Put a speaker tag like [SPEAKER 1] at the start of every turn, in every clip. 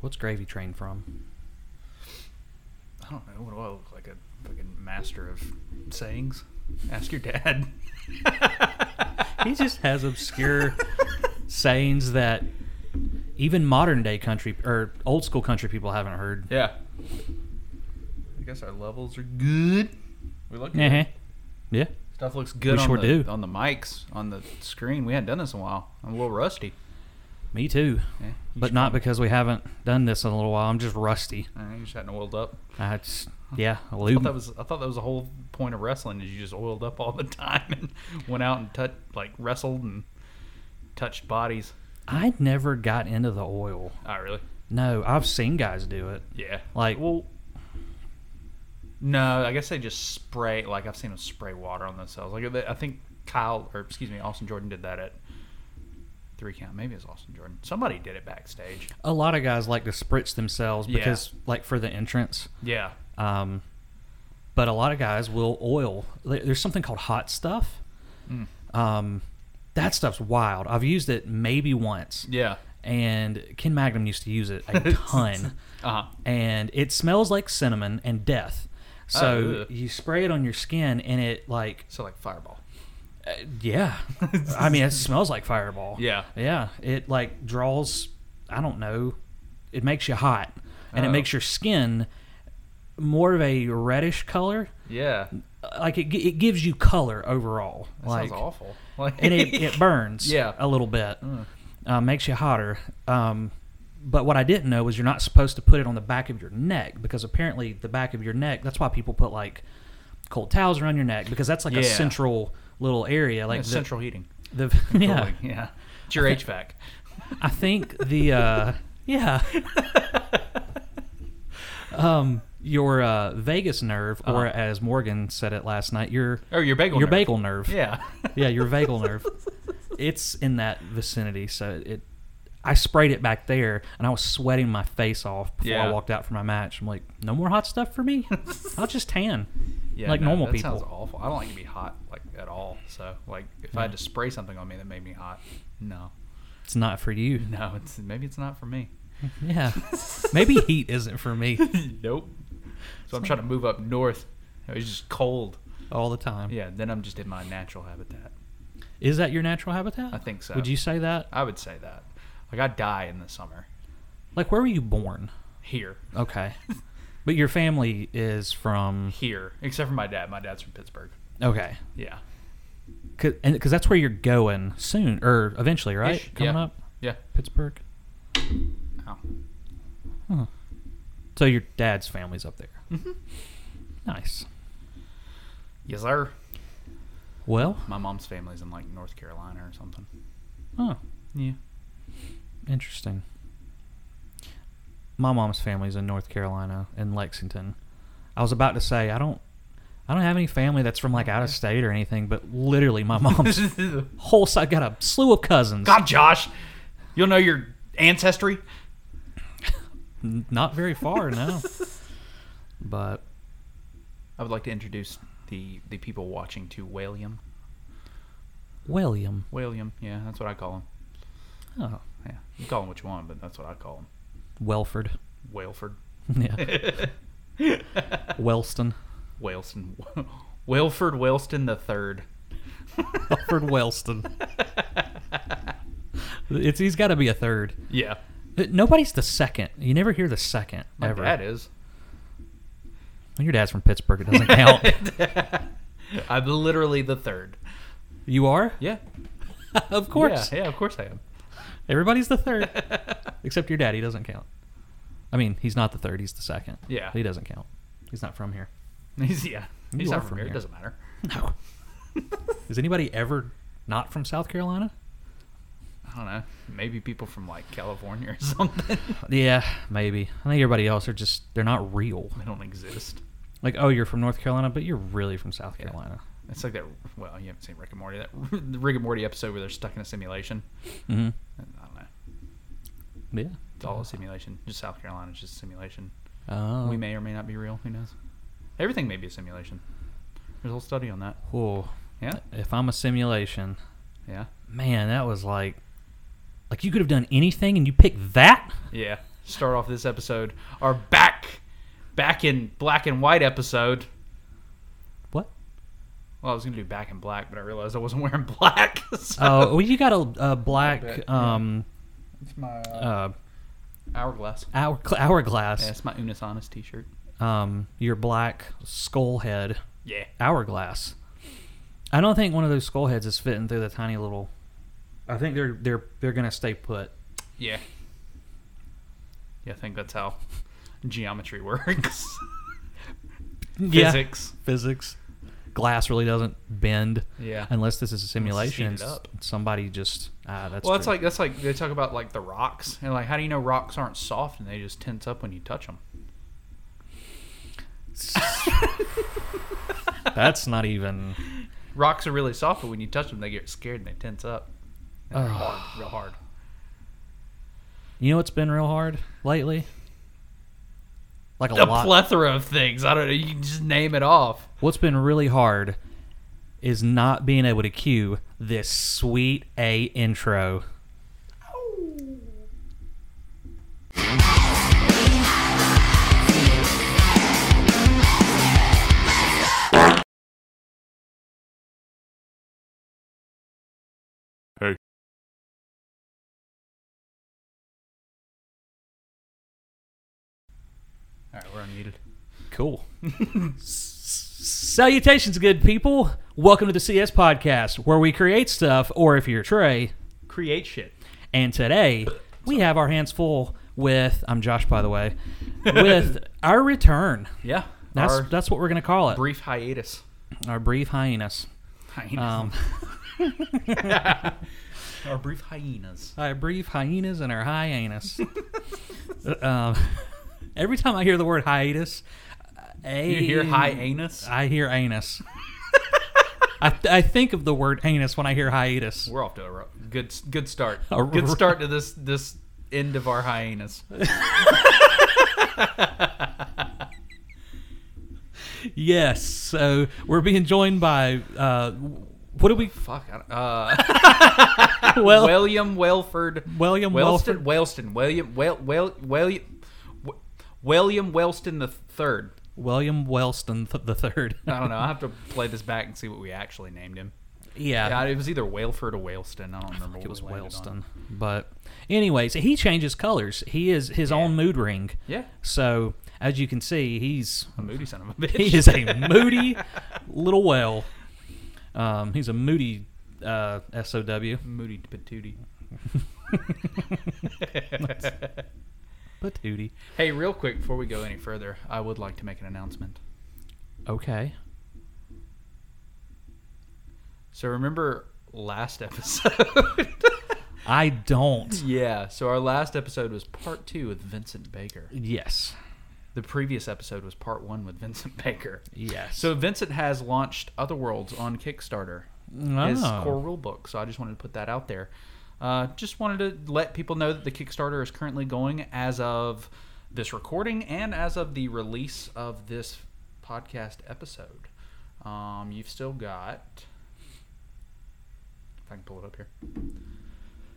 [SPEAKER 1] What's Gravy Train from?
[SPEAKER 2] I don't know. What do I look like? A fucking master of sayings? Ask your dad.
[SPEAKER 1] He just has obscure sayings that even modern day country or old school country people haven't heard.
[SPEAKER 2] Yeah. I guess our levels are good. We look good.
[SPEAKER 1] Uh-huh. Yeah.
[SPEAKER 2] Stuff looks good
[SPEAKER 1] We
[SPEAKER 2] on,
[SPEAKER 1] sure
[SPEAKER 2] the,
[SPEAKER 1] do.
[SPEAKER 2] on the mics, on the screen. We hadn't done this in a while. I'm a little rusty.
[SPEAKER 1] Me too.
[SPEAKER 2] Yeah, you
[SPEAKER 1] But
[SPEAKER 2] should
[SPEAKER 1] not
[SPEAKER 2] come-
[SPEAKER 1] because we haven't done this in a little while. I'm just rusty.
[SPEAKER 2] Uh, you just hadn't oiled up.
[SPEAKER 1] I just, yeah,
[SPEAKER 2] I
[SPEAKER 1] lube.
[SPEAKER 2] thought that was I thought that was the whole point of wrestling is you just oiled up all the time and went out and touched like wrestled and touched bodies.
[SPEAKER 1] I never got into the oil.
[SPEAKER 2] Oh really?
[SPEAKER 1] No, I've seen guys do it.
[SPEAKER 2] Yeah.
[SPEAKER 1] Like,
[SPEAKER 2] well, no, I guess they just spray. Like I've seen them spray water on themselves. Like I think Kyle or excuse me, Austin Jordan did that at three count. Maybe it was Austin Jordan. Somebody did it backstage.
[SPEAKER 1] A lot of guys like to spritz themselves
[SPEAKER 2] Yeah.
[SPEAKER 1] because, like, for the entrance.
[SPEAKER 2] Yeah.
[SPEAKER 1] Um, but a lot of guys will oil. There- There's something called hot stuff.
[SPEAKER 2] Mm.
[SPEAKER 1] Um, that stuff's wild. I've used it maybe once,
[SPEAKER 2] Yeah.
[SPEAKER 1] and Ken Magnum used to use it a ton.
[SPEAKER 2] Uh huh.
[SPEAKER 1] and it smells like cinnamon and death.
[SPEAKER 2] Oh,
[SPEAKER 1] So
[SPEAKER 2] ugh.
[SPEAKER 1] you spray it on your skin, and it like
[SPEAKER 2] So like Fireball.
[SPEAKER 1] uh, yeah. I mean, it smells like fireball.
[SPEAKER 2] Yeah.
[SPEAKER 1] Yeah, it like draws. I don't know. It makes you hot, and
[SPEAKER 2] Oh.
[SPEAKER 1] it makes your skin more of a reddish color.
[SPEAKER 2] Yeah. That
[SPEAKER 1] Like it, gi- it gives you color overall. like,
[SPEAKER 2] sounds awful. Like
[SPEAKER 1] and it, it burns.
[SPEAKER 2] Yeah.
[SPEAKER 1] a little bit. Uh, makes you hotter. Um, but what I didn't know was you're not supposed to put it on the back of your neck because apparently the back of your neck. That's why people put like cold towels around your neck because that's like
[SPEAKER 2] Yeah.
[SPEAKER 1] a central little area. Like
[SPEAKER 2] Yeah,
[SPEAKER 1] the,
[SPEAKER 2] central heating.
[SPEAKER 1] The yeah.
[SPEAKER 2] Cooling, yeah. It's your HVAC.
[SPEAKER 1] I think the uh, yeah. um, your uh, vagus nerve, or as Morgan said it last night, your
[SPEAKER 2] Oh, Uh-huh. your bagel.
[SPEAKER 1] your
[SPEAKER 2] nerve.
[SPEAKER 1] bagel nerve.
[SPEAKER 2] Yeah.
[SPEAKER 1] yeah, your vagal nerve. It's in that vicinity, so it. I sprayed it back there, and I was sweating my face off before
[SPEAKER 2] Yeah.
[SPEAKER 1] I walked out for my match. I'm like, no more hot stuff for me. I'll just tan,
[SPEAKER 2] Yeah,
[SPEAKER 1] like
[SPEAKER 2] no,
[SPEAKER 1] normal
[SPEAKER 2] that Sounds
[SPEAKER 1] people.
[SPEAKER 2] awful. I don't like to be hot like at all. So like if I had to spray something on me that made me hot, no,
[SPEAKER 1] It's not for you.
[SPEAKER 2] no, it's maybe it's not for me.
[SPEAKER 1] Yeah, maybe heat isn't for me
[SPEAKER 2] nope. So I'm trying to move up north. It's just cold.
[SPEAKER 1] all the time.
[SPEAKER 2] Yeah, then I'm just in my natural habitat.
[SPEAKER 1] Is that your natural habitat?
[SPEAKER 2] I think so.
[SPEAKER 1] Would you say that?
[SPEAKER 2] I would say that. Like I die in the summer
[SPEAKER 1] Like, where were you born?
[SPEAKER 2] here,
[SPEAKER 1] Okay, but your family is from
[SPEAKER 2] here, except for my dad. My dad's from Pittsburgh.
[SPEAKER 1] okay,
[SPEAKER 2] Yeah.
[SPEAKER 1] Cause, and because that's where you're going soon or eventually, right?
[SPEAKER 2] Ish,
[SPEAKER 1] Coming
[SPEAKER 2] yeah.
[SPEAKER 1] up,
[SPEAKER 2] Yeah. Oh.
[SPEAKER 1] Pittsburgh.
[SPEAKER 2] Ow.
[SPEAKER 1] So your dad's family's up there. Nice.
[SPEAKER 2] Yes, sir.
[SPEAKER 1] Well,
[SPEAKER 2] My mom's family's in like North Carolina or something.
[SPEAKER 1] huh,
[SPEAKER 2] Yeah.
[SPEAKER 1] interesting. My mom's family's in North Carolina in Lexington. I was about to say I don't, I don't have any family that's from like out of state or anything, but literally my mom's whole side got a slew of cousins.
[SPEAKER 2] God, Josh, you'll know your ancestry.
[SPEAKER 1] N- Not very far now, but
[SPEAKER 2] I would like to introduce the the people watching to William.
[SPEAKER 1] William.
[SPEAKER 2] William, yeah, that's what I call him.
[SPEAKER 1] Oh,
[SPEAKER 2] Yeah, you call him what you want, but that's what I call him.
[SPEAKER 1] Welford.
[SPEAKER 2] Wailford,
[SPEAKER 1] Yeah. Wellston.
[SPEAKER 2] Wailston, Wailford, Wailston the third.
[SPEAKER 1] Alfred Wellston. It's he's got to be a third.
[SPEAKER 2] Yeah,
[SPEAKER 1] Nobody's the second. You never hear the second
[SPEAKER 2] my
[SPEAKER 1] ever.
[SPEAKER 2] dad is.
[SPEAKER 1] When your dad's from Pittsburgh, it doesn't count.
[SPEAKER 2] I'm literally the third.
[SPEAKER 1] you are,
[SPEAKER 2] Yeah,
[SPEAKER 1] of course.
[SPEAKER 2] Yeah, yeah, of course I am.
[SPEAKER 1] Everybody's the third, except your daddy doesn't count. I mean, he's not the third. He's the second.
[SPEAKER 2] Yeah.
[SPEAKER 1] he doesn't count. He's not from here.
[SPEAKER 2] He's, yeah, he's
[SPEAKER 1] You
[SPEAKER 2] not
[SPEAKER 1] are
[SPEAKER 2] from,
[SPEAKER 1] from
[SPEAKER 2] here. It
[SPEAKER 1] here.
[SPEAKER 2] doesn't matter.
[SPEAKER 1] No. Is anybody ever not from South Carolina?
[SPEAKER 2] I don't know. Maybe people from like California or something.
[SPEAKER 1] Yeah, maybe. I think everybody else are just they're not real.
[SPEAKER 2] they don't exist.
[SPEAKER 1] Like, oh, you're from North Carolina, but you're really from South Carolina.
[SPEAKER 2] It's like that. Well, you haven't seen Rick and Morty. That the Rick and Morty episode where they're stuck in a simulation.
[SPEAKER 1] hmm
[SPEAKER 2] I don't know.
[SPEAKER 1] Yeah.
[SPEAKER 2] It's all a simulation. Just South Carolina's just a simulation.
[SPEAKER 1] Oh.
[SPEAKER 2] We may or may not be real. Who knows? Everything may be a simulation. There's a whole study on that.
[SPEAKER 1] Whoa.
[SPEAKER 2] Yeah,
[SPEAKER 1] If I'm a simulation,
[SPEAKER 2] yeah,
[SPEAKER 1] man, that was like, like you could have done anything and you picked that.
[SPEAKER 2] yeah. start off this episode. Our back, back in black and white episode.
[SPEAKER 1] What?
[SPEAKER 2] Well, I was gonna do back in black, but I realized I wasn't wearing black. so-
[SPEAKER 1] Oh, well, you got a, a black
[SPEAKER 2] bit,
[SPEAKER 1] um,
[SPEAKER 3] It's my uh,
[SPEAKER 1] uh,
[SPEAKER 2] hourglass.
[SPEAKER 1] hour, hourglass.
[SPEAKER 2] Yeah, it's my Unis Honest T-shirt.
[SPEAKER 1] Um, your black skull head
[SPEAKER 2] Yeah.
[SPEAKER 1] hourglass. I don't think one of those skull heads is fitting through the tiny little. I think they're they're they're gonna stay put.
[SPEAKER 2] Yeah. Yeah, I think that's how geometry works. Physics.
[SPEAKER 1] physics. Glass really doesn't bend
[SPEAKER 2] Yeah.
[SPEAKER 1] unless this is a simulation. and
[SPEAKER 2] heat it
[SPEAKER 1] s-
[SPEAKER 2] up.
[SPEAKER 1] Somebody just ah, that's
[SPEAKER 2] well, that's
[SPEAKER 1] pretty-
[SPEAKER 2] like that's like they talk about like the rocks and like how do you know rocks aren't soft and they just tense up when you touch them?
[SPEAKER 1] that's not even.
[SPEAKER 2] Rocks are really soft, but when you touch them, they get scared and they tense up. And they're
[SPEAKER 1] Ugh.
[SPEAKER 2] hard, real hard.
[SPEAKER 1] You know what's been real hard lately? Like a
[SPEAKER 2] A
[SPEAKER 1] lot.
[SPEAKER 2] plethora of things. I don't know. You can just name it off.
[SPEAKER 1] What's been really hard is not being able to cue this sweet A intro.
[SPEAKER 2] All right, we're unmuted.
[SPEAKER 1] Cool. Salutations, good people. Welcome to the CS Podcast, where we create stuff, or if you're Trey,
[SPEAKER 2] Create shit.
[SPEAKER 1] and today we have our hands full with, I'm Josh, by the way, with our return.
[SPEAKER 2] Yeah.
[SPEAKER 1] That's,
[SPEAKER 2] Our
[SPEAKER 1] that's what we're going to call it.
[SPEAKER 2] brief hiatus.
[SPEAKER 1] Our brief hyenas.
[SPEAKER 2] Hyenas.
[SPEAKER 1] Um,
[SPEAKER 2] Our brief hyenas.
[SPEAKER 1] our brief hyenas and our hyenas. um, every time I hear the word hiatus, uh, a,
[SPEAKER 2] You hear hyenas?
[SPEAKER 1] I hear anus. I, I think of the word anus when I hear hiatus.
[SPEAKER 2] We're off to a ro- good good start.
[SPEAKER 1] A
[SPEAKER 2] good
[SPEAKER 1] ro-
[SPEAKER 2] start to this this end of our hyenas.
[SPEAKER 1] Yes, so we're being joined by uh, what do we?
[SPEAKER 2] Fuck. I don't- Uh,
[SPEAKER 1] Well,
[SPEAKER 2] William Welford.
[SPEAKER 1] William
[SPEAKER 2] Wellston. Wellston. William. Well. Well. William. William Wellston the third.
[SPEAKER 1] William Wellston th- the third.
[SPEAKER 2] I don't know. I have to play this back and see what we actually named him.
[SPEAKER 1] yeah,
[SPEAKER 2] Yeah, it was either Wailford or Whaleston. I don't remember. what
[SPEAKER 1] it was
[SPEAKER 2] we landed on.
[SPEAKER 1] Wellston. But anyways, he changes colors. He is his own mood ring.
[SPEAKER 2] Yeah,
[SPEAKER 1] So as you can see, he's
[SPEAKER 2] a moody son of a bitch.
[SPEAKER 1] he is a moody little whale. Um, he's a moody uh, sow.
[SPEAKER 2] moody patootie.
[SPEAKER 1] Patootie.
[SPEAKER 2] Hey, real quick before we go any further, I would like to make an announcement.
[SPEAKER 1] Okay.
[SPEAKER 2] So remember last episode?
[SPEAKER 1] I don't.
[SPEAKER 2] yeah. So our last episode was part two with Vincent Baker.
[SPEAKER 1] Yes.
[SPEAKER 2] The previous episode was part one with Vincent Baker.
[SPEAKER 1] Yes.
[SPEAKER 2] So Vincent has launched Otherworlds on Kickstarter. his
[SPEAKER 1] Oh.
[SPEAKER 2] core rule book. So I just wanted to put that out there. Uh, just wanted to let people know that the Kickstarter is currently going as of this recording and as of the release of this podcast episode. Um, you've still got. If I can pull it up here.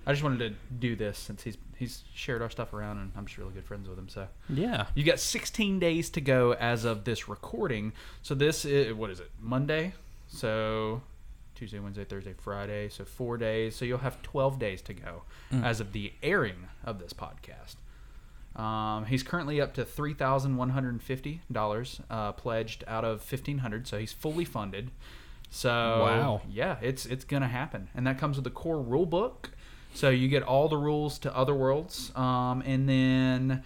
[SPEAKER 2] I just wanted to do this since he's he's shared our stuff around and I'm just really good friends with him. So
[SPEAKER 1] yeah.
[SPEAKER 2] you got 16 days to go as of this recording. So this is what is it? Monday. So Tuesday, Wednesday, Thursday, Friday. So 4 days. So you'll have 12 days to go as of the airing of this podcast. Um, he's currently up to three thousand one hundred and fifty dollars uh, pledged out of fifteen hundred, so he's fully funded. So
[SPEAKER 1] Wow.
[SPEAKER 2] yeah, it's it's gonna happen, and that comes with the core rule book. So you get all the rules to other worlds, um, and then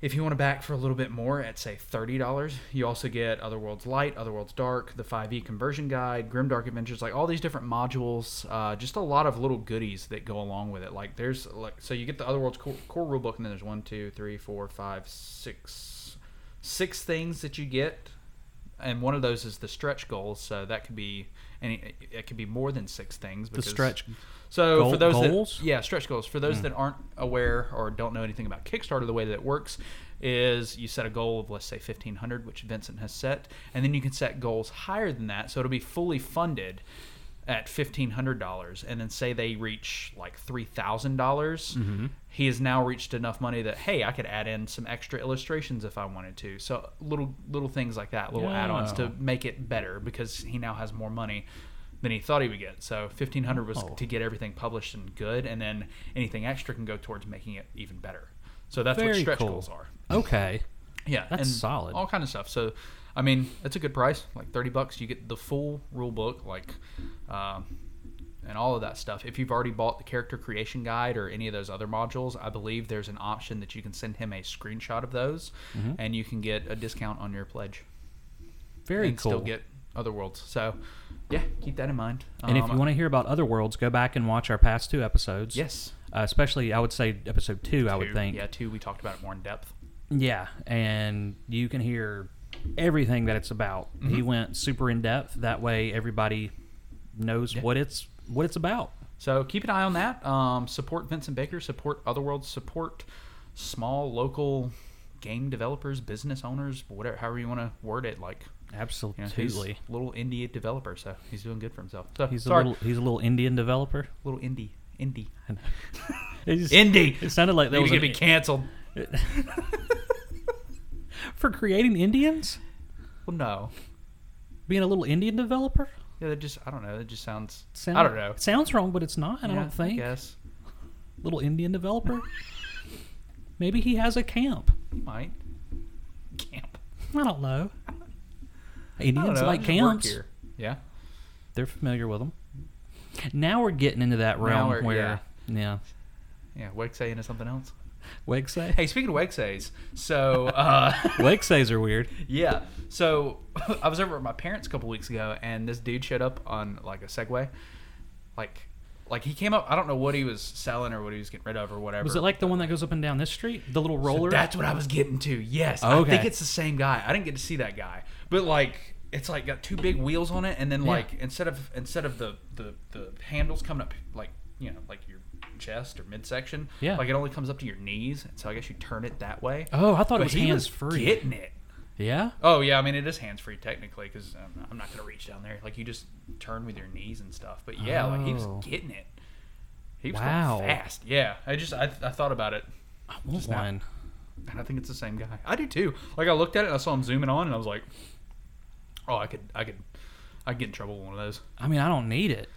[SPEAKER 2] if you want to back for a little bit more at say $30, you also get Otherworlds Light, Otherworlds Dark, the 5e conversion guide, Grimdark Adventures, like all these different modules, uh, just a lot of little goodies that go along with it. Like there's like so you get the Otherworlds core, core rulebook and then there's one, two, three, four, five, six, six things that you get, and one of those is the stretch goals. So that could be any it could be more than six things.
[SPEAKER 1] The stretch.
[SPEAKER 2] So
[SPEAKER 1] Goal-
[SPEAKER 2] for those
[SPEAKER 1] goals? Hmm.
[SPEAKER 2] that yeah stretch goals for those that aren't aware or don't know anything about Kickstarter, the way that it works is you set a goal of let's say fifteen hundred, which Vincent has set, and then you can set goals higher than that, so it'll be fully funded. at $1,500 and then say they reach like $3,000, dollars
[SPEAKER 1] Mm-hmm.
[SPEAKER 2] he has now reached enough money that, hey, I could add in some extra illustrations if I wanted to. So little little things like that, little add ons to
[SPEAKER 3] Yeah.
[SPEAKER 2] make it better because he now has more money than he thought he would get. So 1500 was
[SPEAKER 3] Oh.
[SPEAKER 2] to get everything published and good and then anything extra can go towards making it even better. So that's what
[SPEAKER 3] Very
[SPEAKER 2] stretch
[SPEAKER 3] cool.
[SPEAKER 2] goals are.
[SPEAKER 1] Okay.
[SPEAKER 2] Yeah,
[SPEAKER 1] That's
[SPEAKER 2] and
[SPEAKER 1] solid.
[SPEAKER 2] All kind of stuff. So, I mean, it's a good price, like thirty bucks. You get the full rule book, like, uh, and all of that stuff. If you've already bought the character creation guide or any of those other modules, I believe there's an option that you can send him a screenshot of those,
[SPEAKER 3] Mm-hmm.
[SPEAKER 2] and you can get a discount on your pledge.
[SPEAKER 1] Very
[SPEAKER 2] and
[SPEAKER 1] cool.
[SPEAKER 2] Still get other worlds. So, yeah, keep that in mind. Um,
[SPEAKER 1] and if you want to hear about other worlds, go back and watch our past two episodes.
[SPEAKER 2] yes,
[SPEAKER 1] Uh, especially, I would say episode two, I would
[SPEAKER 2] Two.
[SPEAKER 1] think.
[SPEAKER 2] Yeah, two. We talked about it more in depth.
[SPEAKER 1] Yeah, and you can hear everything that it's about.
[SPEAKER 2] Mm-hmm.
[SPEAKER 1] He went super in depth. That way, everybody knows
[SPEAKER 2] Yeah.
[SPEAKER 1] what it's what it's about.
[SPEAKER 2] So keep an eye on that. Um, support Vincent Baker. Support Otherworld. Support small local game developers, business owners, whatever, however you want to word it. Like, you know, he's
[SPEAKER 1] Absolutely.
[SPEAKER 2] a little indie developer, so he's doing good for himself. So
[SPEAKER 1] He's, a
[SPEAKER 2] sorry,
[SPEAKER 1] little he's a little Indian developer.
[SPEAKER 2] little indie, indie,
[SPEAKER 1] It, just-
[SPEAKER 2] indie.
[SPEAKER 1] it sounded like there
[SPEAKER 2] You're
[SPEAKER 1] was
[SPEAKER 2] gonna
[SPEAKER 1] an,
[SPEAKER 2] be canceled.
[SPEAKER 1] for creating Indians.
[SPEAKER 2] Well, no.
[SPEAKER 1] Being a little Indian developer.
[SPEAKER 2] Yeah, that just I don't know. That just sounds.
[SPEAKER 1] Sound-
[SPEAKER 2] I don't know.
[SPEAKER 1] It sounds wrong, but it's not. I
[SPEAKER 2] Yeah,
[SPEAKER 1] don't think.
[SPEAKER 2] guess
[SPEAKER 1] Little Indian developer. Maybe he has a camp.
[SPEAKER 2] he might. Camp.
[SPEAKER 1] I don't know.
[SPEAKER 2] I don't
[SPEAKER 1] Indians
[SPEAKER 2] know. I
[SPEAKER 1] like
[SPEAKER 2] just work
[SPEAKER 1] camps.
[SPEAKER 2] here. Yeah.
[SPEAKER 1] They're familiar with them. Now we're getting into that realm
[SPEAKER 2] we're-
[SPEAKER 1] where, yeah,
[SPEAKER 2] Yeah. Wexay into something else.
[SPEAKER 1] Wegsays.
[SPEAKER 2] Hey, speaking of Wegsays, so. uh
[SPEAKER 1] Wegsays are weird.
[SPEAKER 2] Yeah. So I was over at my parents a couple weeks ago, and this dude showed up on like a Segway, like, like he came up. I don't know what he was selling or what he was getting rid of or whatever.
[SPEAKER 1] Was it like the one that goes up and down this street? The little
[SPEAKER 2] So
[SPEAKER 1] roller?
[SPEAKER 2] That's what I was getting to. Yes, I
[SPEAKER 1] Okay.
[SPEAKER 2] think it's the same guy. I didn't get to see that guy, but like. It's like got two big wheels on it, and then
[SPEAKER 1] Yeah.
[SPEAKER 2] like instead of instead of the, the the handles coming up like you know like your chest or midsection,
[SPEAKER 1] Yeah.
[SPEAKER 2] like it only comes up to your knees. And so I guess you turn it that way.
[SPEAKER 1] oh, I thought
[SPEAKER 2] but
[SPEAKER 1] it was
[SPEAKER 2] he
[SPEAKER 1] hands free.
[SPEAKER 2] getting it.
[SPEAKER 1] Yeah?
[SPEAKER 2] Oh yeah, I mean it is hands free technically because um, I'm not gonna reach down there. Like you just turn with your knees and stuff. But yeah, like he was
[SPEAKER 1] Oh.
[SPEAKER 2] getting it. He was
[SPEAKER 1] Wow.
[SPEAKER 2] going fast. Yeah, I just I, I thought about it,
[SPEAKER 1] I want
[SPEAKER 2] now.
[SPEAKER 1] one.
[SPEAKER 2] and I think it's the same guy. I do too. Like I looked at it, and I saw him zooming on, and I was like, oh, I could I could I would get in trouble with one of those.
[SPEAKER 1] I mean, I don't need it,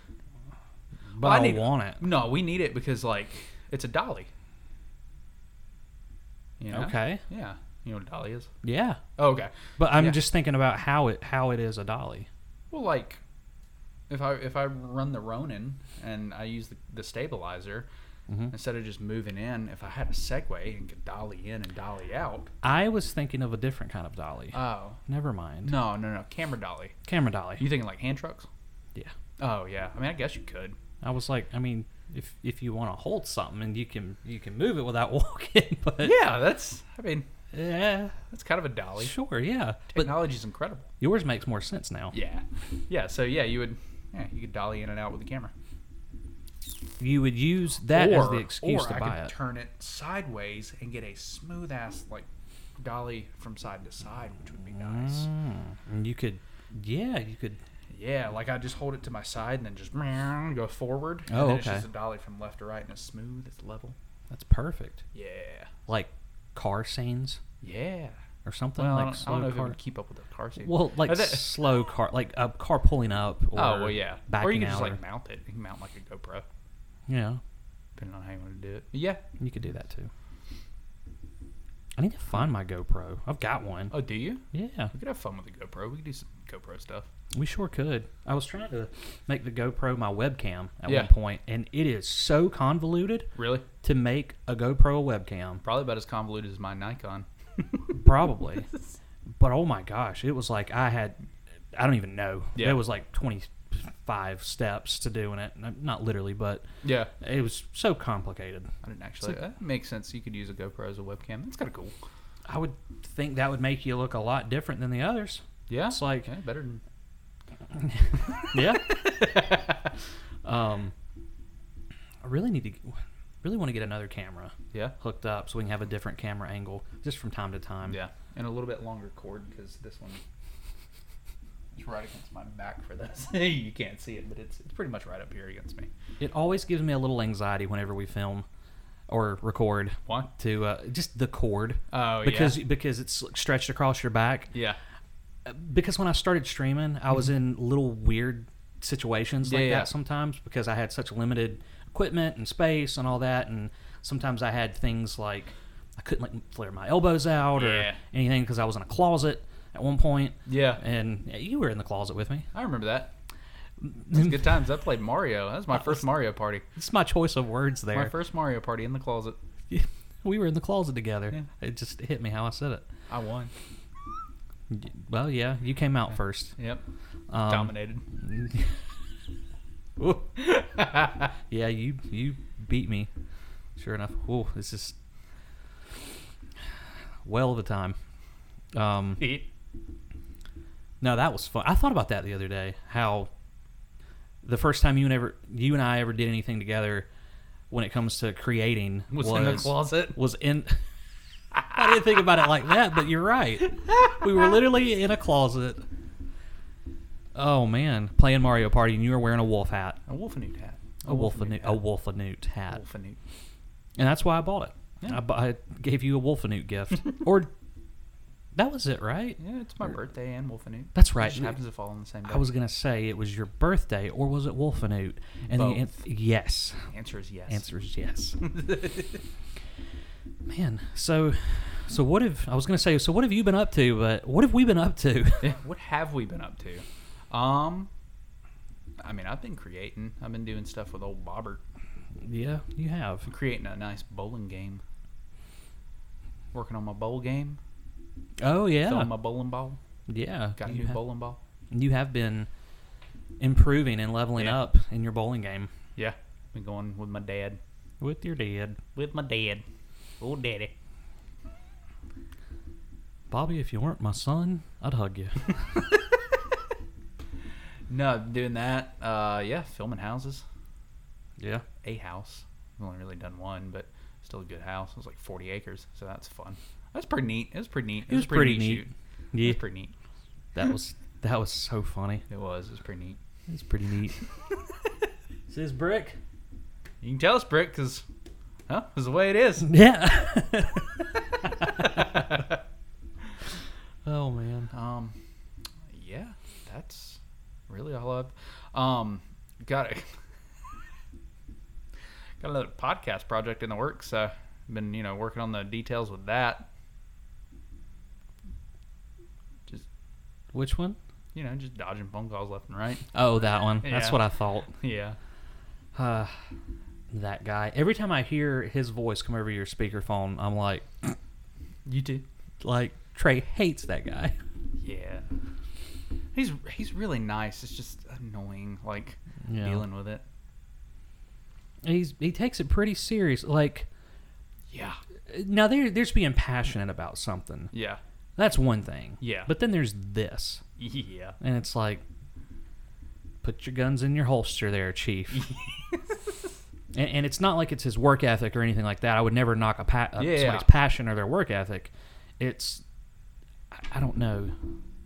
[SPEAKER 1] but
[SPEAKER 2] Well, I
[SPEAKER 1] I,
[SPEAKER 2] need-
[SPEAKER 1] want it.
[SPEAKER 2] No, we need it because like it's a dolly. You know?
[SPEAKER 1] Okay.
[SPEAKER 2] Yeah, you know what a dolly is.
[SPEAKER 1] Yeah.
[SPEAKER 2] Oh, okay.
[SPEAKER 1] But I'm
[SPEAKER 2] Yeah.
[SPEAKER 1] just thinking about how it how it is a dolly.
[SPEAKER 2] Well, like if I if I run the Ronin and I use the, the stabilizer
[SPEAKER 1] Mm-hmm.
[SPEAKER 2] instead of just moving in, if I had a Segway and could dolly in and dolly out.
[SPEAKER 1] I was thinking of a different kind of dolly.
[SPEAKER 2] Oh
[SPEAKER 1] Never mind.
[SPEAKER 2] no no no camera dolly.
[SPEAKER 1] Camera dolly.
[SPEAKER 2] You thinking like hand trucks?
[SPEAKER 1] Yeah.
[SPEAKER 2] Oh yeah. I mean I guess you could.
[SPEAKER 1] I was like, I mean, if if you want to hold something and you can you can move it without walking, but
[SPEAKER 2] Yeah, that's I mean
[SPEAKER 1] yeah,
[SPEAKER 2] that's kind of a dolly.
[SPEAKER 1] sure, yeah. But
[SPEAKER 2] Technology's incredible.
[SPEAKER 1] yours makes more sense now.
[SPEAKER 2] Yeah. Yeah. So yeah, you would yeah you could dolly in and out with the camera.
[SPEAKER 1] You would use that
[SPEAKER 2] or,
[SPEAKER 1] as the excuse
[SPEAKER 2] or
[SPEAKER 1] to
[SPEAKER 2] I
[SPEAKER 1] buy
[SPEAKER 2] could
[SPEAKER 1] it.
[SPEAKER 2] turn it sideways and get a smooth ass like dolly from side to side, which would be nice.
[SPEAKER 1] Mm. and you could, yeah, you could.
[SPEAKER 2] Yeah, like I just hold it to my side and then just meow, go forward.
[SPEAKER 1] Oh,
[SPEAKER 2] and then It's
[SPEAKER 1] okay.
[SPEAKER 2] just a dolly from left to right, and it's smooth. It's level.
[SPEAKER 1] That's perfect.
[SPEAKER 2] Yeah,
[SPEAKER 1] Like car scenes
[SPEAKER 2] yeah.
[SPEAKER 1] or something
[SPEAKER 2] Well, I,
[SPEAKER 1] like
[SPEAKER 2] don't, I don't know
[SPEAKER 1] slow
[SPEAKER 2] if it
[SPEAKER 1] car.
[SPEAKER 2] would keep up with the car seat.
[SPEAKER 1] Well, like
[SPEAKER 2] Or that-
[SPEAKER 1] slow car, like a car pulling up. Or
[SPEAKER 2] oh well, yeah.
[SPEAKER 1] Backing
[SPEAKER 2] or you can just
[SPEAKER 1] out
[SPEAKER 2] like
[SPEAKER 1] or-
[SPEAKER 2] mount it. You can mount like a GoPro,
[SPEAKER 1] yeah,
[SPEAKER 2] depending on how you want to do it. But yeah.
[SPEAKER 1] you could do that too. I need to find my GoPro. I've got one.
[SPEAKER 2] Oh, do you?
[SPEAKER 1] Yeah,
[SPEAKER 2] We could have fun with the GoPro. We could do some GoPro stuff.
[SPEAKER 1] we sure could. I was trying to make the GoPro my webcam at
[SPEAKER 2] Yeah.
[SPEAKER 1] one point, and it is so convoluted
[SPEAKER 2] Really?
[SPEAKER 1] to make a GoPro a webcam.
[SPEAKER 2] Probably about as convoluted as my Nikon.
[SPEAKER 1] Probably. but oh my gosh, it was like I had, I don't even know.
[SPEAKER 2] Yeah.
[SPEAKER 1] There was like 25 steps to doing it. N- Not literally, but
[SPEAKER 2] Yeah.
[SPEAKER 1] it was so complicated.
[SPEAKER 2] I didn't actually. that makes sense. You could use a GoPro as a webcam. That's kind of cool.
[SPEAKER 1] I would think that would make you look a lot different than the others.
[SPEAKER 2] Yeah.
[SPEAKER 1] It's like,
[SPEAKER 2] yeah, better than
[SPEAKER 1] yeah. um, I really need to, really want to get another camera
[SPEAKER 2] yeah.
[SPEAKER 1] hooked up so we can have a different camera
[SPEAKER 2] Um,
[SPEAKER 1] angle just from time to time.
[SPEAKER 2] Yeah, and a little bit longer cord because this one It's right against my back for this. you can't see it, but it's it's pretty much right up here against me.
[SPEAKER 1] It always gives me a little anxiety whenever we film or record
[SPEAKER 2] Why?
[SPEAKER 1] to uh, just the cord
[SPEAKER 2] Oh
[SPEAKER 1] because because it's stretched across your back.
[SPEAKER 2] yeah.
[SPEAKER 1] Because when I started streaming, I was in little weird situations like
[SPEAKER 2] Mm-hmm. Yeah, yeah.
[SPEAKER 1] that sometimes because I had such limited equipment and space and all that, and sometimes I had things like I couldn't like flare my elbows out
[SPEAKER 2] Yeah.
[SPEAKER 1] or anything because I was in a closet at one point,
[SPEAKER 2] Yeah. Yeah.
[SPEAKER 1] and yeah, you were in the closet with me.
[SPEAKER 2] I remember that. It was good times. I played Mario. That was my first Mario party.
[SPEAKER 1] It's my choice of words Uh, there.
[SPEAKER 2] My first Mario party in the closet.
[SPEAKER 1] we were in the closet together.
[SPEAKER 2] Yeah.
[SPEAKER 1] It just hit me how I said it.
[SPEAKER 2] I won.
[SPEAKER 1] Y- Well, yeah, you came out first.
[SPEAKER 2] Yep.
[SPEAKER 1] Um,
[SPEAKER 2] Dominated.
[SPEAKER 1] yeah, you you beat me. Sure enough. Ooh, this is well of a time. Um, no, that was fun. I thought about that the other day. How the first time you and ever you and I ever did anything together when it comes to creating
[SPEAKER 2] Was in the closet.
[SPEAKER 1] was in. I didn't think about it like that, but you're right. We were literally in a closet. Oh man, playing Mario Party, and you were wearing a wolf hat,
[SPEAKER 2] A wolfanoot hat.
[SPEAKER 1] a wolf a
[SPEAKER 2] Wolfanoot
[SPEAKER 1] a wolfanoot hat,
[SPEAKER 2] Wolfanoot.
[SPEAKER 1] and that's why I bought it.
[SPEAKER 2] Yeah.
[SPEAKER 1] I, bu- I gave you a wolfanoot gift, or that was it, right?
[SPEAKER 2] Yeah, it's my birthday and wolfanoot.
[SPEAKER 1] That's
[SPEAKER 2] It
[SPEAKER 1] right.
[SPEAKER 2] just happens to fall on the same day.
[SPEAKER 1] I was gonna say it was your birthday, or was it wolfanoot? And
[SPEAKER 2] Both.
[SPEAKER 1] the anth- yes,
[SPEAKER 2] Answer is yes.
[SPEAKER 1] answer is yes. Man, so so what have I was gonna say? So what have you been up to? But what have we been up to?
[SPEAKER 2] Yeah, what have we been up to? Um, I mean, I've been creating. I've been doing stuff with old Bobbert.
[SPEAKER 1] yeah, you have.
[SPEAKER 2] I'm creating a nice bowling game. Working on my bowl game.
[SPEAKER 1] Oh yeah,
[SPEAKER 2] Filling my bowling ball.
[SPEAKER 1] yeah.
[SPEAKER 2] Got a
[SPEAKER 1] you,
[SPEAKER 2] new
[SPEAKER 1] ha-
[SPEAKER 2] bowling ball.
[SPEAKER 1] you have been improving and leveling
[SPEAKER 2] Yeah.
[SPEAKER 1] up in your bowling game
[SPEAKER 2] Yeah, been going with my dad.
[SPEAKER 1] with your dad,
[SPEAKER 2] With my dad. Old daddy.
[SPEAKER 1] Bobby. If you weren't my son, I'd hug you.
[SPEAKER 2] No, doing that. Uh, yeah, filming houses.
[SPEAKER 1] yeah.
[SPEAKER 2] a house. I've only really done one, but still a good house. It was like 40 acres, so that's fun. That's pretty neat. It was pretty neat.
[SPEAKER 1] It was pretty neat.
[SPEAKER 2] shoot. It
[SPEAKER 1] Yeah,
[SPEAKER 2] was pretty neat.
[SPEAKER 1] that was that was so funny.
[SPEAKER 2] It was. It was pretty neat.
[SPEAKER 1] It's pretty neat. Is this brick?
[SPEAKER 2] You can tell us, Brick, because huh, this is the way it is.
[SPEAKER 1] Yeah. oh man.
[SPEAKER 2] Um, yeah, that's really all I've. Um, got it. got another podcast project in the works. So been you know working on the details with that. Just
[SPEAKER 1] Which one?
[SPEAKER 2] you know just dodging phone calls left and right.
[SPEAKER 1] Oh, that one. That's
[SPEAKER 2] Yeah.
[SPEAKER 1] what I thought.
[SPEAKER 2] Yeah.
[SPEAKER 1] Uh, that guy. Every time I hear his voice come over your speakerphone, I'm like,
[SPEAKER 2] You too.
[SPEAKER 1] like Trey hates that guy.
[SPEAKER 2] Yeah. He's he's really nice. It's just annoying, like
[SPEAKER 1] Yeah.
[SPEAKER 2] dealing with it.
[SPEAKER 1] He's he takes it pretty serious. Like
[SPEAKER 2] Yeah.
[SPEAKER 1] now, there there's being passionate about something.
[SPEAKER 2] Yeah.
[SPEAKER 1] That's one thing.
[SPEAKER 2] Yeah.
[SPEAKER 1] But then there's this,
[SPEAKER 2] Yeah.
[SPEAKER 1] and it's like, put your guns in your holster, there, Chief. and, and it's not like it's his work ethic or anything like that. I would never knock a pa- uh,
[SPEAKER 2] Yeah.
[SPEAKER 1] somebody's passion or their work ethic. It's I, I don't know.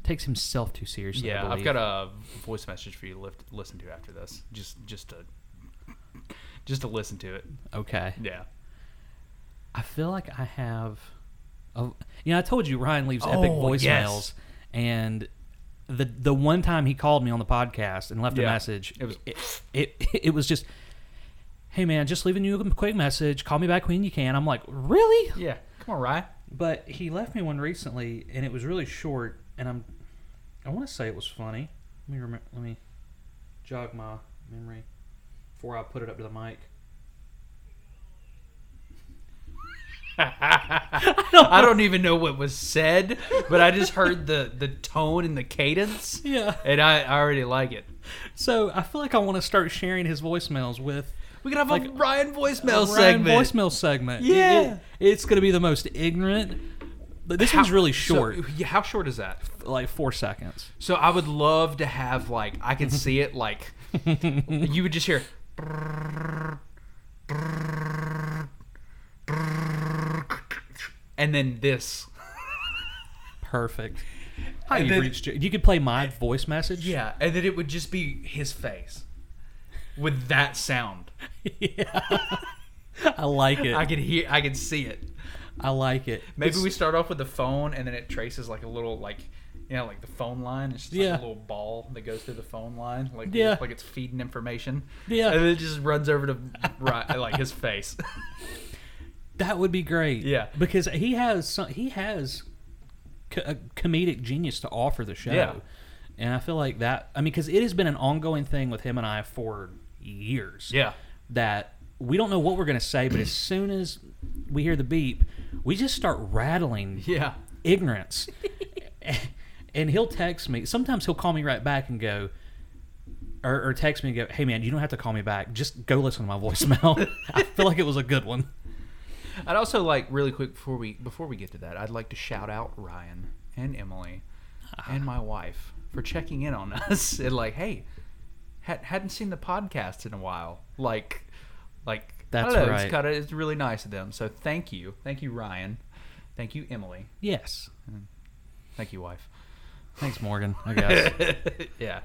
[SPEAKER 1] Takes himself too seriously. I
[SPEAKER 2] Yeah. I've
[SPEAKER 1] believe.
[SPEAKER 2] got a voice message for you to lift, listen to after this. Just just to just to listen to it.
[SPEAKER 1] Okay.
[SPEAKER 2] Yeah.
[SPEAKER 1] I feel like I have. A, you know, I told you Ryan leaves epic
[SPEAKER 2] Oh,
[SPEAKER 1] voicemails,
[SPEAKER 2] yes.
[SPEAKER 1] and the the one time he called me on the podcast and left a
[SPEAKER 2] Yeah.
[SPEAKER 1] message,
[SPEAKER 2] It was-
[SPEAKER 1] it, it it was just, hey man, just leaving you a quick message. Call me back when you can. I'm like, really?
[SPEAKER 2] Yeah. Come on, Ryan.
[SPEAKER 1] But he left me one recently, and it was really short, and I'm, I want to say it was funny. Let me remember. Let me jog my memory before I put it up to the mic.
[SPEAKER 2] I don't even know what was said, but I just heard the the tone and the cadence,
[SPEAKER 1] Yeah.
[SPEAKER 2] and I, I already like it.
[SPEAKER 1] So I feel like I want to start sharing his voicemails with
[SPEAKER 2] We could have a
[SPEAKER 1] Like-
[SPEAKER 2] Ryan voicemail
[SPEAKER 1] Ryan
[SPEAKER 2] segment.
[SPEAKER 1] voicemail segment.
[SPEAKER 2] Yeah.
[SPEAKER 1] It- it- it's gonna be the most ignorant. But this one's really short,
[SPEAKER 2] So, yeah, how short is that?
[SPEAKER 1] like four seconds.
[SPEAKER 2] So I would love to have like I could see it like you would just hear and then this
[SPEAKER 1] Perfect.
[SPEAKER 2] Hi,
[SPEAKER 1] And
[SPEAKER 2] you've
[SPEAKER 1] then-
[SPEAKER 2] reached
[SPEAKER 1] You could play my voice message.
[SPEAKER 2] Yeah, and then it would just be his face with that sound.
[SPEAKER 1] I like it.
[SPEAKER 2] I
[SPEAKER 1] I,
[SPEAKER 2] could hear, I could see it.
[SPEAKER 1] like it.
[SPEAKER 2] Maybe
[SPEAKER 1] It's-
[SPEAKER 2] we start off with the phone, and then it traces like a little like. You know, like the phone line. It's just like
[SPEAKER 1] Yeah.
[SPEAKER 2] a little ball that goes through the phone line, like
[SPEAKER 1] Yeah.
[SPEAKER 2] like it's feeding information.
[SPEAKER 1] Yeah.
[SPEAKER 2] and then it just runs over to right, like his face.
[SPEAKER 1] That would be great.
[SPEAKER 2] Yeah.
[SPEAKER 1] because he has some, he has co- a comedic genius to offer the show.
[SPEAKER 2] Yeah.
[SPEAKER 1] and I feel like that. I mean, because it has been an ongoing thing with him and I for years.
[SPEAKER 2] yeah,
[SPEAKER 1] that we don't know what we're gonna say, but as soon as we hear the beep, we just start rattling
[SPEAKER 2] yeah,
[SPEAKER 1] ignorance. and he'll text me. Sometimes he'll call me right back and go, or, or text me and go, "Hey man, you don't have to call me back. Just go listen to my voicemail." I feel like it was a good one.
[SPEAKER 2] I'd also like really quick before we before we get to that, I'd like to shout out Ryan and Emily and my wife for checking in on us and like, hey, had, hadn't seen the podcast in a while. Like, like I don't
[SPEAKER 1] That's
[SPEAKER 2] know,
[SPEAKER 1] right.
[SPEAKER 2] It's kind of it's really nice of them. So thank you, thank you, Ryan, thank you, Emily,
[SPEAKER 1] Yes.
[SPEAKER 2] thank you, wife.
[SPEAKER 1] Thanks, Morgan. I guess. Uh,
[SPEAKER 2] yeah,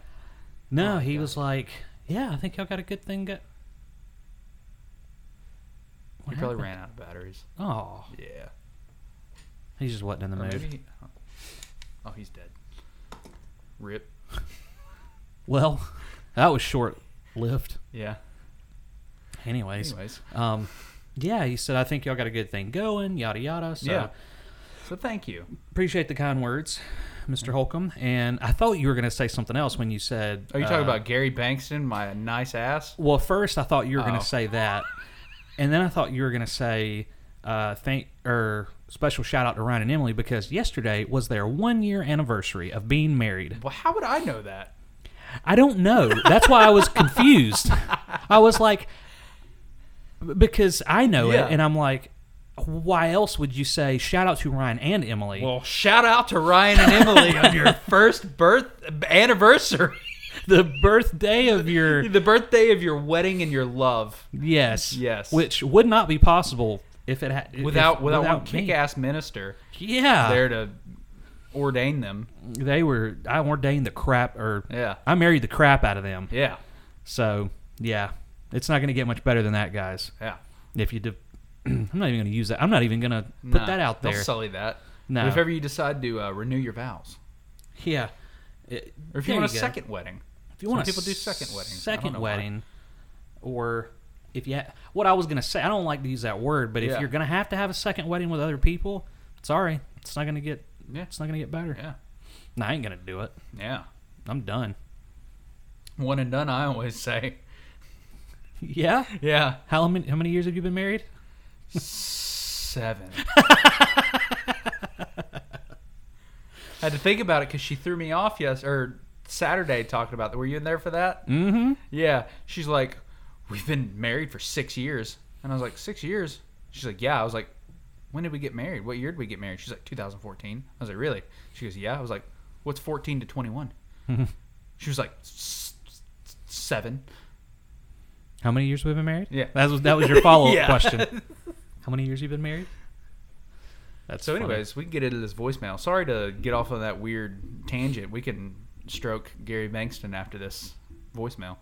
[SPEAKER 1] No,
[SPEAKER 2] Oh,
[SPEAKER 1] he
[SPEAKER 2] God.
[SPEAKER 1] was like, "Yeah, I think y'all got a good thing." Go-
[SPEAKER 2] we probably ran out of batteries.
[SPEAKER 1] Oh,
[SPEAKER 2] Yeah,
[SPEAKER 1] he just wasn't in the
[SPEAKER 2] Or
[SPEAKER 1] mood.
[SPEAKER 2] maybe he- oh, he's dead. Rip.
[SPEAKER 1] Well, that was short-lived.
[SPEAKER 2] Yeah.
[SPEAKER 1] Anyways,
[SPEAKER 2] Anyways,
[SPEAKER 1] um, yeah, he said, "I think y'all got a good thing going." Yada yada. So
[SPEAKER 2] yeah. So thank you.
[SPEAKER 1] appreciate the kind words, Mr. Holcomb. And I thought you were going to say something else when you said.
[SPEAKER 2] Are you talking
[SPEAKER 1] uh,
[SPEAKER 2] about Gary Bankston, my nice ass?
[SPEAKER 1] Well, first I thought you were going
[SPEAKER 2] Oh.
[SPEAKER 1] to say that, and then I thought you were going to say uh, thank or special shout out to Ryan and Emily because yesterday was their one year anniversary of being married.
[SPEAKER 2] Well, how would I know that?
[SPEAKER 1] I don't know. That's why I was confused. I was like, because I know
[SPEAKER 2] Yeah.
[SPEAKER 1] it, and I'm like, why else would you say shout out to Ryan and Emily?
[SPEAKER 2] Well, shout out to Ryan and Emily on your first birth anniversary,
[SPEAKER 1] the birthday of your
[SPEAKER 2] the birthday of your wedding and your love,
[SPEAKER 1] Yes.
[SPEAKER 2] Yes.
[SPEAKER 1] Which would not be possible if it had
[SPEAKER 2] without
[SPEAKER 1] if,
[SPEAKER 2] without, one
[SPEAKER 1] me. Uh.
[SPEAKER 2] kick ass minister
[SPEAKER 1] Yeah.
[SPEAKER 2] there to ordain them.
[SPEAKER 1] They were. I ordained the crap, or
[SPEAKER 2] Yeah,
[SPEAKER 1] I married the crap out of them.
[SPEAKER 2] yeah,
[SPEAKER 1] So yeah, it's not going to get much better than that, guys.
[SPEAKER 2] yeah.
[SPEAKER 1] If you, de- I'm not even going to use that. I'm not even going to put
[SPEAKER 2] Nah,
[SPEAKER 1] that out
[SPEAKER 2] don't
[SPEAKER 1] there.
[SPEAKER 2] sully that.
[SPEAKER 1] No.
[SPEAKER 2] But if ever you decide to uh, renew your vows,
[SPEAKER 1] Yeah. It-
[SPEAKER 2] or if
[SPEAKER 1] there
[SPEAKER 2] you want a
[SPEAKER 1] go.
[SPEAKER 2] second wedding,
[SPEAKER 1] if you want
[SPEAKER 2] Some
[SPEAKER 1] a
[SPEAKER 2] people do second weddings. I don't
[SPEAKER 1] second
[SPEAKER 2] know why.
[SPEAKER 1] wedding, or if you, ha- what I was going to say, I don't like to use that word, but if
[SPEAKER 2] Yeah.
[SPEAKER 1] you're going to have to have a second wedding with other people, sorry, it's not going to get,
[SPEAKER 2] Yeah.
[SPEAKER 1] it's not going to get better.
[SPEAKER 2] yeah,
[SPEAKER 1] No, I ain't gonna do it.
[SPEAKER 2] yeah,
[SPEAKER 1] I'm done.
[SPEAKER 2] one and done. I always say,
[SPEAKER 1] Yeah.
[SPEAKER 2] yeah,
[SPEAKER 1] How many how many years have you been married?
[SPEAKER 2] Seven. I had to think about it because she threw me off yes or Saturday talking about that. Were you in there for that?
[SPEAKER 1] Mm-hmm.
[SPEAKER 2] Yeah. She's like, we've been married for six years, and I was like, six years. She's like, yeah. I was like, when did we get married? What year did we get married? She's like, 2014. I was like, really? She goes, yeah. I was like, what's 14 to 21? she was like, "S- s- s- seven.
[SPEAKER 1] How many years have we been married?
[SPEAKER 2] Yeah.
[SPEAKER 1] That was that was your follow up
[SPEAKER 2] Yeah.
[SPEAKER 1] question. How many years you been married? That's
[SPEAKER 2] So,
[SPEAKER 1] funny.
[SPEAKER 2] anyways, we can get into this voicemail. Sorry to get off on that weird tangent. We can stroke Gary Bankston after this voicemail.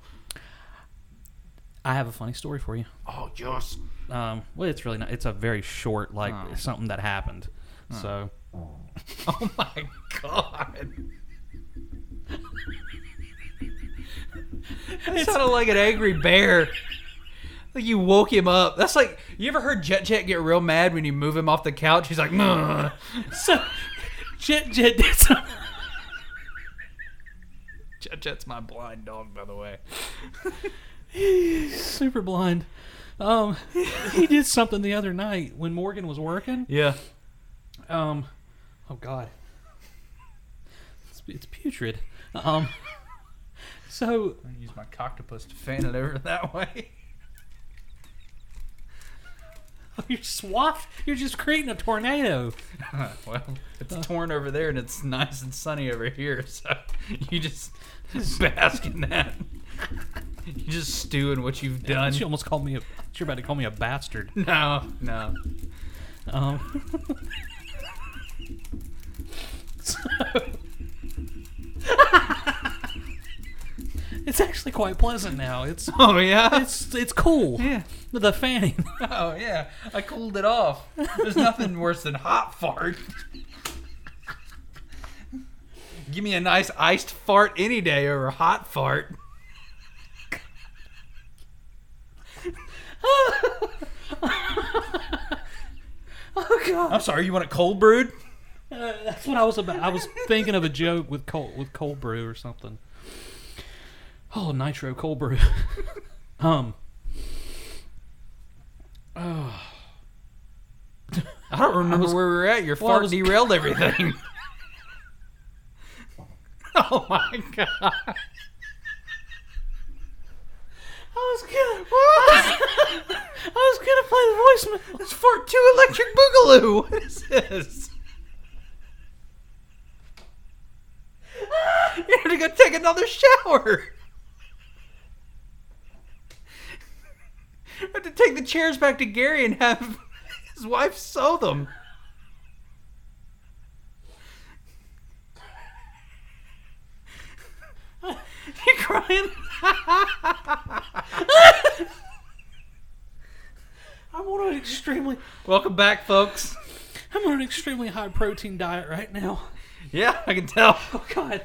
[SPEAKER 1] I have a funny story for you.
[SPEAKER 2] Oh, yes.
[SPEAKER 1] Um, well, it's really not. It's a very short, like
[SPEAKER 2] Oh.
[SPEAKER 1] something that happened. So
[SPEAKER 2] Oh, my God. That sounded like an angry bear. Like you woke him up. That's like you ever heard Jet Jet get real mad when you move him off the couch? He's like, "Nah."
[SPEAKER 1] so Jet Jet did some.
[SPEAKER 2] Jet Jet's my blind dog, by the way.
[SPEAKER 1] super blind. Um, he did something the other night when Morgan was working.
[SPEAKER 2] Yeah.
[SPEAKER 1] Um, oh God, it's, it's putrid. Um, so
[SPEAKER 2] I use my coctopus to fan it over that way.
[SPEAKER 1] you're swath. You're just creating a tornado.
[SPEAKER 2] well, it's torn over there and it's nice and sunny over here, so you just bask in that. you just stew in what you've done.
[SPEAKER 1] She almost called me a. You're about to call me a bastard.
[SPEAKER 2] No, no.
[SPEAKER 1] Um, so actually quite pleasant now. It's
[SPEAKER 2] Oh yeah.
[SPEAKER 1] it's it's cool.
[SPEAKER 2] Yeah.
[SPEAKER 1] The fanning.
[SPEAKER 2] Oh yeah. I cooled it off. There's nothing worse than hot fart. Give me a nice iced fart any day over a hot fart.
[SPEAKER 1] Oh god.
[SPEAKER 2] I'm sorry, you want it cold brewed?
[SPEAKER 1] That's what I was about. I was thinking of a joke with cold with cold brew or something. Oh, nitro cold brew. um.
[SPEAKER 2] I don't remember
[SPEAKER 1] was-
[SPEAKER 2] where we were at. Your
[SPEAKER 1] Well, I
[SPEAKER 2] fart
[SPEAKER 1] was-
[SPEAKER 2] derailed everything. oh my god.
[SPEAKER 1] I was gonna. I was, gonna play the voicemail.
[SPEAKER 2] It's fart two electric boogaloo. What is this? You have to go take another shower. I have to take the chairs back to Gary and have his wife sew them. You crying?
[SPEAKER 1] I'm on an extremely.
[SPEAKER 2] Welcome back, folks.
[SPEAKER 1] I'm on an extremely high protein diet right now.
[SPEAKER 2] Yeah, I can tell.
[SPEAKER 1] Oh god.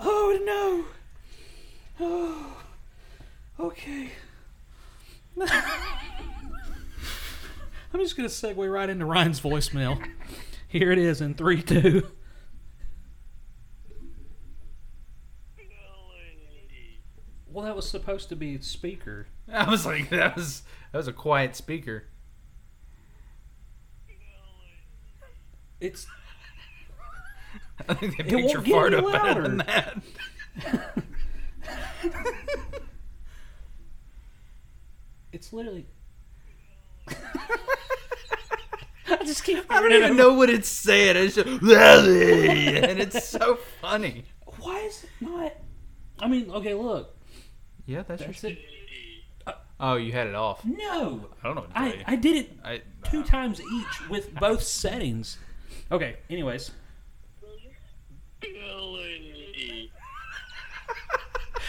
[SPEAKER 1] oh no. Oh. Okay. I'm just gonna segue right into Ryan's voicemail. Here it is in three two. Well, that was supposed to be speaker.
[SPEAKER 2] I was like, that was that was a quiet speaker.
[SPEAKER 1] It's
[SPEAKER 2] I think they
[SPEAKER 1] won't
[SPEAKER 2] picked your
[SPEAKER 1] get
[SPEAKER 2] fart
[SPEAKER 1] any
[SPEAKER 2] up better than
[SPEAKER 1] louder.
[SPEAKER 2] that.
[SPEAKER 1] It's literally. I just keep.
[SPEAKER 2] I don't even know what it's saying. It's just, and it's so funny.
[SPEAKER 1] Why is it not? I mean, okay, look.
[SPEAKER 2] Yeah, that's,
[SPEAKER 1] That's
[SPEAKER 2] your.
[SPEAKER 1] it.
[SPEAKER 2] Oh, you had it off.
[SPEAKER 1] No,
[SPEAKER 2] I don't know what to
[SPEAKER 1] I I did it
[SPEAKER 2] I, I,
[SPEAKER 1] two times each with both settings. Okay. Anyways,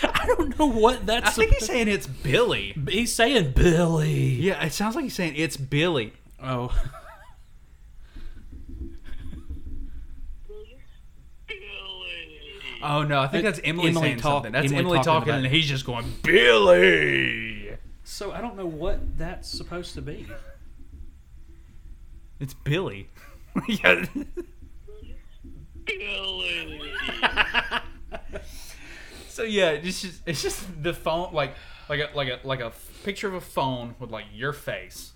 [SPEAKER 1] I don't know what that's.
[SPEAKER 2] I think he's
[SPEAKER 1] supposed-
[SPEAKER 2] saying it's Billy.
[SPEAKER 1] he's saying Billy.
[SPEAKER 2] Yeah, it sounds like he's saying it's Billy.
[SPEAKER 1] Oh.
[SPEAKER 2] Oh no, I think
[SPEAKER 1] It-
[SPEAKER 2] that's Emily,
[SPEAKER 1] Emily
[SPEAKER 2] saying
[SPEAKER 1] talk-
[SPEAKER 2] something. That's
[SPEAKER 1] Emily
[SPEAKER 2] Emily,
[SPEAKER 1] talking
[SPEAKER 2] talking,
[SPEAKER 1] about-
[SPEAKER 2] and he's just going Billy.
[SPEAKER 1] So I don't know what that's supposed to be.
[SPEAKER 2] It's Billy. yeah. So yeah, it's just it's just the phone like like a like a like a picture of a phone with like your face,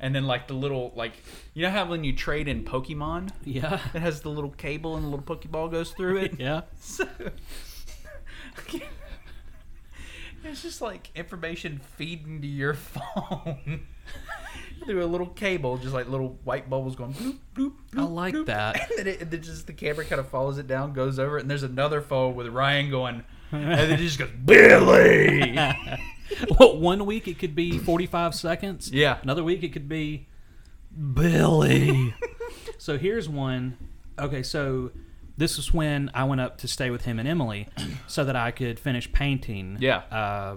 [SPEAKER 2] and then like the little like you know how when you trade in Pokemon,
[SPEAKER 1] Yeah.
[SPEAKER 2] it has the little cable and the little Pokeball goes through it.
[SPEAKER 1] Yeah.
[SPEAKER 2] So, it's just like information feeding to your phone through a little cable, just like little white bubbles going bloop bloop. bloop
[SPEAKER 1] I like
[SPEAKER 2] bloop.
[SPEAKER 1] that.
[SPEAKER 2] And then, it, and then just the camera kind of follows it down, goes over, it, and there's another phone with Ryan going, and then it just goes Billy.
[SPEAKER 1] Well, one week it could be 45 seconds.
[SPEAKER 2] Yeah.
[SPEAKER 1] Another week it could be Billy. so here's one. Okay, so this was when I went up to stay with him and Emily so that I could finish painting.
[SPEAKER 2] Yeah.
[SPEAKER 1] Uh,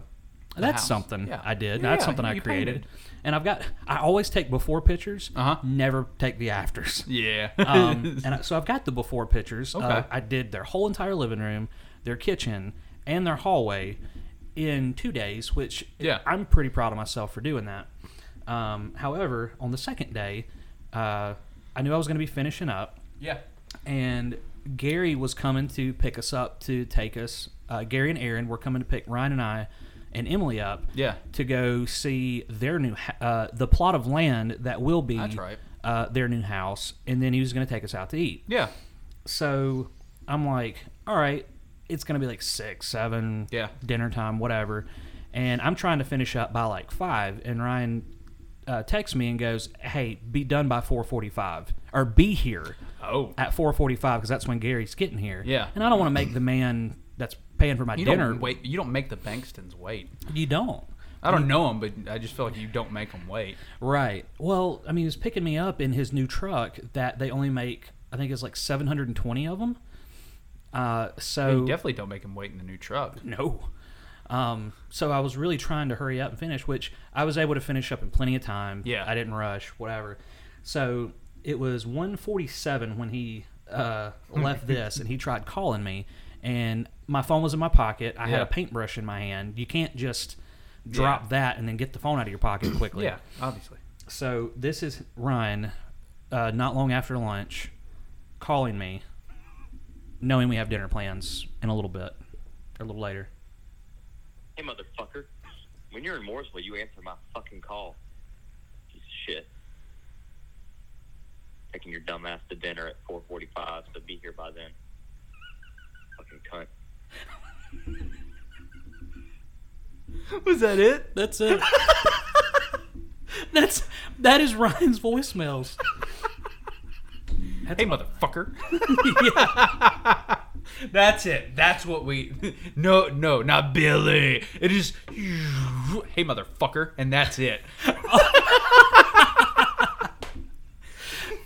[SPEAKER 1] that's
[SPEAKER 2] house.
[SPEAKER 1] something
[SPEAKER 2] Yeah.
[SPEAKER 1] I did.
[SPEAKER 2] Yeah,
[SPEAKER 1] that's something I
[SPEAKER 2] you
[SPEAKER 1] created.
[SPEAKER 2] painted.
[SPEAKER 1] And I've got, I always take before pictures,
[SPEAKER 2] Uh-huh.
[SPEAKER 1] never take the afters.
[SPEAKER 2] Yeah.
[SPEAKER 1] Um, and I, so I've got the before pictures. Uh,
[SPEAKER 2] Okay.
[SPEAKER 1] I did their whole entire living room, their kitchen, and their hallway in two days, which
[SPEAKER 2] Yeah.
[SPEAKER 1] I'm pretty proud of myself for doing that. Um, however, on the second day, uh, I knew I was going to be finishing up,
[SPEAKER 2] yeah.
[SPEAKER 1] and Gary was coming to pick us up to take us. Uh, Gary and Aaron were coming to pick Ryan and I and Emily up
[SPEAKER 2] Yeah.
[SPEAKER 1] to go see their new ha- uh, the plot of land that will be
[SPEAKER 2] That's right.
[SPEAKER 1] uh, their new house, and then he was going to take us out to eat.
[SPEAKER 2] Yeah.
[SPEAKER 1] So I'm like, all right, it's going to be like six, seven,
[SPEAKER 2] Yeah.
[SPEAKER 1] dinner time, whatever. And I'm trying to finish up by like five, and Ryan uh, texts me and goes, "Hey, be done by 4:45, or be here
[SPEAKER 2] Oh.
[SPEAKER 1] at 4:45 because that's when Gary's getting here."
[SPEAKER 2] Yeah.
[SPEAKER 1] and I don't want to make the man that's paying for my
[SPEAKER 2] You
[SPEAKER 1] dinner
[SPEAKER 2] don't wait. You don't make the Bankstons wait.
[SPEAKER 1] You don't.
[SPEAKER 2] I don't know him, but I just feel like you don't make him wait.
[SPEAKER 1] Right. Well, I mean, he was picking me up in his new truck that they only make. I think it's like 720 of them. Uh, so
[SPEAKER 2] you definitely don't make him wait in the new truck.
[SPEAKER 1] No. Um, so I was really trying to hurry up and finish, which I was able to finish up in plenty of time.
[SPEAKER 2] Yeah.
[SPEAKER 1] I didn't rush, whatever. So it was 147 when he uh, left this and he tried calling me and my phone was in my pocket. I had
[SPEAKER 2] Yeah.
[SPEAKER 1] a paintbrush in my hand. You can't just drop that and then get the phone out of your pocket quickly.
[SPEAKER 2] Yeah, obviously.
[SPEAKER 1] So this is Ryan, uh, not long after lunch, calling me, knowing we have dinner plans in a little bit, or a little later.
[SPEAKER 3] Hey, motherfucker. When you're in Mooresville, you answer my fucking call. Piece of shit. Taking your dumb ass to dinner at 4.45, so be here by then. Fucking cunt.
[SPEAKER 2] Was that it?
[SPEAKER 1] That's it. That's that is Ryan's voicemails. That's
[SPEAKER 2] Hey,
[SPEAKER 1] all-
[SPEAKER 2] motherfucker. That's it. That's what we. No, no, not Billy. It is. Hey, motherfucker. And that's it.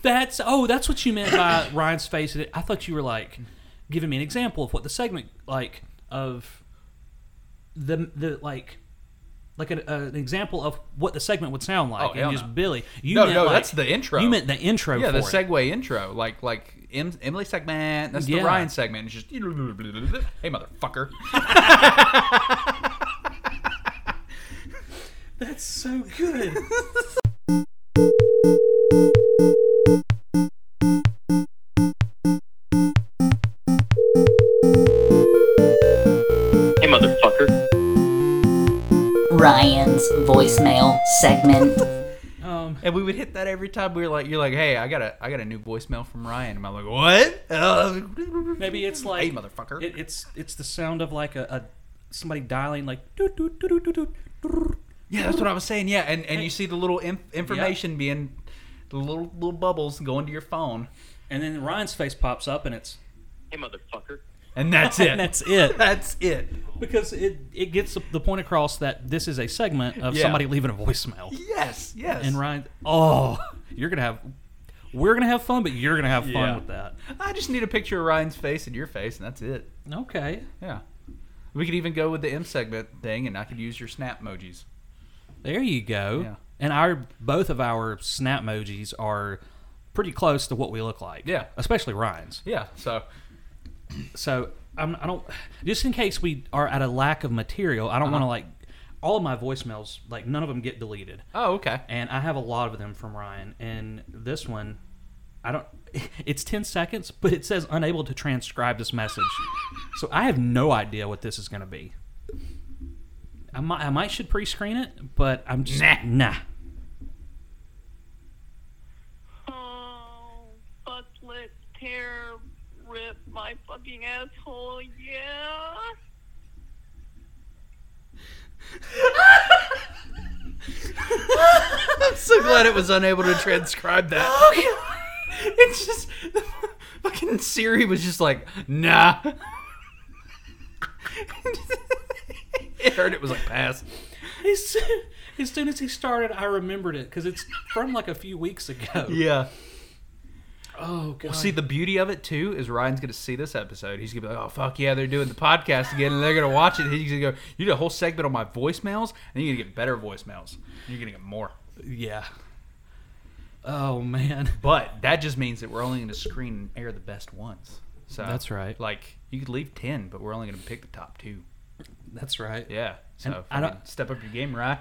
[SPEAKER 1] That's oh, that's what you meant by Ryan's face. I thought you were like giving me an example of what the segment like of the the like like an, uh, an example of what the segment would sound like
[SPEAKER 2] Oh, hell
[SPEAKER 1] and just
[SPEAKER 2] no.
[SPEAKER 1] Billy. You
[SPEAKER 2] No,
[SPEAKER 1] meant
[SPEAKER 2] no,
[SPEAKER 1] like-
[SPEAKER 2] that's the intro.
[SPEAKER 1] You meant the intro.
[SPEAKER 2] Yeah, the
[SPEAKER 1] for it.
[SPEAKER 2] segue intro. Like, like em- Emily segment. That's
[SPEAKER 1] Yeah.
[SPEAKER 2] the Ryan segment. It's just. Hey, motherfucker.
[SPEAKER 1] That's so good.
[SPEAKER 3] Hey, motherfucker.
[SPEAKER 4] Ryan's voicemail segment.
[SPEAKER 1] um,
[SPEAKER 2] And we would hit that every time we were like, you're like, hey, I got a, I got a new voicemail from Ryan. And I'm like, what? Uh,
[SPEAKER 1] maybe it's like
[SPEAKER 2] hey, motherfucker.
[SPEAKER 1] It, it's it's the sound of like a, a somebody dialing like doot, doot, doot, doot, doot, doot.
[SPEAKER 2] Yeah, that's what I was saying. Yeah, and, and you see the little inf- information being the little little bubbles going to your phone,
[SPEAKER 1] and then Ryan's face pops up and it's
[SPEAKER 3] Hey, motherfucker.
[SPEAKER 2] and that's it.
[SPEAKER 1] and that's it.
[SPEAKER 2] That's it.
[SPEAKER 1] because it it gets the point across that this is a segment of
[SPEAKER 2] Yeah.
[SPEAKER 1] somebody leaving a voicemail.
[SPEAKER 2] Yes, yes.
[SPEAKER 1] And Ryan, oh, you're gonna have, we're gonna have fun, but you're gonna have fun
[SPEAKER 2] Yeah.
[SPEAKER 1] with that.
[SPEAKER 2] I just need a picture of Ryan's face and your face, and that's it.
[SPEAKER 1] Okay,
[SPEAKER 2] Yeah, we could even go with the M segment thing, and I could use your snap emojis.
[SPEAKER 1] there you go.
[SPEAKER 2] Yeah.
[SPEAKER 1] And our both of our snap emojis are pretty close to what we look like.
[SPEAKER 2] Yeah.
[SPEAKER 1] especially Ryan's.
[SPEAKER 2] Yeah. So
[SPEAKER 1] So I'm, I don't, just in case we are at a lack of material, I don't
[SPEAKER 2] Uh-huh.
[SPEAKER 1] want to like all of my voicemails, like none of them get deleted.
[SPEAKER 2] oh okay.
[SPEAKER 1] and I have a lot of them from Ryan. And this one, I don't. It's ten seconds, but it says unable to transcribe this message, so I have no idea what this is going to be. I might, I might should pre-screen it, but I'm just nah.
[SPEAKER 5] Oh, bucklet, tear, rip my fucking asshole, yeah?
[SPEAKER 2] I'm so glad it was unable to transcribe that. it's just fucking Siri was just like, nah. it heard it was like pass.
[SPEAKER 1] As, soon- as soon as he started, I remembered it because it's from like a few weeks ago.
[SPEAKER 2] Yeah.
[SPEAKER 1] Oh god.
[SPEAKER 2] See, the beauty of it too is Ryan's gonna see this episode. He's gonna be like, "Oh fuck yeah, they're doing the podcast again," and they're gonna watch it. He's gonna go, "You did a whole segment on my voicemails, and you're gonna get better voicemails. You're gonna get more."
[SPEAKER 1] yeah. Oh man.
[SPEAKER 2] But that just means that we're only gonna screen and air the best ones. So
[SPEAKER 1] That's right.
[SPEAKER 2] Like you could leave ten, but we're only gonna pick the top two.
[SPEAKER 1] That's right.
[SPEAKER 2] Yeah. So
[SPEAKER 1] And
[SPEAKER 2] if
[SPEAKER 1] I
[SPEAKER 2] I
[SPEAKER 1] don't-
[SPEAKER 2] don't step up your game, right?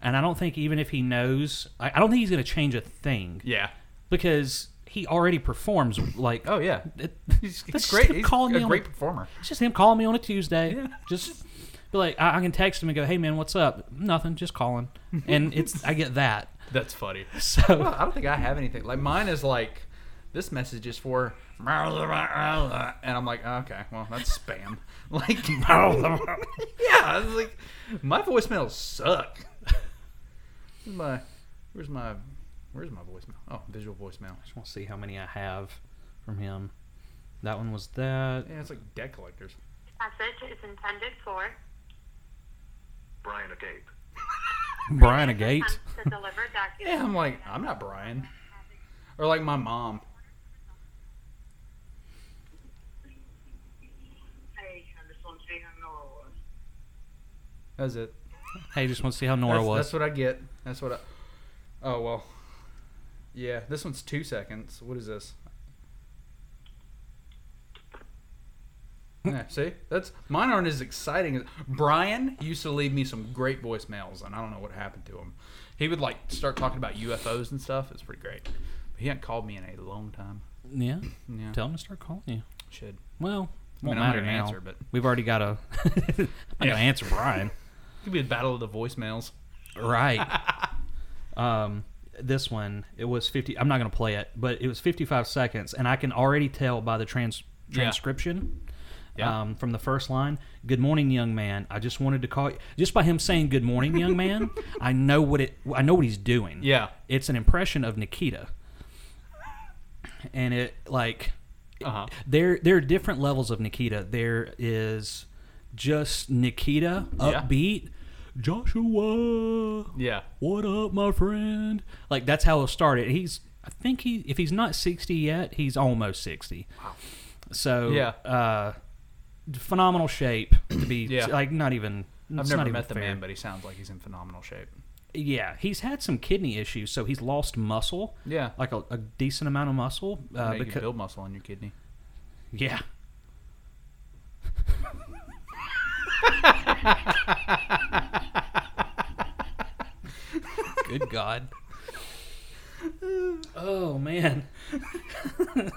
[SPEAKER 1] And I don't think even if he knows, I, I don't think he's going to change a thing.
[SPEAKER 2] Yeah.
[SPEAKER 1] because he already performs like
[SPEAKER 2] Oh yeah.
[SPEAKER 1] it-
[SPEAKER 2] He's, he's
[SPEAKER 1] That's
[SPEAKER 2] great.
[SPEAKER 1] him
[SPEAKER 2] He's
[SPEAKER 1] calling
[SPEAKER 2] a
[SPEAKER 1] me on
[SPEAKER 2] great
[SPEAKER 1] the-
[SPEAKER 2] performer.
[SPEAKER 1] it's just him calling me on a Tuesday.
[SPEAKER 2] Yeah.
[SPEAKER 1] Just be like, I, I can text him and go, "Hey man, what's up? Nothing, just calling." And it's I get that.
[SPEAKER 2] That's funny.
[SPEAKER 1] So
[SPEAKER 2] Well, I don't think I have anything. Like mine is like this message is for and I'm like, okay, well that's spam. Like Yeah, I was like my voicemails suck. Where's my where's my where's my voicemail? Oh, visual voicemail.
[SPEAKER 1] I want to see how many I have from him. That one was that.
[SPEAKER 2] Yeah, it's like debt collectors.
[SPEAKER 6] Message is intended for
[SPEAKER 7] Brian a tape.
[SPEAKER 1] Brian a gate.
[SPEAKER 6] um, To deliver
[SPEAKER 2] Yeah,
[SPEAKER 6] documents.
[SPEAKER 2] I'm like, I'm not Brian. Or like my mom.
[SPEAKER 6] Hey, I just want to uh, see how Nora was.
[SPEAKER 2] That's it.
[SPEAKER 1] Hey, just want to see how Nora
[SPEAKER 2] that's,
[SPEAKER 1] was.
[SPEAKER 2] That's what I get. That's what I. Oh well. Yeah, this one's two seconds. What is this? Yeah, see, that's mine aren't as exciting as Brian used to leave me some great voicemails, and I don't know what happened to him. He would like start talking about UFOs and stuff. It's pretty great. But he hadn't called me in a long time.
[SPEAKER 1] yeah.
[SPEAKER 2] Yeah,
[SPEAKER 1] Tell him to start calling you.
[SPEAKER 2] should.
[SPEAKER 1] Well,
[SPEAKER 2] I mean,
[SPEAKER 1] won't
[SPEAKER 2] I'm not
[SPEAKER 1] matter
[SPEAKER 2] gonna
[SPEAKER 1] now.
[SPEAKER 2] answer, but
[SPEAKER 1] We've already got a. I'm not
[SPEAKER 2] Yeah.
[SPEAKER 1] gonna answer Brian.
[SPEAKER 2] could be the battle of the voicemails.
[SPEAKER 1] Right. um, this one it was fifty. I'm not gonna play it, but it was fifty-five seconds, and I can already tell by the trans
[SPEAKER 2] Yeah.
[SPEAKER 1] transcription.
[SPEAKER 2] Yeah.
[SPEAKER 1] Um, from the first line, "Good morning, young man. I just wanted to call you." Just by him saying "Good morning, young man," I know what it. I know what he's doing.
[SPEAKER 2] Yeah.
[SPEAKER 1] it's an impression of Nikita, and it like
[SPEAKER 2] Uh huh.
[SPEAKER 1] there there are different levels of Nikita. There is just Nikita
[SPEAKER 2] Yeah.
[SPEAKER 1] upbeat. Joshua,
[SPEAKER 2] Yeah.
[SPEAKER 1] what up, my friend? Like that's how it started. He's I think he if he's not sixty yet, he's almost sixty. Wow. So
[SPEAKER 2] Yeah.
[SPEAKER 1] uh, phenomenal shape to be
[SPEAKER 2] Yeah.
[SPEAKER 1] like not even.
[SPEAKER 2] I've
[SPEAKER 1] it's
[SPEAKER 2] never
[SPEAKER 1] not even
[SPEAKER 2] met the
[SPEAKER 1] fair.
[SPEAKER 2] man, but he sounds like he's in phenomenal shape.
[SPEAKER 1] Yeah, he's had some kidney issues, so he's lost muscle.
[SPEAKER 2] Yeah.
[SPEAKER 1] like a, a decent amount of muscle. Uh,
[SPEAKER 2] Yeah, you
[SPEAKER 1] because
[SPEAKER 2] build muscle on your kidney.
[SPEAKER 1] yeah, Good God. oh man.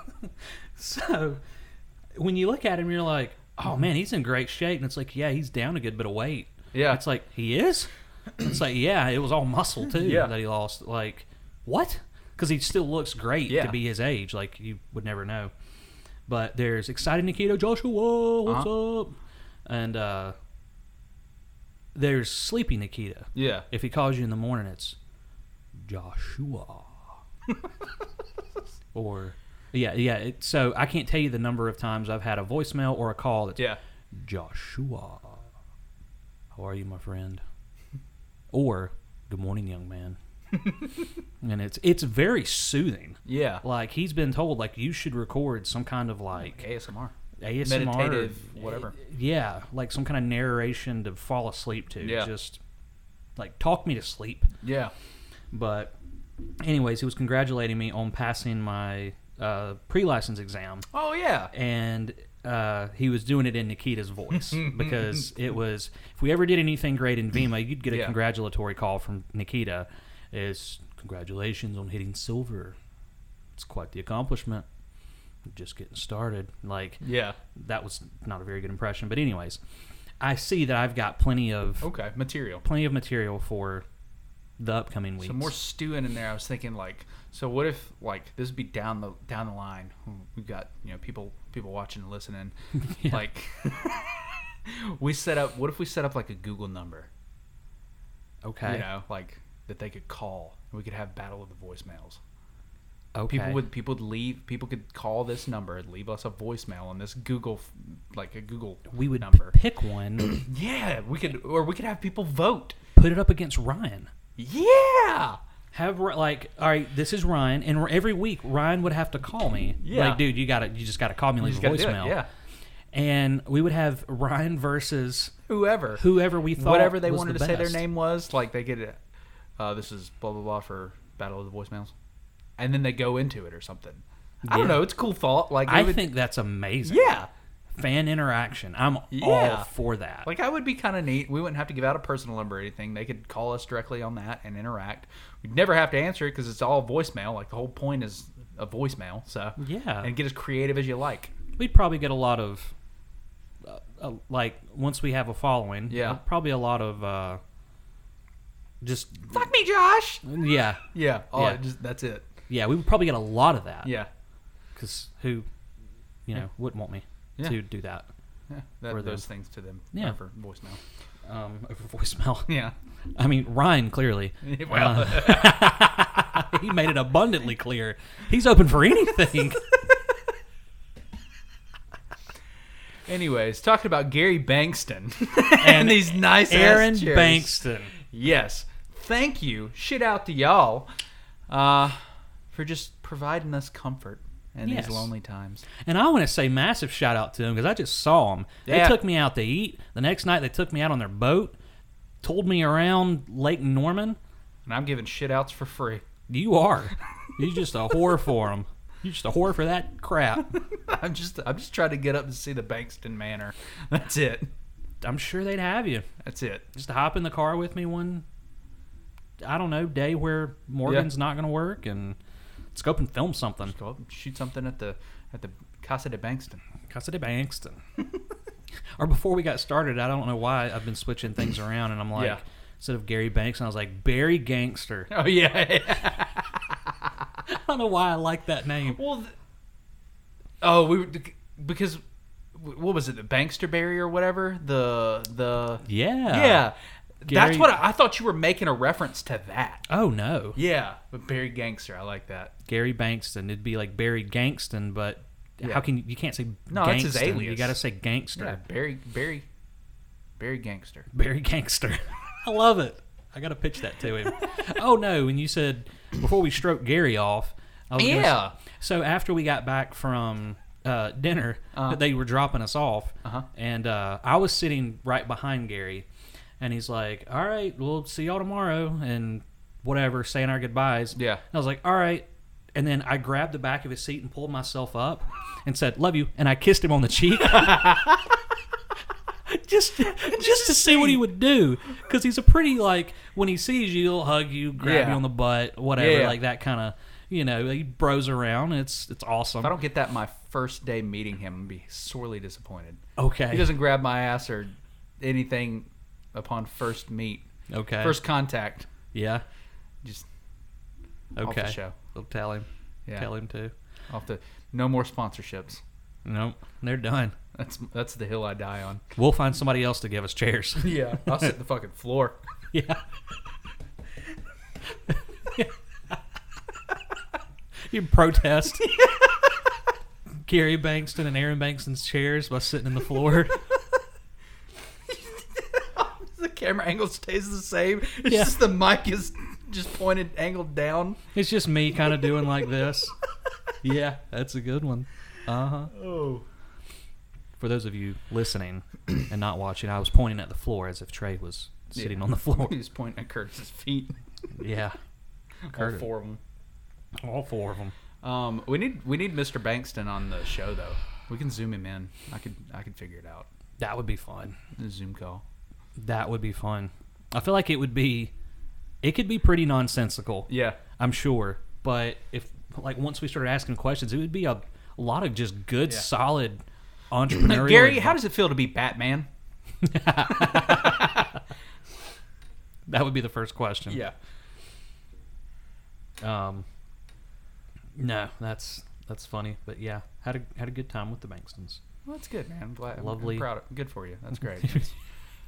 [SPEAKER 1] so when you look at him, you're like, oh man, he's in great shape, and it's like, yeah, he's down a good bit of weight.
[SPEAKER 2] Yeah.
[SPEAKER 1] It's like he is. It's like yeah, it was all muscle too
[SPEAKER 2] Yeah.
[SPEAKER 1] that he lost. Like what? Because he still looks great
[SPEAKER 2] Yeah.
[SPEAKER 1] to be his age. Like you would never know. But there's excited Nikito Joshua. What's
[SPEAKER 2] Uh-huh.
[SPEAKER 1] up? And uh, there's sleepy Nikita.
[SPEAKER 2] yeah.
[SPEAKER 1] If he calls you in the morning, it's Joshua. or yeah, yeah. It, so I can't tell you the number of times I've had a voicemail or a call that's
[SPEAKER 2] Yeah.
[SPEAKER 1] Joshua. How are you, my friend? Or good morning, young man. and it's it's very soothing.
[SPEAKER 2] Yeah.
[SPEAKER 1] Like he's been told, like you should record some kind of like
[SPEAKER 2] ASMR.
[SPEAKER 1] ASMR,
[SPEAKER 2] Meditative, whatever.
[SPEAKER 1] Yeah, like some kind of narration to fall asleep to.
[SPEAKER 2] Yeah.
[SPEAKER 1] Just like talk me to sleep.
[SPEAKER 2] Yeah.
[SPEAKER 1] But, anyways, he was congratulating me on passing my uh, pre-license exam,
[SPEAKER 2] Oh yeah.
[SPEAKER 1] and uh, he was doing it in Nikita's voice because it was. If we ever did anything great in Vima, you'd get a
[SPEAKER 2] Yeah.
[SPEAKER 1] congratulatory call from Nikita. Is congratulations on hitting silver. It's quite the accomplishment. Just getting started. Like
[SPEAKER 2] Yeah.
[SPEAKER 1] that was not a very good impression. But anyways, I see that I've got plenty of
[SPEAKER 2] Okay. Material.
[SPEAKER 1] plenty of material for the upcoming weeks.
[SPEAKER 2] Some more stewing in there. I was thinking like, so what if like this would be down the down the line? hmm, We've got you know people people watching and listening. Like, we set up. What if we set up like a Google number?
[SPEAKER 1] okay.
[SPEAKER 2] You know, like that they could call. We could have battle of the voicemails.
[SPEAKER 1] okay.
[SPEAKER 2] People would people would leave. People could call this number and leave us a voicemail on this Google, f- like a Google.
[SPEAKER 1] we would
[SPEAKER 2] number.
[SPEAKER 1] pick one,
[SPEAKER 2] Yeah, we could, or we could have people vote.
[SPEAKER 1] put it up against Ryan.
[SPEAKER 2] Yeah,
[SPEAKER 1] Have Ry- like, all right, this is Ryan, and every week Ryan would have to call me.
[SPEAKER 2] Yeah.
[SPEAKER 1] like, dude, you got to You just got to call me, and leave a voicemail.
[SPEAKER 2] Yeah,
[SPEAKER 1] and we would have Ryan versus
[SPEAKER 2] whoever,
[SPEAKER 1] whoever we thought,
[SPEAKER 2] whatever they
[SPEAKER 1] was
[SPEAKER 2] wanted
[SPEAKER 1] the
[SPEAKER 2] to say their
[SPEAKER 1] best.
[SPEAKER 2] name was, like they get it. Uh, this is blah blah blah for Battle of the Voicemails, and then they go into it or something. I
[SPEAKER 1] Yeah.
[SPEAKER 2] don't know. It's a cool thought. Like
[SPEAKER 1] I
[SPEAKER 2] would,
[SPEAKER 1] think that's amazing.
[SPEAKER 2] yeah.
[SPEAKER 1] fan interaction. I'm
[SPEAKER 2] Yeah.
[SPEAKER 1] all for that.
[SPEAKER 2] Like I would be kind of neat. We wouldn't have to give out a personal number or anything. They could call us directly on that and interact. We'd never have to answer it because it's all voicemail. Like the whole point is a voicemail. So
[SPEAKER 1] Yeah.
[SPEAKER 2] and get as creative as you like.
[SPEAKER 1] we'd probably get a lot of uh, uh, like once we have a following
[SPEAKER 2] Yeah.
[SPEAKER 1] uh, probably a lot of uh just
[SPEAKER 2] Fuck me, Josh.
[SPEAKER 1] yeah
[SPEAKER 2] Yeah. Oh,
[SPEAKER 1] Yeah.
[SPEAKER 2] it Just, that's it.
[SPEAKER 1] yeah we would probably get a lot of that
[SPEAKER 2] Yeah.
[SPEAKER 1] because who you know wouldn't want me
[SPEAKER 2] Yeah.
[SPEAKER 1] to do that
[SPEAKER 2] Yeah, that,
[SPEAKER 1] Or
[SPEAKER 2] those things to them.
[SPEAKER 1] Yeah.
[SPEAKER 2] Yeah, for voicemail.
[SPEAKER 1] um over voicemail
[SPEAKER 2] Yeah.
[SPEAKER 1] i mean ryan clearly Uh,
[SPEAKER 2] well,
[SPEAKER 1] he made it abundantly clear he's open for anything
[SPEAKER 2] anyways, talking about Gary Bankston and, these nice
[SPEAKER 1] aaron
[SPEAKER 2] ass chairs.
[SPEAKER 1] bankston
[SPEAKER 2] Yes, thank you. Shit out to y'all uh, for just providing us comfort in
[SPEAKER 1] Yes.
[SPEAKER 2] these lonely times.
[SPEAKER 1] And I want to say massive shout out to them because I just saw them.
[SPEAKER 2] Yeah.
[SPEAKER 1] They took me out to eat. The next night, they took me out on their boat, told me around Lake Norman.
[SPEAKER 2] And I'm giving shit outs for free.
[SPEAKER 1] You are. You're just a whore for them. You're just a whore for that crap.
[SPEAKER 2] I'm just I'm just trying to get up and see the Bankston Manor. That's it.
[SPEAKER 1] I'm sure they'd have you.
[SPEAKER 2] That's it.
[SPEAKER 1] Just hop in the car with me one, I don't know, day where Morgan's not going to work and let's go up and film something.
[SPEAKER 2] Go up and shoot something at the at the Casa de Bankston.
[SPEAKER 1] Casa de Bankston. or before we got started, I don't know why I've been switching things around, and I'm like,
[SPEAKER 2] Yeah.
[SPEAKER 1] instead of Gary Banks, I was like Barry Gangster.
[SPEAKER 2] Oh yeah.
[SPEAKER 1] I don't know why I like that name.
[SPEAKER 2] well, th- oh we were, because what was it the Bankster Berry or whatever the the
[SPEAKER 1] Yeah.
[SPEAKER 2] yeah. That's
[SPEAKER 1] Gary-
[SPEAKER 2] what I, I thought you were making a reference to that.
[SPEAKER 1] Oh no,
[SPEAKER 2] Yeah, but Barry Gangster, I like that.
[SPEAKER 1] Gary Bankston. It'd be like Barry Gangston, but
[SPEAKER 2] Yeah.
[SPEAKER 1] how can you, you can't say
[SPEAKER 2] No, that's his
[SPEAKER 1] Gangston. You
[SPEAKER 2] alias.
[SPEAKER 1] got to say Gangster.
[SPEAKER 2] Yeah, Barry Barry Barry Gangster.
[SPEAKER 1] Barry Gangster. I love it. I got to pitch that to him. oh no, when you said before we stroked Gary off, I was gonna s-
[SPEAKER 2] Yeah.
[SPEAKER 1] so after we got back from uh, dinner, they were dropping us off,
[SPEAKER 2] Uh-huh.
[SPEAKER 1] and uh, I was sitting right behind Gary, and he's like, "All right, we'll see y'all tomorrow," and whatever, saying our goodbyes.
[SPEAKER 2] Yeah.
[SPEAKER 1] And I was like, "All right." And then I grabbed the back of his seat and pulled myself up and said, Love you. And I kissed him on the cheek. just just to see what he would do because he's a pretty like when he sees you he'll hug you grab
[SPEAKER 2] Yeah.
[SPEAKER 1] you on the butt whatever
[SPEAKER 2] Yeah.
[SPEAKER 1] like that kind of you know he bros around it's it's awesome
[SPEAKER 2] If I don't get that my first day meeting him, I'd be sorely disappointed.
[SPEAKER 1] okay
[SPEAKER 2] He doesn't grab my ass or anything upon first meet,
[SPEAKER 1] okay
[SPEAKER 2] first contact.
[SPEAKER 1] yeah
[SPEAKER 2] Just off
[SPEAKER 1] okay
[SPEAKER 2] the show.
[SPEAKER 1] We'll tell him
[SPEAKER 2] Yeah.
[SPEAKER 1] tell him to
[SPEAKER 2] Off the no more sponsorships.
[SPEAKER 1] nope they're done
[SPEAKER 2] That's that's the hill I die on.
[SPEAKER 1] we'll find somebody else to give us chairs
[SPEAKER 2] Yeah, I'll sit the fucking floor.
[SPEAKER 1] yeah you protest Gary Bankston and Aaron Bankston's chairs by sitting in the floor.
[SPEAKER 2] the camera angle stays the same. It's
[SPEAKER 1] Yeah.
[SPEAKER 2] just the mic is just pointed angled down.
[SPEAKER 1] It's just me kind of doing like this. Yeah, that's a good one. Uh huh.
[SPEAKER 2] Oh.
[SPEAKER 1] For those of you listening and not watching, I was pointing at the floor as if Trey was sitting
[SPEAKER 2] Yeah.
[SPEAKER 1] on the floor.
[SPEAKER 2] He's pointing at Curtis's feet.
[SPEAKER 1] Yeah,
[SPEAKER 2] All
[SPEAKER 1] Curtis.
[SPEAKER 2] four of them.
[SPEAKER 1] all four of them.
[SPEAKER 2] Um, we need we need Mr. Bankston on the show though. We can zoom him in. I could I could figure it out.
[SPEAKER 1] That would be fun.
[SPEAKER 2] A Zoom call.
[SPEAKER 1] That would be fun. I feel like it would be, it could be pretty nonsensical.
[SPEAKER 2] Yeah.
[SPEAKER 1] I'm sure. But if like once we started asking questions, it would be a lot of just good,
[SPEAKER 2] Yeah.
[SPEAKER 1] solid entrepreneurial.
[SPEAKER 2] Gary, how
[SPEAKER 1] advi-
[SPEAKER 2] does it feel to be Batman?
[SPEAKER 1] that would be the first question. Um, no, that's that's funny, but yeah, had a had a good time with the Bankstons.
[SPEAKER 2] Well, that's good, man. I'm glad. I'm-
[SPEAKER 1] Lovely.
[SPEAKER 2] I'm proud. Of, good for you. That's great.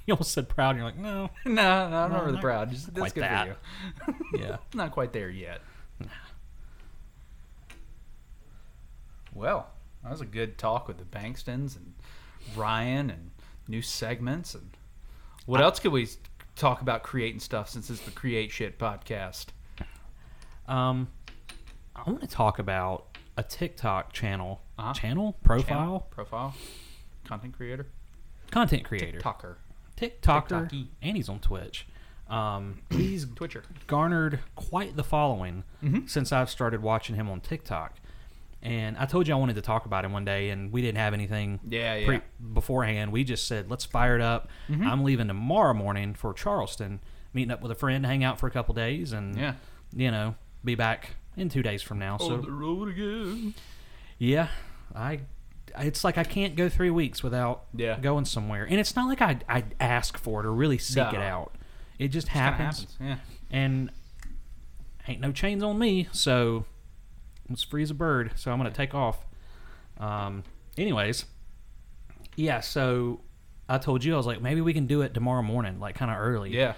[SPEAKER 1] You almost said proud, and you're like, no,
[SPEAKER 2] no, no, I'm
[SPEAKER 1] No,
[SPEAKER 2] not really
[SPEAKER 1] not
[SPEAKER 2] proud. Just that's
[SPEAKER 1] quite
[SPEAKER 2] good
[SPEAKER 1] that.
[SPEAKER 2] for you.
[SPEAKER 1] yeah,
[SPEAKER 2] Not quite there yet. Well, that was a good talk with the Bankstons and Ryan and new segments and what else could we s- talk about creating stuff since it's the Create Shit podcast?
[SPEAKER 1] Um, I want to talk about a TikTok channel,
[SPEAKER 2] Uh-huh.
[SPEAKER 1] channel
[SPEAKER 2] Channel,
[SPEAKER 1] profile,
[SPEAKER 2] profile, content creator,
[SPEAKER 1] content creator,
[SPEAKER 2] talker,
[SPEAKER 1] TikToker,
[SPEAKER 2] TikToky.
[SPEAKER 1] and he's on Twitch. Um,
[SPEAKER 2] he's Twitcher.
[SPEAKER 1] garnered quite the following
[SPEAKER 2] Mm-hmm.
[SPEAKER 1] since I've started watching him on TikTok. And I told you I wanted to talk about him one day, and we didn't have anything
[SPEAKER 2] Yeah, Mm-hmm. yeah.
[SPEAKER 1] beforehand. We just said, let's fire it up. I'm leaving tomorrow morning for Charleston, meeting up with a friend, hang out for a couple days, and,
[SPEAKER 2] Yeah. Oh,
[SPEAKER 1] you know, be back in two days from now. So,
[SPEAKER 2] road again.
[SPEAKER 1] yeah, I. It's like I can't go three weeks without
[SPEAKER 2] Yeah.
[SPEAKER 1] going somewhere, and it's not like I I ask for it or really seek it
[SPEAKER 2] No.
[SPEAKER 1] out. It just
[SPEAKER 2] Kinda
[SPEAKER 1] happens
[SPEAKER 2] happens. Yeah.
[SPEAKER 1] and ain't no chains on me, so I'm as free as a bird. So I'm gonna take off. Um, anyways, yeah. So I told you I was like, maybe we can do it tomorrow morning, like kind of early.
[SPEAKER 2] Yeah.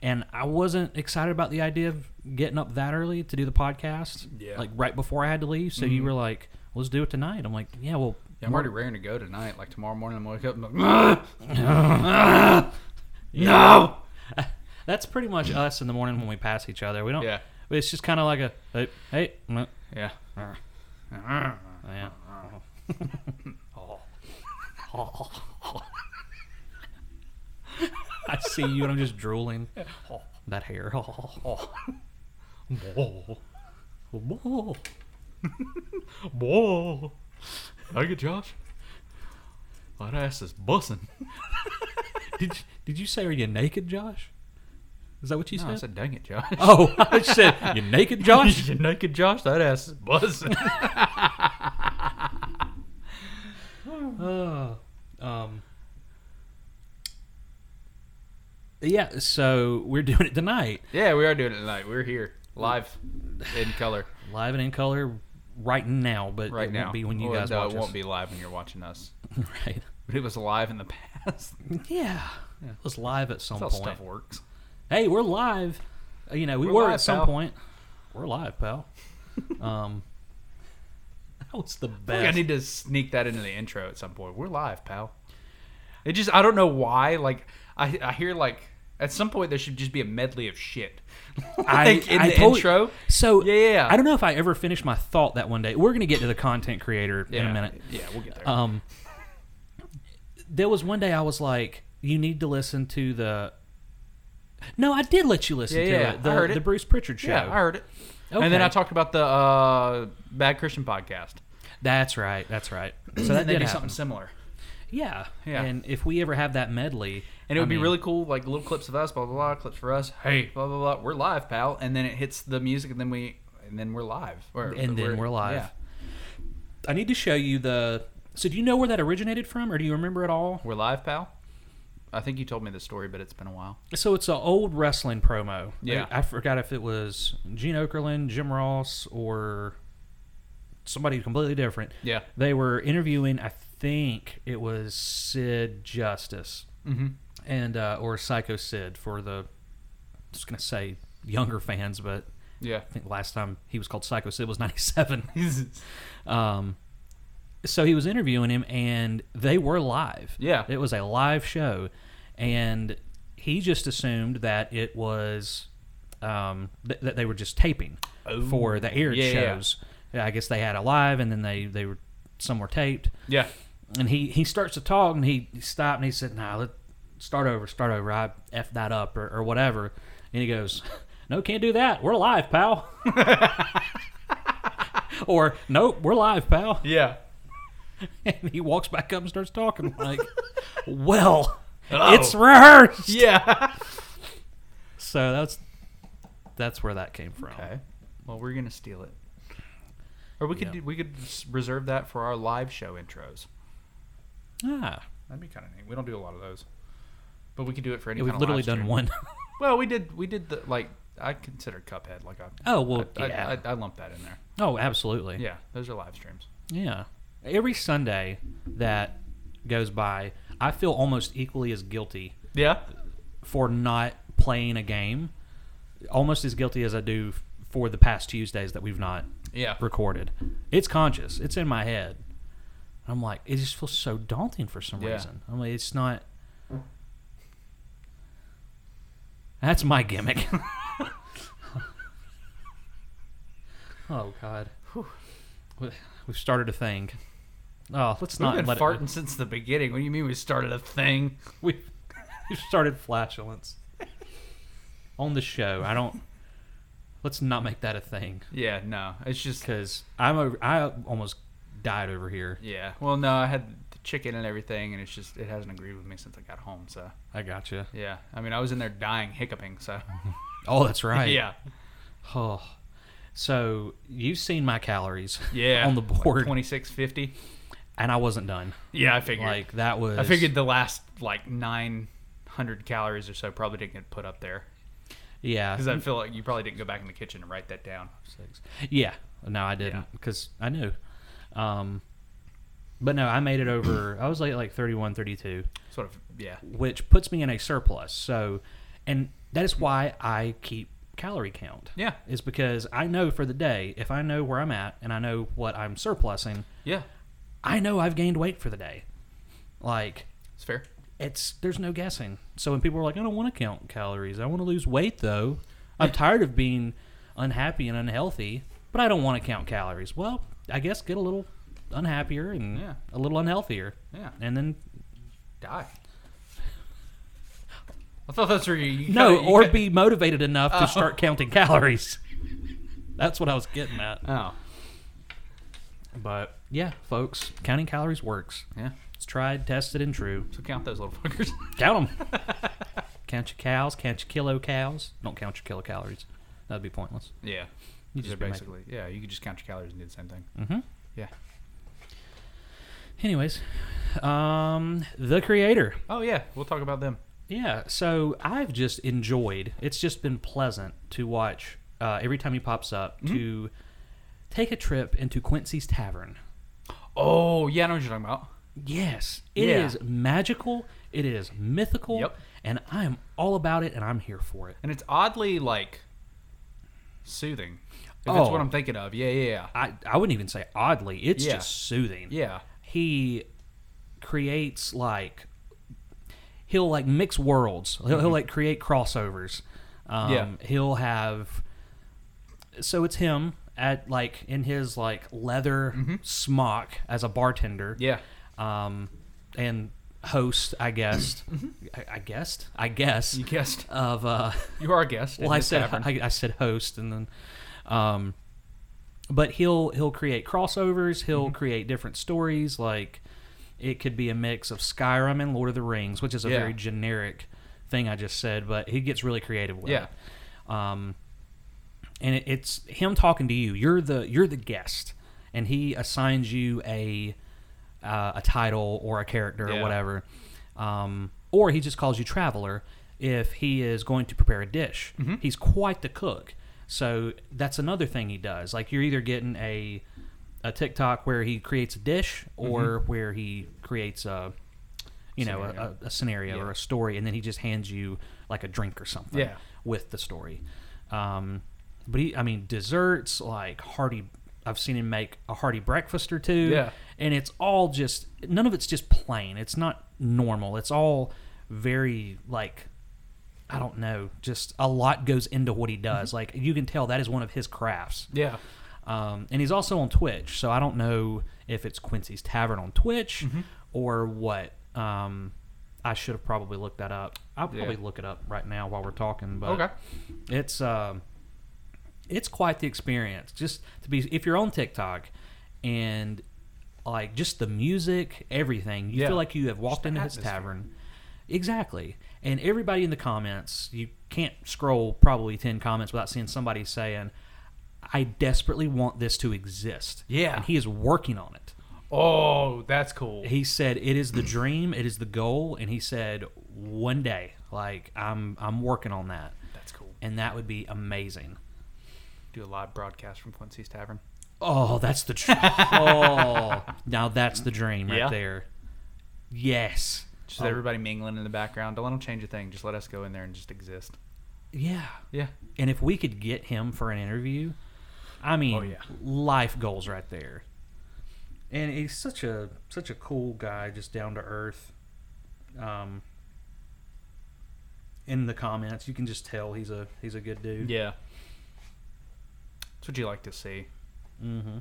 [SPEAKER 1] And I wasn't excited about the idea of getting up that early to do the podcast.
[SPEAKER 2] Yeah. Mm-hmm.
[SPEAKER 1] Like right before I had to leave, so you were like, let's do it tonight. I'm like, yeah, well,
[SPEAKER 2] Yeah, I'm already raring to go tonight. Like "Ah, tomorrow morning, I'm gonna wake up. And I'm like, "Ugh, ugh, no.
[SPEAKER 1] That's pretty much us in the morning when we pass each other. We don't.
[SPEAKER 2] Yeah.
[SPEAKER 1] It's just kind of like a hey, hey. mm,
[SPEAKER 2] Yeah.
[SPEAKER 1] Yeah. Oh. Oh. I see you and I'm just drooling. Oh, that hair. Oh. Oh.
[SPEAKER 2] Whoa.
[SPEAKER 1] Oh.
[SPEAKER 2] Whoa. I get Josh. That ass is bussing.
[SPEAKER 1] Did you, did you say are you naked, Josh? Is that what you
[SPEAKER 2] No,
[SPEAKER 1] said?
[SPEAKER 2] I said, dang it, Josh.
[SPEAKER 1] oh, I said you naked, Josh.
[SPEAKER 2] you naked Josh? That ass is buzzing.
[SPEAKER 1] Uh, um. Yeah, so we're doing it tonight.
[SPEAKER 2] yeah, we are doing it tonight. We're here. Live. In color.
[SPEAKER 1] live and in color right now, but
[SPEAKER 2] Right
[SPEAKER 1] it
[SPEAKER 2] now.
[SPEAKER 1] won't be when you
[SPEAKER 2] Well,
[SPEAKER 1] guys
[SPEAKER 2] no,
[SPEAKER 1] watch
[SPEAKER 2] it won't
[SPEAKER 1] us.
[SPEAKER 2] be live when you're watching us.
[SPEAKER 1] right.
[SPEAKER 2] But it was live in the past. That's
[SPEAKER 1] Yeah. It was live at some
[SPEAKER 2] how
[SPEAKER 1] point.
[SPEAKER 2] stuff works.
[SPEAKER 1] Hey, we're live. Uh, You know, we
[SPEAKER 2] We're
[SPEAKER 1] were
[SPEAKER 2] live,
[SPEAKER 1] at some
[SPEAKER 2] pal.
[SPEAKER 1] point. We're live, pal. um That was the
[SPEAKER 2] I
[SPEAKER 1] best.
[SPEAKER 2] think I need to sneak that into the intro at some point. We're live, pal. It just I don't know why. Like I I hear like at some point there should just be a medley of shit. like in the
[SPEAKER 1] told-
[SPEAKER 2] intro.
[SPEAKER 1] So
[SPEAKER 2] Yeah, yeah, yeah.
[SPEAKER 1] I don't know if I ever finished my thought that one day. We're gonna get to the content creator in a minute.
[SPEAKER 2] Yeah, we'll get there.
[SPEAKER 1] Um, there was one day I was like, you need to listen to the. No, I did let you listen
[SPEAKER 2] Yeah,
[SPEAKER 1] to
[SPEAKER 2] yeah,
[SPEAKER 1] it.
[SPEAKER 2] I
[SPEAKER 1] The,
[SPEAKER 2] heard it.
[SPEAKER 1] the Bruce Pritchard show.
[SPEAKER 2] yeah, I heard it. And then
[SPEAKER 1] Okay.
[SPEAKER 2] I talked about the uh, Bad Christian podcast.
[SPEAKER 1] That's right. That's right. So
[SPEAKER 2] So
[SPEAKER 1] that
[SPEAKER 2] that they
[SPEAKER 1] did
[SPEAKER 2] do
[SPEAKER 1] happen.
[SPEAKER 2] something similar.
[SPEAKER 1] Yeah.
[SPEAKER 2] Yeah.
[SPEAKER 1] And if we ever have that medley,
[SPEAKER 2] And it
[SPEAKER 1] I
[SPEAKER 2] would be
[SPEAKER 1] mean,
[SPEAKER 2] really cool, like little clips of us, blah blah blah, clips for us. Hey, blah blah blah. We're live, pal. And then it hits the music, and then we, and then we're live. Or-
[SPEAKER 1] And then we're live.
[SPEAKER 2] Yeah,
[SPEAKER 1] I need to show you the. So do you know where that originated from, or do you remember at all?
[SPEAKER 2] we're live, pal. I think you told me the story, but it's been a while.
[SPEAKER 1] So it's an old wrestling promo.
[SPEAKER 2] Yeah.
[SPEAKER 1] I, I forgot if it was Gene Okerlund, Jim Ross, or somebody completely different.
[SPEAKER 2] Yeah.
[SPEAKER 1] They were interviewing. I think it was Sid Justice,
[SPEAKER 2] Mhm.
[SPEAKER 1] and uh, or Psycho Sid for the. I was gonna say younger fans, but
[SPEAKER 2] Yeah.
[SPEAKER 1] I think the last time he was called Psycho Sid was '97. um, so he was interviewing him, and they were live.
[SPEAKER 2] Yeah.
[SPEAKER 1] it was a live show, and he just assumed that it was um, th- that they were just taping for the aired
[SPEAKER 2] Oh. Yeah, yeah, yeah.
[SPEAKER 1] shows. Yeah, I guess they had a live, and then they they were some were taped.
[SPEAKER 2] yeah.
[SPEAKER 1] And he he starts to talk, and he, he stopped, and he said, "Nah, let start over, start over. I f that up or, or whatever." And he goes, "No, can't do that. We're live, pal." or nope, we're live, pal.
[SPEAKER 2] Yeah.
[SPEAKER 1] And he walks back up and starts talking like, "Well,
[SPEAKER 2] Hello.
[SPEAKER 1] it's rehearsed."
[SPEAKER 2] Yeah.
[SPEAKER 1] So that's that's where that came from.
[SPEAKER 2] okay. Well, we're gonna steal it, or we could
[SPEAKER 1] Yeah.
[SPEAKER 2] do, we could s- reserve that for our live show intros.
[SPEAKER 1] Ah,
[SPEAKER 2] That'd be kind of neat. We don't do a lot of those, but we could do it for any.
[SPEAKER 1] yeah,
[SPEAKER 2] kind
[SPEAKER 1] we've
[SPEAKER 2] of
[SPEAKER 1] literally
[SPEAKER 2] live
[SPEAKER 1] done
[SPEAKER 2] stream.
[SPEAKER 1] one.
[SPEAKER 2] Well, we did. We did the like. I consider Cuphead like a.
[SPEAKER 1] Oh, well,
[SPEAKER 2] I,
[SPEAKER 1] yeah.
[SPEAKER 2] I, I, I lump that in there.
[SPEAKER 1] oh, absolutely.
[SPEAKER 2] Yeah, those are live streams.
[SPEAKER 1] Yeah. Every Sunday that goes by, I feel almost equally as guilty
[SPEAKER 2] Yeah.
[SPEAKER 1] for not playing a game, almost as guilty as I do f- for the past Tuesdays that we've not
[SPEAKER 2] Yeah.
[SPEAKER 1] recorded. It's conscious, it's in my head. I'm like, it just feels so daunting for some
[SPEAKER 2] Yeah.
[SPEAKER 1] reason. I'm like, it's not. That's my gimmick. oh, God. We- We've started a thing. Oh, let's
[SPEAKER 2] We've
[SPEAKER 1] not
[SPEAKER 2] been
[SPEAKER 1] let
[SPEAKER 2] farting
[SPEAKER 1] it.
[SPEAKER 2] since the beginning. What do you mean we started a thing?
[SPEAKER 1] We, we started flatulence on the show. I don't. Let's not make that a thing
[SPEAKER 2] Yeah, no. It's just
[SPEAKER 1] because I'm over, I almost died over here.
[SPEAKER 2] yeah. Well, no, I had the chicken and everything, and it's just it hasn't agreed with me since I got home. So
[SPEAKER 1] I gotcha.
[SPEAKER 2] yeah, I mean I was in there dying, hiccuping. So
[SPEAKER 1] Oh, that's right.
[SPEAKER 2] yeah,
[SPEAKER 1] Oh. So you've seen my calories.
[SPEAKER 2] yeah.
[SPEAKER 1] On the board,
[SPEAKER 2] twenty six fifty.
[SPEAKER 1] and I wasn't done.
[SPEAKER 2] Yeah, I figured.
[SPEAKER 1] Like that was.
[SPEAKER 2] I figured the last like nine hundred calories or so probably didn't get put up there
[SPEAKER 1] Yeah.
[SPEAKER 2] because I feel like you probably didn't go back in the kitchen and write that down.
[SPEAKER 1] Six. Yeah. No, I didn't because I knew. Um, but no, I made it over. I was like like 31, 32.
[SPEAKER 2] Sort of. Yeah.
[SPEAKER 1] which puts me in a surplus. So, and that is why I keep calorie count.
[SPEAKER 2] Yeah.
[SPEAKER 1] Is because I know for the day, if I know where I'm at and I know what I'm surplusing,
[SPEAKER 2] Yeah.
[SPEAKER 1] I know I've gained weight for the day. Like,
[SPEAKER 2] It's fair.
[SPEAKER 1] it's there's no guessing. So when people are like, I don't want to count calories. I want to lose weight though. I'm tired of being unhappy and unhealthy, but I don't want to count calories. Well, I guess get a little unhappier and
[SPEAKER 2] Yeah.
[SPEAKER 1] a little unhealthier,
[SPEAKER 2] Yeah.
[SPEAKER 1] and then
[SPEAKER 2] Die. I thought that's where you, you
[SPEAKER 1] no,
[SPEAKER 2] kinda- you
[SPEAKER 1] or
[SPEAKER 2] kinda-
[SPEAKER 1] be motivated enough to start counting calories. That's what I was getting at.
[SPEAKER 2] Oh,
[SPEAKER 1] But yeah, folks, counting calories works.
[SPEAKER 2] yeah.
[SPEAKER 1] It's tried, tested, and true.
[SPEAKER 2] So count those little fuckers.
[SPEAKER 1] Count them. count your cows. Count your kilo cows. Don't count your kilo calories. That'd be pointless.
[SPEAKER 2] yeah.
[SPEAKER 1] You
[SPEAKER 2] They're
[SPEAKER 1] just be making-
[SPEAKER 2] basically yeah. You could just count your calories and do the same thing.
[SPEAKER 1] Mhm.
[SPEAKER 2] Yeah.
[SPEAKER 1] Anyways, um, the creator.
[SPEAKER 2] Oh yeah. We'll talk about them.
[SPEAKER 1] Yeah. So I've just enjoyed. It's just been pleasant to watch uh, every time he pops up to take a trip into Quincy's Tavern.
[SPEAKER 2] Oh yeah. I know what you're talking about.
[SPEAKER 1] Yes, it is
[SPEAKER 2] Yeah.
[SPEAKER 1] magical. It is mythical.
[SPEAKER 2] Yep.
[SPEAKER 1] And I am all about it, and I'm here for it.
[SPEAKER 2] And it's oddly like soothing. If that's
[SPEAKER 1] Oh.
[SPEAKER 2] what I'm thinking of. Yeah. Yeah. Yeah.
[SPEAKER 1] I I wouldn't even say oddly. It's
[SPEAKER 2] Yeah.
[SPEAKER 1] just soothing.
[SPEAKER 2] yeah.
[SPEAKER 1] he creates like he'll like mix worlds. He'll, he'll like create crossovers. Um,
[SPEAKER 2] Mm-hmm. Yeah.
[SPEAKER 1] He'll have so it's him at like in his like leather smock as a bartender.
[SPEAKER 2] Mm-hmm. Yeah.
[SPEAKER 1] Um, and host, I guessed. I, I guessed. I guess
[SPEAKER 2] Mm-hmm. You guessed.
[SPEAKER 1] of uh.
[SPEAKER 2] You are a guest.
[SPEAKER 1] Well, I said I, I said host, and then, um, but he'll he'll create crossovers. He'll
[SPEAKER 2] Mm-hmm.
[SPEAKER 1] create different stories. Like it could be a mix of Skyrim and Lord of the Rings, which is a
[SPEAKER 2] Yeah.
[SPEAKER 1] very generic thing I just said. But he gets really creative with
[SPEAKER 2] Yeah.
[SPEAKER 1] it. Um, and it, it's him talking to you. You're the you're the guest, and he assigns you a uh, a title or a character
[SPEAKER 2] Yeah.
[SPEAKER 1] or whatever, um, or he just calls you traveler if he is going to prepare a dish.
[SPEAKER 2] Mm-hmm.
[SPEAKER 1] He's quite the cook, so that's another thing he does. Like you're either getting a a TikTok where he creates a dish
[SPEAKER 2] Mm-hmm.
[SPEAKER 1] or where he creates a you know
[SPEAKER 2] Scenario.
[SPEAKER 1] a, a scenario or
[SPEAKER 2] Yeah.
[SPEAKER 1] a story, and then he just hands you like a drink or something
[SPEAKER 2] Yeah.
[SPEAKER 1] with the story. Um, but he, I mean, desserts like hearty. I've seen him make a hearty breakfast or two,
[SPEAKER 2] Yeah.
[SPEAKER 1] and it's all just none of it's just plain. It's not normal. It's all very like I don't know. Just a lot goes into what he
[SPEAKER 2] Mm-hmm.
[SPEAKER 1] does. Like you can tell that is one of his crafts.
[SPEAKER 2] Yeah.
[SPEAKER 1] Um, and he's also on Twitch, so I don't know if it's Quincy's Tavern on Twitch
[SPEAKER 2] Mm-hmm.
[SPEAKER 1] or what. Um, I should have probably looked that up. I'll probably
[SPEAKER 2] Yeah.
[SPEAKER 1] look it up right now while we're talking. But
[SPEAKER 2] Okay.
[SPEAKER 1] it's um, it's quite the experience. Just to be, if you're on TikTok, and like just the music, everything, you
[SPEAKER 2] Yeah.
[SPEAKER 1] feel like you have walked
[SPEAKER 2] the
[SPEAKER 1] into his
[SPEAKER 2] atmosphere.
[SPEAKER 1] tavern. Exactly, and everybody in the comments, you can't scroll probably ten comments without seeing somebody saying, "I desperately want this to exist."
[SPEAKER 2] Yeah.
[SPEAKER 1] and he is working on it.
[SPEAKER 2] Oh, that's cool.
[SPEAKER 1] He said, "It is the dream, it is the goal," and he said, "One day, like I'm, I'm working on that."
[SPEAKER 2] That's cool.
[SPEAKER 1] and that would be amazing.
[SPEAKER 2] Do a live broadcast from Quincy's Tavern.
[SPEAKER 1] Oh, that's the dream. oh, now that's the dream right
[SPEAKER 2] Yeah.
[SPEAKER 1] there. Yes.
[SPEAKER 2] Just everybody mingling in the background. Don't let them change a thing. Just let us go in there and just exist.
[SPEAKER 1] Yeah.
[SPEAKER 2] Yeah.
[SPEAKER 1] And if we could get him for an interview, I mean,
[SPEAKER 2] Oh, yeah.
[SPEAKER 1] life goals right there. And he's such a such a cool guy, just down to earth. Um, in the comments, you can just tell he's a he's a good dude.
[SPEAKER 2] Yeah. That's what you like to see.
[SPEAKER 1] Mhm.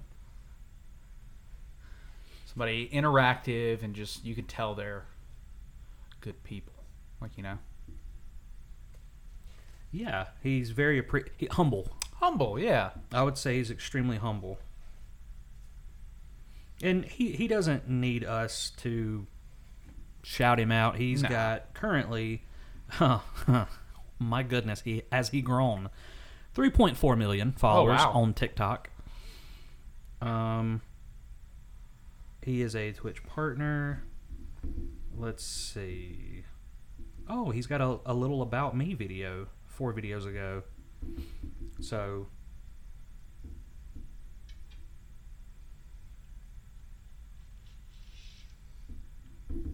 [SPEAKER 2] Somebody interactive and just you could tell they're good people. Like you know,
[SPEAKER 1] Yeah, he's very appre- he, humble.
[SPEAKER 2] humble. Yeah.
[SPEAKER 1] I would say he's extremely humble. And he, he doesn't need us to shout him out. He's
[SPEAKER 2] No.
[SPEAKER 1] got currently, my goodness, he has he grown 3.4 million followers
[SPEAKER 2] wow.
[SPEAKER 1] on TikTok. Um, he is a Twitch partner. Let's see. Oh, he's got a, a little about me video four videos ago. So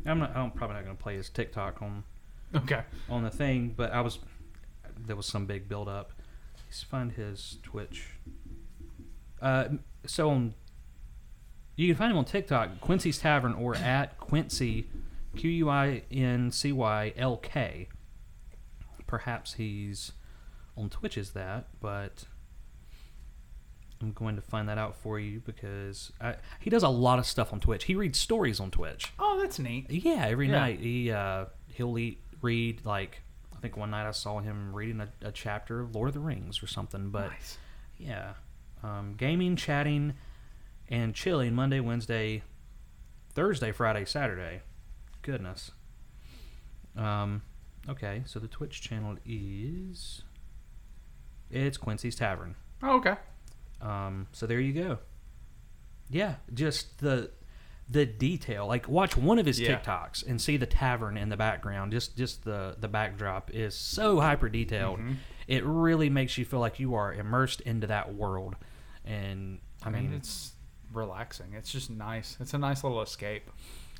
[SPEAKER 1] I'm not. I'm probably not going to play his TikTok on
[SPEAKER 2] Okay.
[SPEAKER 1] on the thing, but I was there was some big build up. Let's find his Twitch. Uh, so on, you can find him on TikTok, Quincy's Tavern, or at Quincy Q U I N C Y L K. Perhaps he's on Twitch is that, but I'm going to find that out for you because I, he does a lot of stuff on Twitch. He reads stories on Twitch.
[SPEAKER 2] Oh, that's neat.
[SPEAKER 1] Yeah, every
[SPEAKER 2] Yeah.
[SPEAKER 1] night he uh, he'll eat, read like I think one night I saw him reading a, a chapter of Lord of the Rings or something. But
[SPEAKER 2] nice.
[SPEAKER 1] yeah, um, gaming, chatting, and chilling Monday, Wednesday, Thursday, Friday, Saturday. Goodness. Um, okay, so the Twitch channel is it's Quincy's Tavern.
[SPEAKER 2] Oh, okay.
[SPEAKER 1] Um, so there you go. Yeah, just the the detail. Like watch one of his
[SPEAKER 2] Yeah.
[SPEAKER 1] TikToks and see the tavern in the background. Just just the the backdrop is so hyper detailed.
[SPEAKER 2] Mm-hmm.
[SPEAKER 1] It really makes you feel like you are immersed into that world. And I
[SPEAKER 2] I mean,
[SPEAKER 1] mean,
[SPEAKER 2] it's relaxing. It's just nice. It's a nice little escape.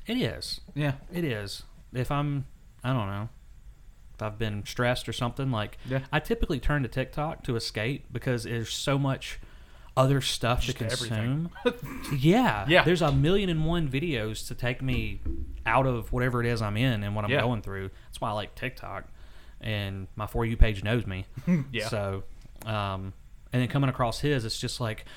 [SPEAKER 1] it is.
[SPEAKER 2] Yeah.
[SPEAKER 1] It is. If I'm, I don't know, if I've been stressed or something, like
[SPEAKER 2] Yeah.
[SPEAKER 1] I typically turn to TikTok to escape because there's so much other stuff
[SPEAKER 2] Just
[SPEAKER 1] to
[SPEAKER 2] everything.
[SPEAKER 1] consume. yeah,
[SPEAKER 2] Yeah.
[SPEAKER 1] There's a million and one videos to take me out of whatever it is I'm in and what I'm
[SPEAKER 2] Yeah.
[SPEAKER 1] going through. That's why I like TikTok, and my for you page knows me.
[SPEAKER 2] Yeah.
[SPEAKER 1] So, um, and then coming across his, it's just like.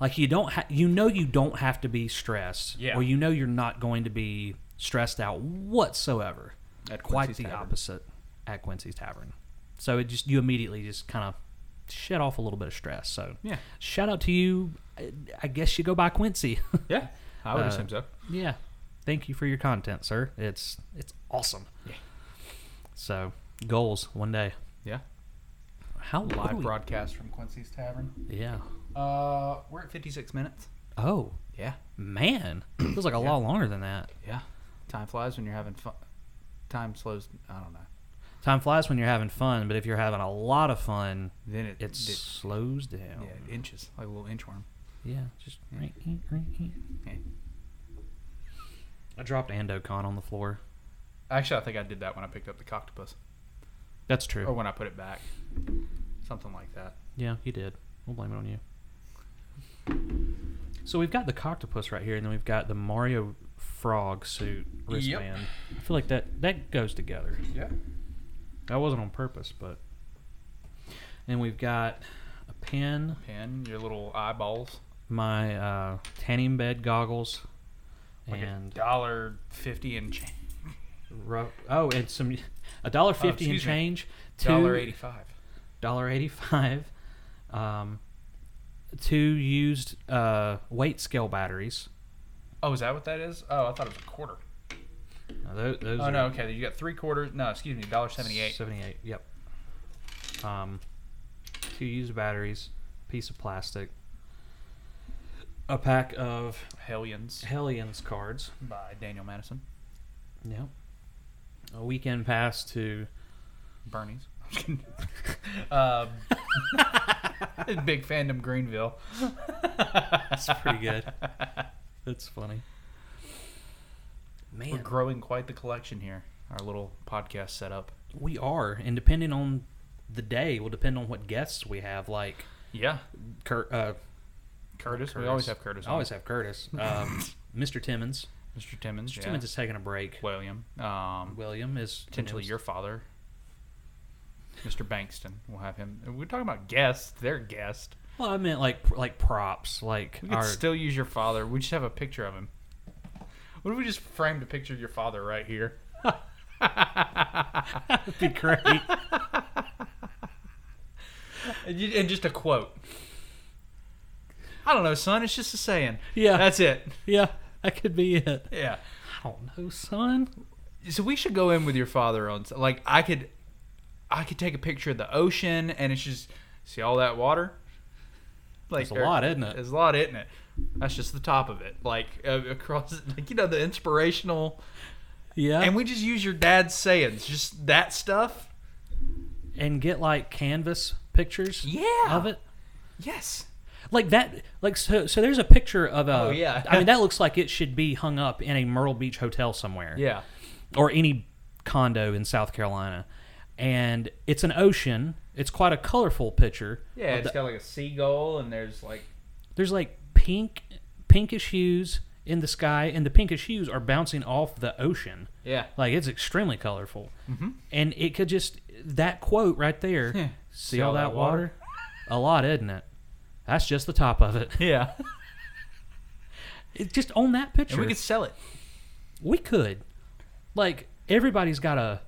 [SPEAKER 1] Like you don't, ha- you know, you don't have to be stressed,
[SPEAKER 2] Yeah.
[SPEAKER 1] or you know, you're not going to be stressed out whatsoever.
[SPEAKER 2] At
[SPEAKER 1] Quite
[SPEAKER 2] Quincy's
[SPEAKER 1] the
[SPEAKER 2] Tavern.
[SPEAKER 1] opposite at Quincy's Tavern. So it just you immediately just kind of shed off a little bit of stress. So
[SPEAKER 2] Yeah.
[SPEAKER 1] shout out to you. I- I guess you go by Quincy.
[SPEAKER 2] Yeah. I would
[SPEAKER 1] Uh,
[SPEAKER 2] assume so.
[SPEAKER 1] yeah, thank you for your content, sir. It's it's awesome.
[SPEAKER 2] Yeah.
[SPEAKER 1] So goals one day.
[SPEAKER 2] Yeah.
[SPEAKER 1] How what do
[SPEAKER 2] Live
[SPEAKER 1] we-
[SPEAKER 2] broadcast from Quincy's Tavern.
[SPEAKER 1] Yeah.
[SPEAKER 2] Uh, we're at 56 minutes.
[SPEAKER 1] Oh
[SPEAKER 2] Yeah.
[SPEAKER 1] man, feels like a lot longer than that.
[SPEAKER 2] Yeah. Time flies when you're having fun. Time slows. I don't know.
[SPEAKER 1] Time flies when you're having fun, but if you're having a lot of fun,
[SPEAKER 2] Then it,
[SPEAKER 1] it slows down.
[SPEAKER 2] yeah, it inches like a little inchworm.
[SPEAKER 1] Yeah, just right, eat, right, eat.
[SPEAKER 2] Yeah.
[SPEAKER 1] I dropped Andocon on the floor.
[SPEAKER 2] Actually, I think I did that when I picked up the octopus,
[SPEAKER 1] That's true.
[SPEAKER 2] or when I put it back, something like that.
[SPEAKER 1] Yeah, you did. We'll blame it on you. So we've got the octopus right here, and then we've got the Mario frog suit wristband. I feel like that that goes together.
[SPEAKER 2] Yeah.
[SPEAKER 1] That wasn't on purpose, but. And we've got a pen,
[SPEAKER 2] Pin your little eyeballs,
[SPEAKER 1] my uh, tanning bed goggles,
[SPEAKER 2] like
[SPEAKER 1] and
[SPEAKER 2] a dollar fifty and change,
[SPEAKER 1] Ru- oh, and some a dollar fifty and
[SPEAKER 2] Oh, excuse me.
[SPEAKER 1] change to
[SPEAKER 2] dollar eighty-five.
[SPEAKER 1] dollar eighty five. Um, two used uh, weight scale batteries.
[SPEAKER 2] Oh, is that what that is? Oh, I thought it was a quarter.
[SPEAKER 1] Now, tho- those
[SPEAKER 2] Oh
[SPEAKER 1] are
[SPEAKER 2] no, okay. You got three quarters. No, excuse me, dollar seventy-eight.
[SPEAKER 1] Seventy eight. Yep. Um, two used batteries, piece of plastic, a pack of
[SPEAKER 2] Hellions
[SPEAKER 1] Hellions cards.
[SPEAKER 2] by Daniel Madison.
[SPEAKER 1] Yep. A weekend pass to
[SPEAKER 2] Bernie's. um, big fandom Greenville.
[SPEAKER 1] That's pretty good. That's funny. Man,
[SPEAKER 2] We're growing quite the collection here. Our little podcast setup.
[SPEAKER 1] We are, and depending on the day, will depend on what guests we have. Like
[SPEAKER 2] Yeah,
[SPEAKER 1] Cur- uh,
[SPEAKER 2] Curtis. We
[SPEAKER 1] Curtis.
[SPEAKER 2] always have Curtis.
[SPEAKER 1] I always have Curtis. Um, Mr. Timmons.
[SPEAKER 2] on. Mr. Timmons.
[SPEAKER 1] Mr.
[SPEAKER 2] yeah.
[SPEAKER 1] Timmons is taking a break.
[SPEAKER 2] William. Um,
[SPEAKER 1] William is
[SPEAKER 2] potentially
[SPEAKER 1] Timmons.
[SPEAKER 2] your father, Mr. Bankston. We'll have him. We're talking about guests. Their guest.
[SPEAKER 1] Well, I meant like like props, like
[SPEAKER 2] We could
[SPEAKER 1] our
[SPEAKER 2] still use your father. We just have a picture of him. What if we just framed a picture of your father right here?
[SPEAKER 1] be great.
[SPEAKER 2] And, you, and just a quote. I don't know, son. It's just a saying.
[SPEAKER 1] Yeah.
[SPEAKER 2] That's it.
[SPEAKER 1] yeah, that could be it.
[SPEAKER 2] Yeah.
[SPEAKER 1] I don't know, son.
[SPEAKER 2] So we should go in with your father on like I could I could take a picture of the ocean and it's just see all that water? Like
[SPEAKER 1] It's a lot, isn't it?
[SPEAKER 2] There's a lot, isn't it? That's just the top of it. Like uh, across like you know the inspirational
[SPEAKER 1] Yeah,
[SPEAKER 2] and
[SPEAKER 1] and,
[SPEAKER 2] we just use your dad's sayings, just that stuff.
[SPEAKER 1] get like canvas pictures.
[SPEAKER 2] Yeah.
[SPEAKER 1] of it.
[SPEAKER 2] Yes.
[SPEAKER 1] Like that, like so. So there's a picture of a.
[SPEAKER 2] Oh, yeah.
[SPEAKER 1] I mean, that looks like it should be hung up in a Myrtle Beach hotel somewhere.
[SPEAKER 2] Yeah.
[SPEAKER 1] or any condo in South Carolina, and it's an ocean. It's quite a colorful picture.
[SPEAKER 2] Yeah,
[SPEAKER 1] of
[SPEAKER 2] it's
[SPEAKER 1] the-
[SPEAKER 2] got like a seagull and there's like
[SPEAKER 1] there's like pink, pinkish hues in the sky, and the pinkish hues are bouncing off the ocean.
[SPEAKER 2] Yeah.
[SPEAKER 1] Like it's extremely colorful, and it could just that quote right there.
[SPEAKER 2] Mm-hmm. Yeah.
[SPEAKER 1] See, all that, water? A lot, isn't it? That's just the top of it.
[SPEAKER 2] Yeah.
[SPEAKER 1] It's just on that picture.
[SPEAKER 2] And we could sell it.
[SPEAKER 1] we could like everybody's got a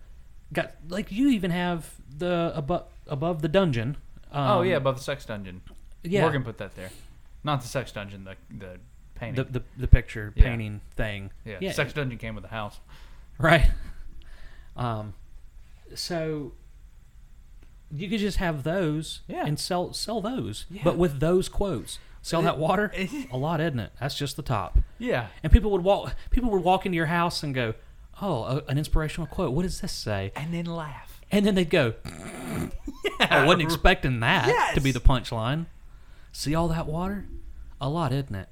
[SPEAKER 1] got like you even have the above above the dungeon um,
[SPEAKER 2] oh yeah, above the sex dungeon.
[SPEAKER 1] yeah.
[SPEAKER 2] Morgan put that there. Not the sex dungeon, the the painting.
[SPEAKER 1] the, the, the picture
[SPEAKER 2] Yeah.
[SPEAKER 1] painting thing
[SPEAKER 2] yeah, sex dungeon came with the house.
[SPEAKER 1] right um so you could just have those
[SPEAKER 2] Yeah.
[SPEAKER 1] and sell sell those but with those quotes sell that water a lot isn't it that's just the top
[SPEAKER 2] Yeah.
[SPEAKER 1] and people would walk people would walk into your house and go oh a- an inspirational quote what does this say
[SPEAKER 2] And then laugh.
[SPEAKER 1] And then they'd go, I wasn't expecting that to be
[SPEAKER 2] Yes.
[SPEAKER 1] the punchline. See all that water? A lot, isn't it?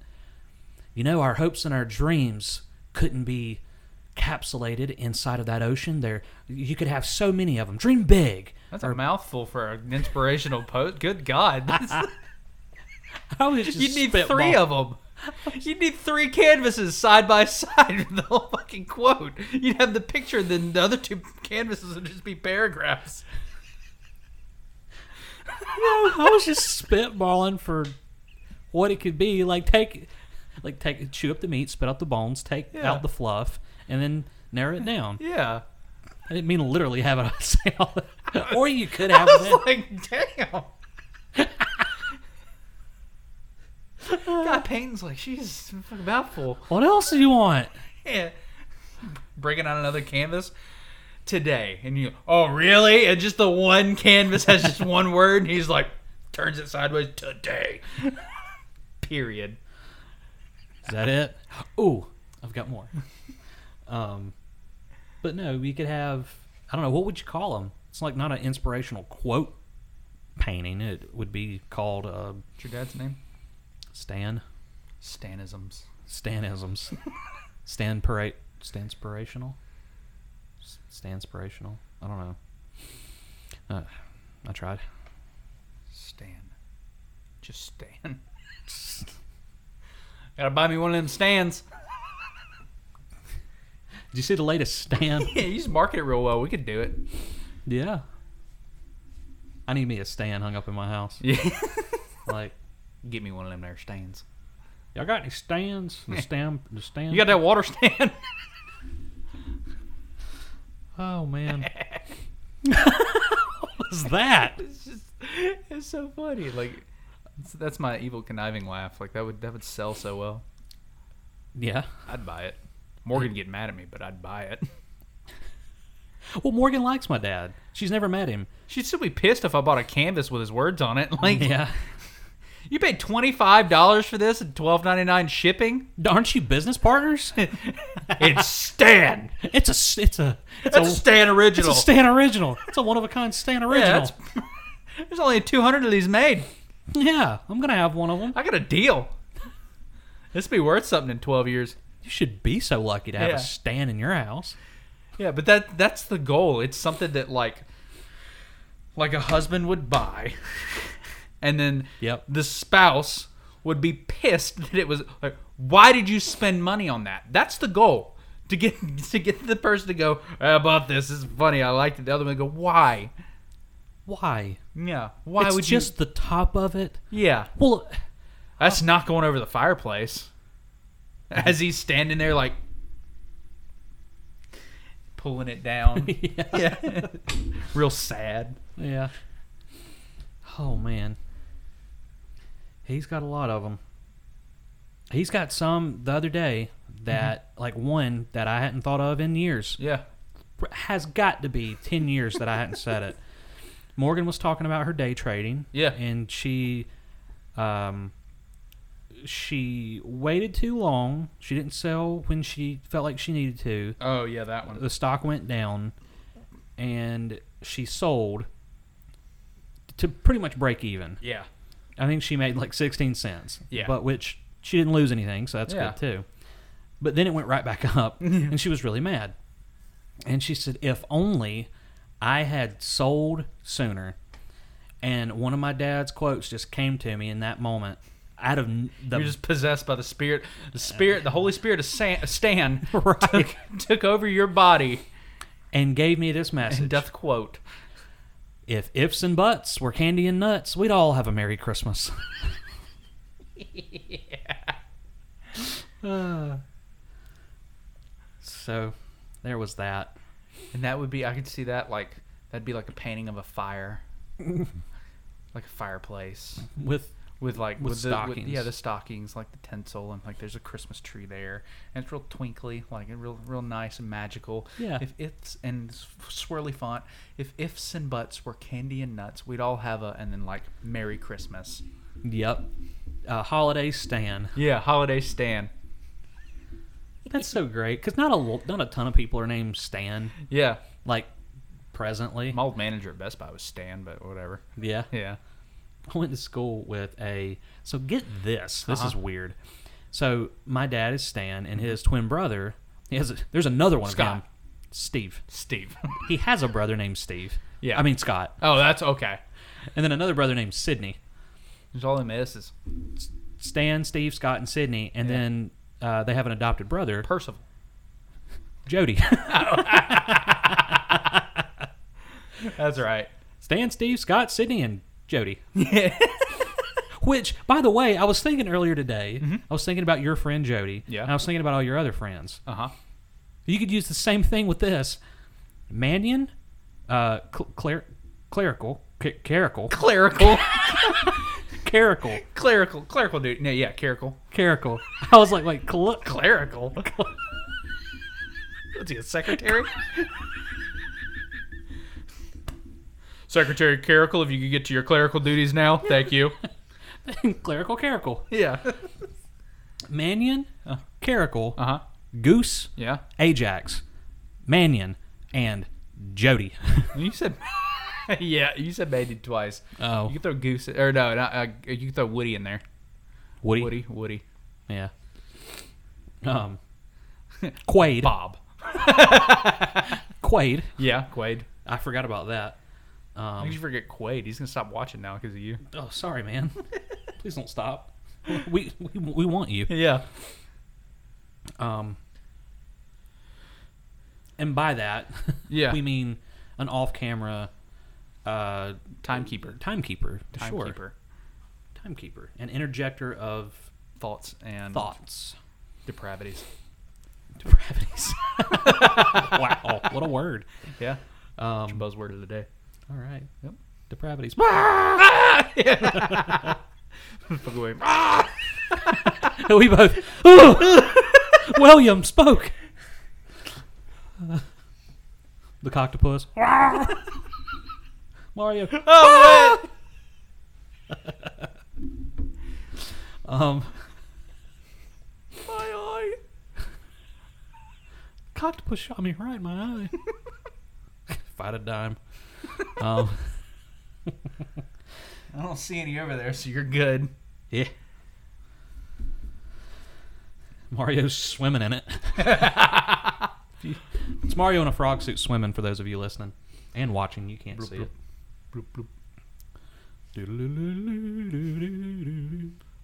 [SPEAKER 1] You know, our hopes and our dreams couldn't be capsulated inside of that ocean. There, you could have so many of them. Dream big.
[SPEAKER 2] That's a mouthful for an inspirational post. Good God.
[SPEAKER 1] I was just
[SPEAKER 2] you need three of them. You need three canvases side by side with the whole fucking quote. You'd have the picture, then the other two canvases would just be paragraphs.
[SPEAKER 1] I was just spitballing for what it could be. Like take, like take, chew up the meat, spit out the bones, take
[SPEAKER 2] Yeah.
[SPEAKER 1] out the fluff, and then narrow it down.
[SPEAKER 2] Yeah.
[SPEAKER 1] I didn't mean to literally have it on sale. or you could have
[SPEAKER 2] I was
[SPEAKER 1] it.
[SPEAKER 2] like, damn. God, Peyton's like, she's a fucking mouthful.
[SPEAKER 1] What else do you want?
[SPEAKER 2] Yeah. Breaking out another canvas today. And you, oh, really? And just the one canvas has just one word. And he's like, turns it sideways today. Period.
[SPEAKER 1] Is that it? Ooh, I've got more. Um, but no, we could have. I don't know what would you call them. It's like not an inspirational quote painting. It would be called uh,
[SPEAKER 2] What's your dad's name?
[SPEAKER 1] Stan
[SPEAKER 2] Stanisms.
[SPEAKER 1] Stanisms. Stan parade. Stanspirational. S- Stanspirational. I don't know. Uh, I tried.
[SPEAKER 2] Stan. Just Stan. Gotta buy me one of them stands.
[SPEAKER 1] Did you see the latest Stan?
[SPEAKER 2] Yeah, you just market it real well. We could do it.
[SPEAKER 1] Yeah. I need me a stand hung up in my house.
[SPEAKER 2] Yeah.
[SPEAKER 1] Like,
[SPEAKER 2] Get me one of them there stands.
[SPEAKER 1] y'all got any stands? The stand, the stand.
[SPEAKER 2] You got that water stand?
[SPEAKER 1] Oh man. what was that?
[SPEAKER 2] it's just it's so funny. Like it's- that's my evil conniving laugh. Like that would that would sell so well.
[SPEAKER 1] Yeah.
[SPEAKER 2] I'd buy it. Morgan get mad at me, but I'd buy it.
[SPEAKER 1] Well, Morgan likes my dad. She's never met him.
[SPEAKER 2] She'd still be pissed if I bought a canvas with his words on it. Like
[SPEAKER 1] Yeah.
[SPEAKER 2] you paid twenty five dollars for this and twelve ninety nine shipping.
[SPEAKER 1] Aren't you business partners?
[SPEAKER 2] It's Stan.
[SPEAKER 1] It's a s- it's a it's
[SPEAKER 2] That's a
[SPEAKER 1] a,
[SPEAKER 2] Stan
[SPEAKER 1] it's
[SPEAKER 2] original.
[SPEAKER 1] a Stan original. It's a one of a kind Stan
[SPEAKER 2] Yeah,
[SPEAKER 1] original.
[SPEAKER 2] that's- there's only two hundred of these made.
[SPEAKER 1] Yeah, I'm gonna have one of them.
[SPEAKER 2] I got a deal. This would be worth something in twelve years.
[SPEAKER 1] You should be so lucky to have
[SPEAKER 2] Yeah.
[SPEAKER 1] a Stan in your house.
[SPEAKER 2] Yeah, but that that's the goal. It's something that like like a husband would buy and then
[SPEAKER 1] Yep.
[SPEAKER 2] the spouse would be pissed that it was like why did you spend money on that? That's the goal. To get to get the person to go, I bought this, this is funny, I liked it. The other one go, Why?
[SPEAKER 1] Why?
[SPEAKER 2] Yeah. Why
[SPEAKER 1] it's
[SPEAKER 2] would
[SPEAKER 1] just the top of it.
[SPEAKER 2] you Yeah.
[SPEAKER 1] Well,
[SPEAKER 2] That's not going over the fireplace. As he's standing there like pulling it down.
[SPEAKER 1] yeah.
[SPEAKER 2] yeah. Real sad.
[SPEAKER 1] Yeah. Oh man. He's got a lot of them. He's got some the other day that like one that I hadn't thought of in years.
[SPEAKER 2] Yeah.
[SPEAKER 1] Pr- Has got to be 10 years that I hadn't said it. Morgan was talking about her day trading.
[SPEAKER 2] Yeah.
[SPEAKER 1] And she um she waited too long. She didn't sell when she felt like she needed to.
[SPEAKER 2] Oh yeah, that one.
[SPEAKER 1] the stock went down and she sold to pretty much break even.
[SPEAKER 2] Yeah.
[SPEAKER 1] I think she made like 16 cents.
[SPEAKER 2] Yeah.
[SPEAKER 1] But which she didn't lose anything, so that's
[SPEAKER 2] Yeah.
[SPEAKER 1] good too. But then it went right back up and she was really mad. And she said, if only I had sold sooner. And one of my dad's quotes just came to me in that moment. out of n- the
[SPEAKER 2] You're just possessed by the spirit. The spirit, the Holy Spirit of San, Stan,
[SPEAKER 1] Right.
[SPEAKER 2] took, took over your body
[SPEAKER 1] and gave me this
[SPEAKER 2] and
[SPEAKER 1] message.
[SPEAKER 2] doth quote.
[SPEAKER 1] if ifs and buts were candy and nuts, we'd all have a Merry Christmas. so there was that.
[SPEAKER 2] And that would be, I could see that like that'd be like a painting of a fire, like a fireplace
[SPEAKER 1] With
[SPEAKER 2] with like
[SPEAKER 1] With
[SPEAKER 2] the, yeah,
[SPEAKER 1] stockings.
[SPEAKER 2] the stockings, like the tinsel, and like there's a Christmas tree there, and it's real twinkly, like and real, real nice and magical.
[SPEAKER 1] Yeah.
[SPEAKER 2] If ifs and s- swirly font, if ifs and buts were candy and nuts, we'd all have a and then like Merry Christmas.
[SPEAKER 1] yep. Uh, holiday Stan.
[SPEAKER 2] Yeah, holiday stand.
[SPEAKER 1] That's so great because not a lo- not a ton of people are named Stan
[SPEAKER 2] Yeah,
[SPEAKER 1] like presently.
[SPEAKER 2] my old manager at Best Buy was Stan, but whatever.
[SPEAKER 1] Yeah,
[SPEAKER 2] Yeah.
[SPEAKER 1] I went to school with a. So get this. This is
[SPEAKER 2] Uh-huh.
[SPEAKER 1] weird. So my dad is Stan, and his twin brother. He has. A, there's another one
[SPEAKER 2] Scott.
[SPEAKER 1] of him. Steve.
[SPEAKER 2] Steve.
[SPEAKER 1] He has a brother named Steve.
[SPEAKER 2] Yeah.
[SPEAKER 1] I mean Scott,
[SPEAKER 2] oh, that's okay.
[SPEAKER 1] and then another brother named Sydney.
[SPEAKER 2] There's all them S's.
[SPEAKER 1] Stan, Steve, Scott, and Sydney, and
[SPEAKER 2] Yeah.
[SPEAKER 1] then uh, they have an adopted brother,
[SPEAKER 2] Percival.
[SPEAKER 1] Jody.
[SPEAKER 2] That's right.
[SPEAKER 1] Stan, Steve, Scott, Sydney, and Jody. Which, by the way, I was thinking earlier today. I was thinking about your friend Jody.
[SPEAKER 2] Mm-hmm. Yeah.
[SPEAKER 1] And I was thinking about all your other friends.
[SPEAKER 2] Uh huh.
[SPEAKER 1] You could use the same thing with this. Mannion, uh, cl- cler- clerical, c- carical,
[SPEAKER 2] Clerical.
[SPEAKER 1] carical,
[SPEAKER 2] clerical. Clerical dude. No, yeah, clerical.
[SPEAKER 1] carical. I was like, like cl-
[SPEAKER 2] Clerical. What's he, a secretary? secretary Clerical, if you could get to your clerical duties now, thank you.
[SPEAKER 1] clerical, carical,
[SPEAKER 2] yeah.
[SPEAKER 1] Mannion, carical,
[SPEAKER 2] Uh huh.
[SPEAKER 1] goose,
[SPEAKER 2] Yeah.
[SPEAKER 1] Ajax, Mannion, and Jody.
[SPEAKER 2] You said. yeah, you said Mandy twice.
[SPEAKER 1] Oh.
[SPEAKER 2] You can throw Goose. Or no, not, uh, you can throw Woody in there.
[SPEAKER 1] Woody.
[SPEAKER 2] Woody. Woody.
[SPEAKER 1] Yeah. Um. Quaid.
[SPEAKER 2] Bob.
[SPEAKER 1] Quaid.
[SPEAKER 2] Yeah, Quaid.
[SPEAKER 1] I forgot about that.
[SPEAKER 2] How did
[SPEAKER 1] Um,
[SPEAKER 2] you forget Quaid? He's gonna stop watching now because of you.
[SPEAKER 1] oh, sorry, man. Please don't stop. We, we we want you.
[SPEAKER 2] Yeah.
[SPEAKER 1] Um. And by that,
[SPEAKER 2] Yeah.
[SPEAKER 1] we mean an off-camera uh,
[SPEAKER 2] Timekeeper.
[SPEAKER 1] timekeeper.
[SPEAKER 2] Timekeeper.
[SPEAKER 1] Sure. Timekeeper. An interjector of
[SPEAKER 2] Thoughts and
[SPEAKER 1] thoughts.
[SPEAKER 2] depravities.
[SPEAKER 1] Depravities. wow, what a word.
[SPEAKER 2] Yeah.
[SPEAKER 1] Um,
[SPEAKER 2] Buzzword of the day.
[SPEAKER 1] all right.
[SPEAKER 2] Yep.
[SPEAKER 1] Depravities.
[SPEAKER 2] Ah! Fuck away.
[SPEAKER 1] we both. "Ugh." William spoke. the coctopus. Mario. Um.
[SPEAKER 2] My eye.
[SPEAKER 1] Coctopus shot me right in my eye. Fight a dime. Um.
[SPEAKER 2] I don't see any over there, so you're good.
[SPEAKER 1] Yeah. Mario's swimming in it. it's Mario in a frog suit swimming for those of you listening and watching. You can't see it.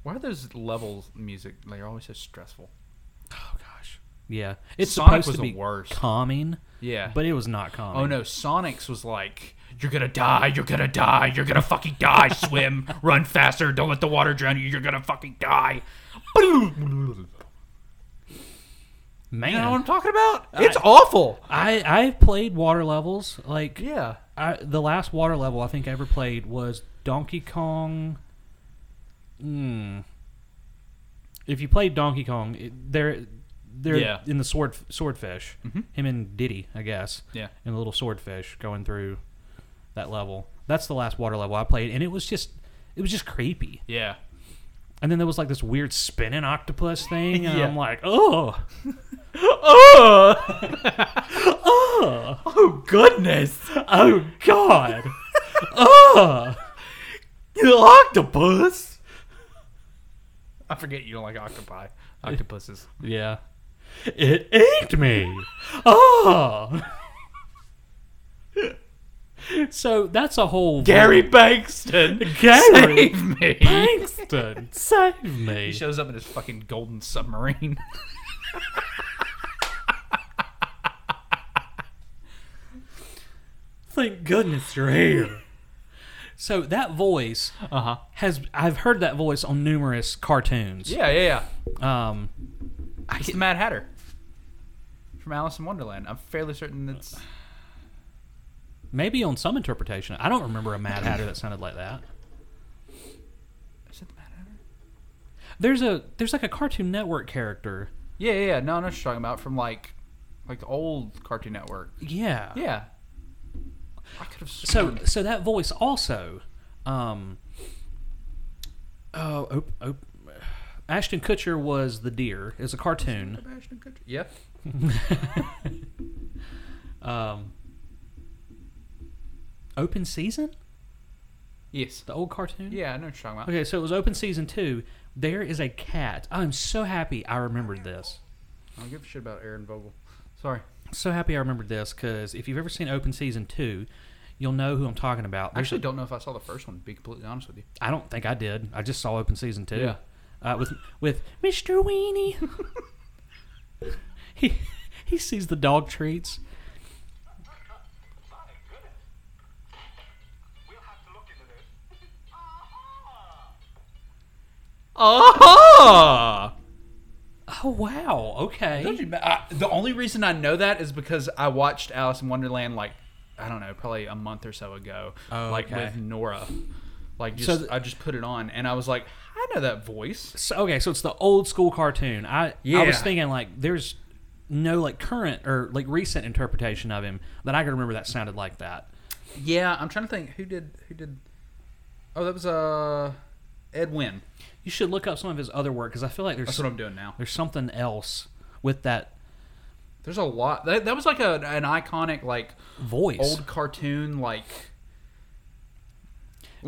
[SPEAKER 2] Why are those levels music? They're always so stressful. Oh gosh.
[SPEAKER 1] Yeah, it's
[SPEAKER 2] Sonic
[SPEAKER 1] supposed
[SPEAKER 2] was
[SPEAKER 1] to
[SPEAKER 2] the
[SPEAKER 1] be
[SPEAKER 2] worst.
[SPEAKER 1] calming,
[SPEAKER 2] Yeah.
[SPEAKER 1] but it was not calming.
[SPEAKER 2] oh no, Sonic's was like, "You're gonna die. You're gonna die. You're gonna fucking die. Swim. Run faster. Don't let the water drown you. You're gonna fucking die."
[SPEAKER 1] man!
[SPEAKER 2] You know what I'm talking about? It's awful.
[SPEAKER 1] I I played water levels like
[SPEAKER 2] Yeah.
[SPEAKER 1] I, the last water level I think I ever played was Donkey Kong. Mm. If you played Donkey Kong, it, they're they're
[SPEAKER 2] Yeah. Mm-hmm.
[SPEAKER 1] in the sword swordfish. Him and Diddy, I guess.
[SPEAKER 2] Yeah.
[SPEAKER 1] and the little swordfish going through that level. That's the last water level I played, and it was just it was just creepy.
[SPEAKER 2] Yeah.
[SPEAKER 1] And then there was like this weird spinning octopus thing, and
[SPEAKER 2] Yeah.
[SPEAKER 1] I'm like, oh,
[SPEAKER 2] Oh goodness.
[SPEAKER 1] oh god, oh.
[SPEAKER 2] The octopus. I forget you don't like octopi. Octopuses.
[SPEAKER 1] Yeah. It ate me. Oh. So that's a whole
[SPEAKER 2] Gary Bankston,
[SPEAKER 1] Gary
[SPEAKER 2] save me.
[SPEAKER 1] Bankston, save
[SPEAKER 2] He
[SPEAKER 1] me.
[SPEAKER 2] shows up in his fucking golden submarine.
[SPEAKER 1] Thank goodness you're here. Uh-huh. So that voice
[SPEAKER 2] Uh huh.
[SPEAKER 1] has I've heard that voice on numerous cartoons.
[SPEAKER 2] Yeah, yeah, yeah.
[SPEAKER 1] Um,
[SPEAKER 2] It's the Mad Hatter from Alice in Wonderland. I'm fairly certain that's.
[SPEAKER 1] maybe on some interpretation. I don't remember a Mad Hatter that sounded like that.
[SPEAKER 2] Is it the Mad Hatter?
[SPEAKER 1] There's a there's like a Cartoon Network character.
[SPEAKER 2] Yeah, yeah, yeah. No, I know what you're talking about from like, like the old Cartoon Network.
[SPEAKER 1] Yeah.
[SPEAKER 2] Yeah. I could have.
[SPEAKER 1] So so that voice also, um, oh, op, op, Ashton Kutcher was the deer. It's a cartoon.
[SPEAKER 2] Yeah.
[SPEAKER 1] Um, open season,
[SPEAKER 2] Yes.
[SPEAKER 1] the old cartoon.
[SPEAKER 2] Yeah, I know what you're talking about.
[SPEAKER 1] Okay, so it was open season two. There is a cat. I'm so happy I remembered this.
[SPEAKER 2] I don't give a shit about Aaron Vogel. Sorry.
[SPEAKER 1] So happy I remembered this because if you've ever seen Open Season two, you'll know who I'm talking about.
[SPEAKER 2] I
[SPEAKER 1] There's
[SPEAKER 2] actually
[SPEAKER 1] a-
[SPEAKER 2] don't know if I saw the first one, to be completely honest with you.
[SPEAKER 1] I don't think I did. I just saw Open Season two.
[SPEAKER 2] Yeah.
[SPEAKER 1] Uh, with with Mr. Weenie. he he sees the dog treats.
[SPEAKER 6] My goodness. We'll have to look into this. Aha!
[SPEAKER 2] Oh!
[SPEAKER 1] Oh wow. Okay.
[SPEAKER 2] the only reason I know that is because I watched Alice in Wonderland, like, I don't know, probably a month or so ago.
[SPEAKER 1] Oh,
[SPEAKER 2] like
[SPEAKER 1] okay.
[SPEAKER 2] with Nora. Like, just,
[SPEAKER 1] So th-
[SPEAKER 2] I just put it on and I was like, I know that voice.
[SPEAKER 1] So, okay, so it's the old school cartoon. I I
[SPEAKER 2] Yeah.
[SPEAKER 1] was thinking like there's no like current or like recent interpretation of him that I can remember that sounded like that.
[SPEAKER 2] Yeah, I'm trying to think who did who did. Oh, that was uh Ed Wynn.
[SPEAKER 1] You should look up some of his other work because I feel like there's
[SPEAKER 2] That's what I'm doing now.
[SPEAKER 1] there's something else with that
[SPEAKER 2] There's a lot. That, that was like a, an iconic like
[SPEAKER 1] voice.
[SPEAKER 2] old cartoon like.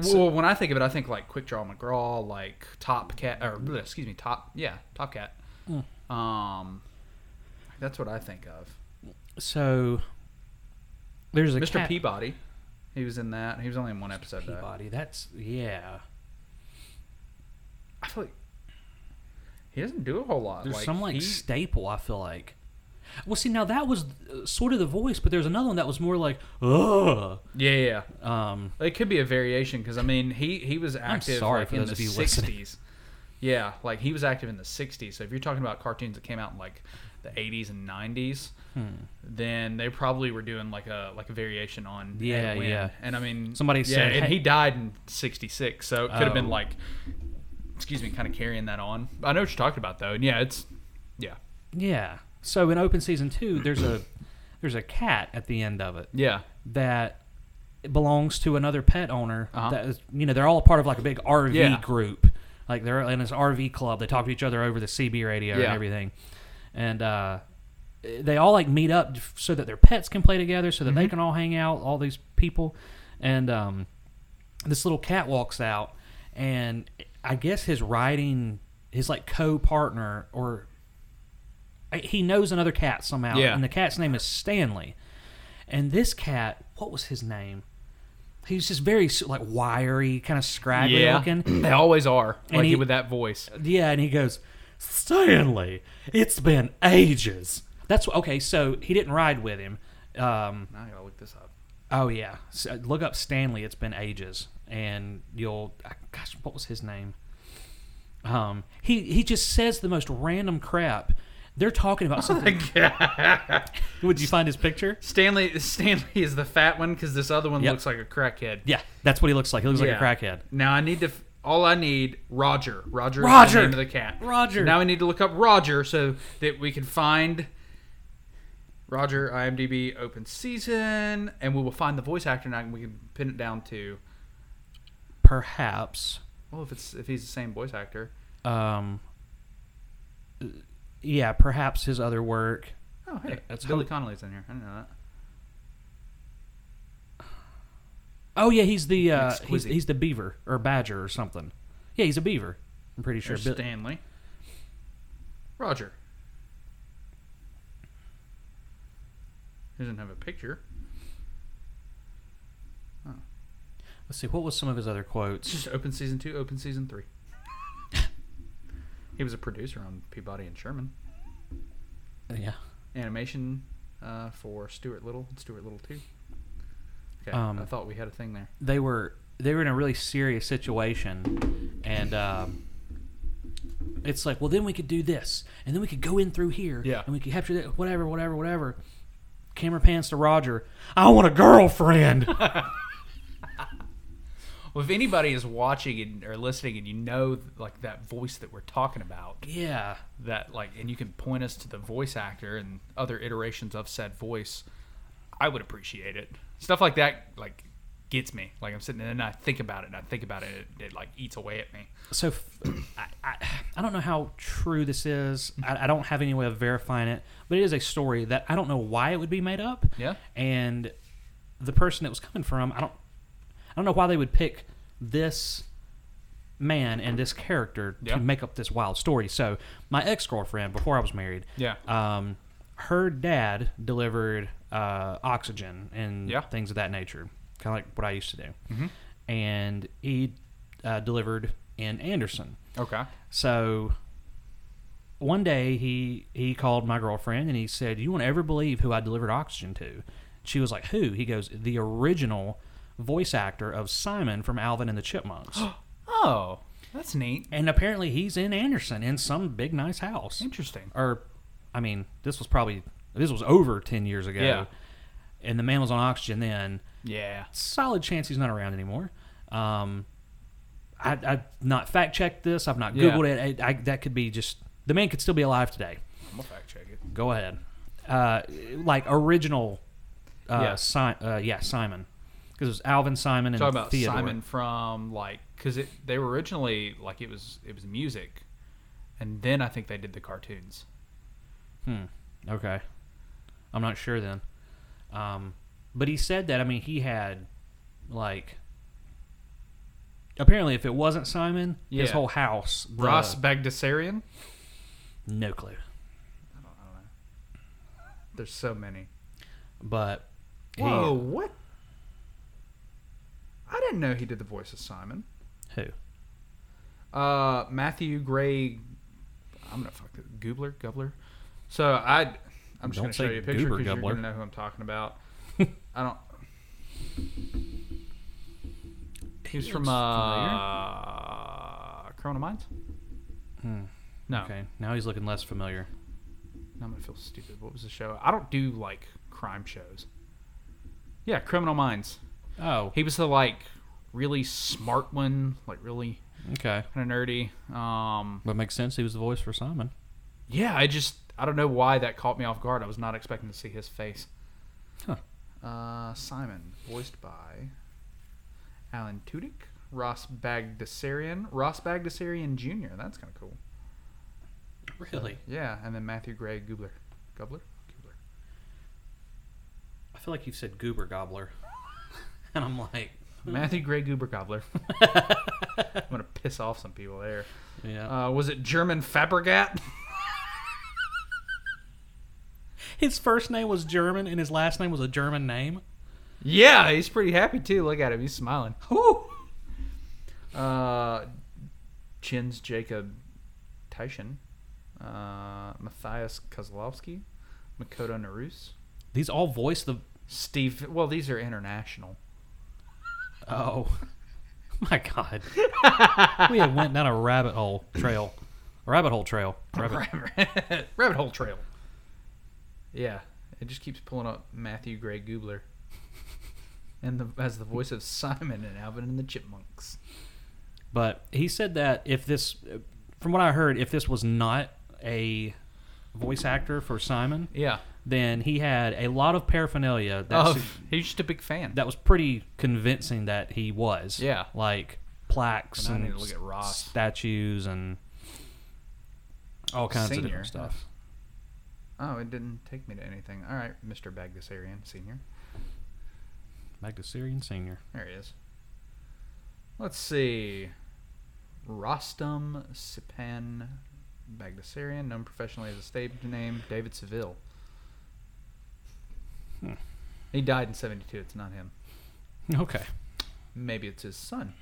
[SPEAKER 1] So-
[SPEAKER 2] well, when I think of it, I think like Quick Draw McGraw, like Top Cat, or bleh, excuse me, Top, yeah, Top Cat.
[SPEAKER 1] Mm.
[SPEAKER 2] Um, that's what I think of.
[SPEAKER 1] So there's a
[SPEAKER 2] Mr.
[SPEAKER 1] cat-
[SPEAKER 2] Peabody, he was in that. He was only in one episode. though.
[SPEAKER 1] Peabody. That's yeah.
[SPEAKER 2] I feel like he doesn't do a whole lot.
[SPEAKER 1] There's some like
[SPEAKER 2] he-
[SPEAKER 1] staple. I feel like. Well, see, now that was uh, sort of the voice, but there's another one that was more like, ugh.
[SPEAKER 2] yeah, yeah, yeah.
[SPEAKER 1] Um,
[SPEAKER 2] It could be a variation because I mean he he was active
[SPEAKER 1] sorry
[SPEAKER 2] like,
[SPEAKER 1] for
[SPEAKER 2] in
[SPEAKER 1] those
[SPEAKER 2] the
[SPEAKER 1] of you listening.
[SPEAKER 2] sixties. Yeah, like he was active in the sixties. So if you're talking about cartoons that came out in like the eighties and nineties,
[SPEAKER 1] Hmm.
[SPEAKER 2] then they probably were doing like a like a variation on Ed
[SPEAKER 1] Yeah,
[SPEAKER 2] Wynn.
[SPEAKER 1] yeah.
[SPEAKER 2] And I mean
[SPEAKER 1] Somebody
[SPEAKER 2] yeah,
[SPEAKER 1] said,
[SPEAKER 2] and
[SPEAKER 1] "Hey-"
[SPEAKER 2] he died in sixty six, so it could have
[SPEAKER 1] Oh.
[SPEAKER 2] been like excuse me, kind of carrying that on. I know what you're talking about though, and yeah, it's yeah.
[SPEAKER 1] yeah. So in open season two, there's a there's a cat at the end of it
[SPEAKER 2] Yeah.
[SPEAKER 1] that belongs to another pet owner.
[SPEAKER 2] Uh-huh.
[SPEAKER 1] that is, you know, they're all part of like a big RV
[SPEAKER 2] Yeah.
[SPEAKER 1] group. Like they're in this RV club. They talk to each other over the CB radio and
[SPEAKER 2] Yeah.
[SPEAKER 1] everything, and uh, they all like meet up f- so that their pets can play together, so that
[SPEAKER 2] Mm-hmm.
[SPEAKER 1] they can all hang out. All these people, and um, this little cat walks out, and I guess his riding, his like co-partner or he knows another cat somehow,
[SPEAKER 2] Yeah.
[SPEAKER 1] and the cat's name is Stanley. And this cat, what was his name? He was just very like wiry, kind of scraggly
[SPEAKER 2] Yeah.
[SPEAKER 1] looking.
[SPEAKER 2] They always are.
[SPEAKER 1] And
[SPEAKER 2] Like
[SPEAKER 1] he-
[SPEAKER 2] with that voice.
[SPEAKER 1] Yeah, and he goes, Stanley, it's been ages. That's wh- okay. So he didn't ride with him. Um,
[SPEAKER 2] Now I gotta look this up.
[SPEAKER 1] oh yeah, so look up Stanley. It's been ages, and you'll I- gosh, what was his name? Um, he he just says the most random crap. They're talking
[SPEAKER 2] Oh
[SPEAKER 1] about something. Would you find his picture?
[SPEAKER 2] Stanley Stanley is the fat one because this other one
[SPEAKER 1] Yep.
[SPEAKER 2] looks like a crackhead.
[SPEAKER 1] Yeah, that's what he looks like. He looks
[SPEAKER 2] Yeah.
[SPEAKER 1] like a crackhead.
[SPEAKER 2] Now I need to. f- All I need Roger. Roger. Is
[SPEAKER 1] Roger!
[SPEAKER 2] the name of the cat.
[SPEAKER 1] Roger.
[SPEAKER 2] Now we need to look up Roger so that we can find Roger IMDb open season, and we will find the voice actor, and I- we can pin it down to.
[SPEAKER 1] Perhaps.
[SPEAKER 2] Well, if it's if he's the same voice actor.
[SPEAKER 1] Um, yeah, perhaps his other work.
[SPEAKER 2] Oh hey,
[SPEAKER 1] That's
[SPEAKER 2] Billy
[SPEAKER 1] how-
[SPEAKER 2] Connolly's in here. I didn't know that.
[SPEAKER 1] Oh yeah, he's the uh, he's,
[SPEAKER 2] Exquisite.
[SPEAKER 1] he's the beaver or badger or something. Yeah, he's a beaver. I'm pretty sure.
[SPEAKER 2] There's
[SPEAKER 1] Bi-
[SPEAKER 2] Stanley. Roger. He doesn't have a picture.
[SPEAKER 1] Let's see. What was some of his other quotes?
[SPEAKER 2] Just open season two, open season three. he was a producer on Peabody and Sherman.
[SPEAKER 1] Yeah.
[SPEAKER 2] Animation uh, for Stuart Little and Stuart Little 2. Okay,
[SPEAKER 1] Um,
[SPEAKER 2] I thought we had a thing there.
[SPEAKER 1] they were they were in a really serious situation, and um, it's like, well, then we could do this, and then we could go in through here,
[SPEAKER 2] Yeah.
[SPEAKER 1] and we could capture that, whatever, whatever, whatever. Camera pans to Roger. I want a girlfriend.
[SPEAKER 2] Well, if anybody is watching and, or listening and you know like that voice that we're talking about,
[SPEAKER 1] yeah,
[SPEAKER 2] that like and you can point us to the voice actor and other iterations of said voice i would appreciate it stuff like that like gets me like i'm sitting there and i think about it and i think about it it, it like eats away at me
[SPEAKER 1] so f- I, I, I don't know how true this is. I, I don't have any way of verifying it, but it is a story that I don't know why it would be made up.
[SPEAKER 2] Yeah.
[SPEAKER 1] And the person it was coming from, I don't I don't know why they would pick this man and this character
[SPEAKER 2] Yeah.
[SPEAKER 1] to make up this wild story. So my ex girlfriend before I was married,
[SPEAKER 2] Yeah.
[SPEAKER 1] um, her dad delivered uh, oxygen and
[SPEAKER 2] Yeah.
[SPEAKER 1] things of that nature, kind of like what I used to do, and he uh, delivered in Anderson.
[SPEAKER 2] okay
[SPEAKER 1] So one day he he called my girlfriend and he said, "You won't ever believe who I delivered oxygen to." She was like, "Who?" He goes, "The original voice actor of Simon from Alvin and the Chipmunks."
[SPEAKER 2] oh that's neat
[SPEAKER 1] and apparently he's in Anderson in some big nice house.
[SPEAKER 2] interesting
[SPEAKER 1] Or I mean, this was probably this was over 10 years ago.
[SPEAKER 2] Yeah.
[SPEAKER 1] And the man was on oxygen then.
[SPEAKER 2] yeah
[SPEAKER 1] Solid chance he's not around anymore. Um I, I've not fact checked this. I've not
[SPEAKER 2] Yeah.
[SPEAKER 1] Googled it. I, I, that could be just the man could still be alive today
[SPEAKER 2] i'm gonna fact check it
[SPEAKER 1] go ahead. Uh, like original, uh,
[SPEAKER 2] Yeah.
[SPEAKER 1] Si- uh, yeah, Simon, because it was Alvin Simon and
[SPEAKER 2] talk about
[SPEAKER 1] Theodore.
[SPEAKER 2] simon from like because it they were originally like it was it was music and then i think they did the cartoons
[SPEAKER 1] Okay, I'm not sure then. Um, but he said that. I mean, he had like apparently, if it wasn't Simon, his
[SPEAKER 2] Yeah.
[SPEAKER 1] whole house, the-
[SPEAKER 2] ross bagdasarian
[SPEAKER 1] no clue.
[SPEAKER 2] there's so many
[SPEAKER 1] But he-
[SPEAKER 2] Whoa, what? I didn't know he did the voice of Simon.
[SPEAKER 1] who?
[SPEAKER 2] Uh, Matthew Gray. I'm gonna fuck it. Goobler, Gobbler. So I, I'm just
[SPEAKER 1] Don't
[SPEAKER 2] gonna show
[SPEAKER 1] say
[SPEAKER 2] you a picture
[SPEAKER 1] Goober
[SPEAKER 2] because you're
[SPEAKER 1] Gobbler.
[SPEAKER 2] gonna know who I'm talking about. I don't. He was from
[SPEAKER 1] looks
[SPEAKER 2] uh, Corona Mines. No,
[SPEAKER 1] Hmm, Okay, now he's looking less familiar.
[SPEAKER 2] now I'm gonna feel stupid. What was the show? I don't do like crime shows. Yeah, Criminal Minds.
[SPEAKER 1] Oh,
[SPEAKER 2] He was the like really smart one, like really
[SPEAKER 1] okay,
[SPEAKER 2] kind of nerdy. Um,
[SPEAKER 1] but makes sense. He was the voice for Simon.
[SPEAKER 2] yeah, I just I don't know why that caught me off guard. I was not expecting to see his face.
[SPEAKER 1] Huh.
[SPEAKER 2] Uh, Simon, voiced by Alan Tudyk, Ross Bagdasarian, Ross Bagdasarian Jr. That's kind of cool.
[SPEAKER 1] Really?
[SPEAKER 2] Yeah, and then Matthew Gray Goobler, Goobler, Goobler.
[SPEAKER 1] I feel like you've said goober gobbler. and I'm like,
[SPEAKER 2] Matthew Gray Goober Gobbler. I'm gonna piss off some people there.
[SPEAKER 1] yeah.
[SPEAKER 2] Uh, was it German Fabregat?
[SPEAKER 1] his first name was German and his last name was a German name.
[SPEAKER 2] Yeah, he's pretty happy too. Look at him; he's smiling. Uh, Jens Jacob Tyson, uh, Matthias Kozlowski, Makoto Naruse,
[SPEAKER 1] These all voice the.
[SPEAKER 2] Steve. Well, these are international.
[SPEAKER 1] Oh. My God. we have went down a rabbit hole trail. A rabbit hole trail. Rabbit.
[SPEAKER 2] Rabbit, rabbit hole trail. Yeah, it just keeps pulling up Matthew Gray Goobler, and the, as the voice of Simon and Alvin and the Chipmunks.
[SPEAKER 1] But he said that if this, from what I heard, if this was not a voice actor for Simon,
[SPEAKER 2] Yeah,
[SPEAKER 1] then he had a lot of paraphernalia that
[SPEAKER 2] Oh,
[SPEAKER 1] su-
[SPEAKER 2] he's just a big fan.
[SPEAKER 1] that was pretty convincing that he was.
[SPEAKER 2] Yeah.
[SPEAKER 1] Like plaques
[SPEAKER 2] Now I
[SPEAKER 1] and
[SPEAKER 2] need to look at Ross.
[SPEAKER 1] statues and all kinds of
[SPEAKER 2] Senior.
[SPEAKER 1] different stuff.
[SPEAKER 2] oh, it didn't take me to anything. All right, Mr. Bagdasarian Senior.
[SPEAKER 1] Magdasarian Senior.
[SPEAKER 2] There he is. Let's see. Rostam Sipan Bagdasarian, known professionally as a stage name, David Seville. He died in 72. It's not him.
[SPEAKER 1] Okay.
[SPEAKER 2] Maybe it's his son.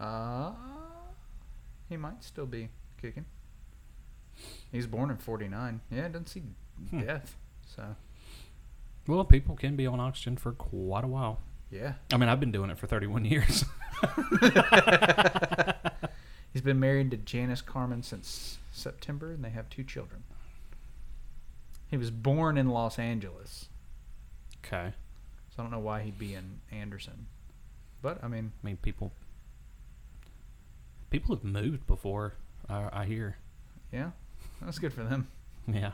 [SPEAKER 2] Uh, he might still be kicking. He's born in 49. Yeah, it doesn't see
[SPEAKER 1] Hmm.
[SPEAKER 2] death. So,
[SPEAKER 1] Well, people can be on oxygen for quite a while.
[SPEAKER 2] yeah.
[SPEAKER 1] I mean, I've been doing it for 31 years.
[SPEAKER 2] He's been married to Janice Carmen since September, and they have two children. He was born in Los Angeles,
[SPEAKER 1] okay.
[SPEAKER 2] so I don't know why he'd be in Anderson. But, I mean,
[SPEAKER 1] I mean, people people have moved before. I, I hear.
[SPEAKER 2] yeah, that's good for them.
[SPEAKER 1] Yeah.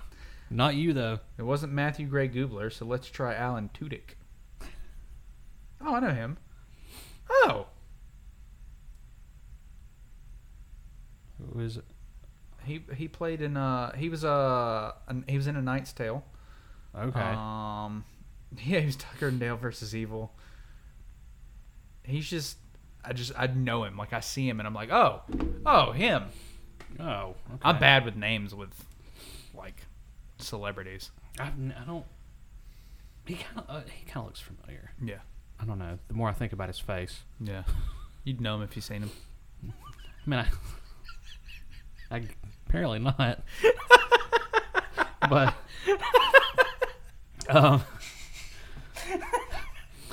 [SPEAKER 1] Not you though.
[SPEAKER 2] It wasn't Matthew Gray Goobler, so let's try Alan Tudyk. Oh, I know him. Oh,
[SPEAKER 1] Who is it?
[SPEAKER 2] he he played in uh he was uh an, he was in A Knight's Tale.
[SPEAKER 1] Okay.
[SPEAKER 2] Um, yeah, he was Tucker and Dale versus Evil. He's just, I just, I know him. Like I see him, and I'm like, oh, oh, him.
[SPEAKER 1] oh. Okay.
[SPEAKER 2] I'm bad with names with, like, celebrities.
[SPEAKER 1] I've, n- I don't. He kind of uh, he kind of looks familiar.
[SPEAKER 2] Yeah,
[SPEAKER 1] I don't know. The more I think about his face,
[SPEAKER 2] yeah. You'd know him if you seen him.
[SPEAKER 1] I mean, I, I apparently not. but um,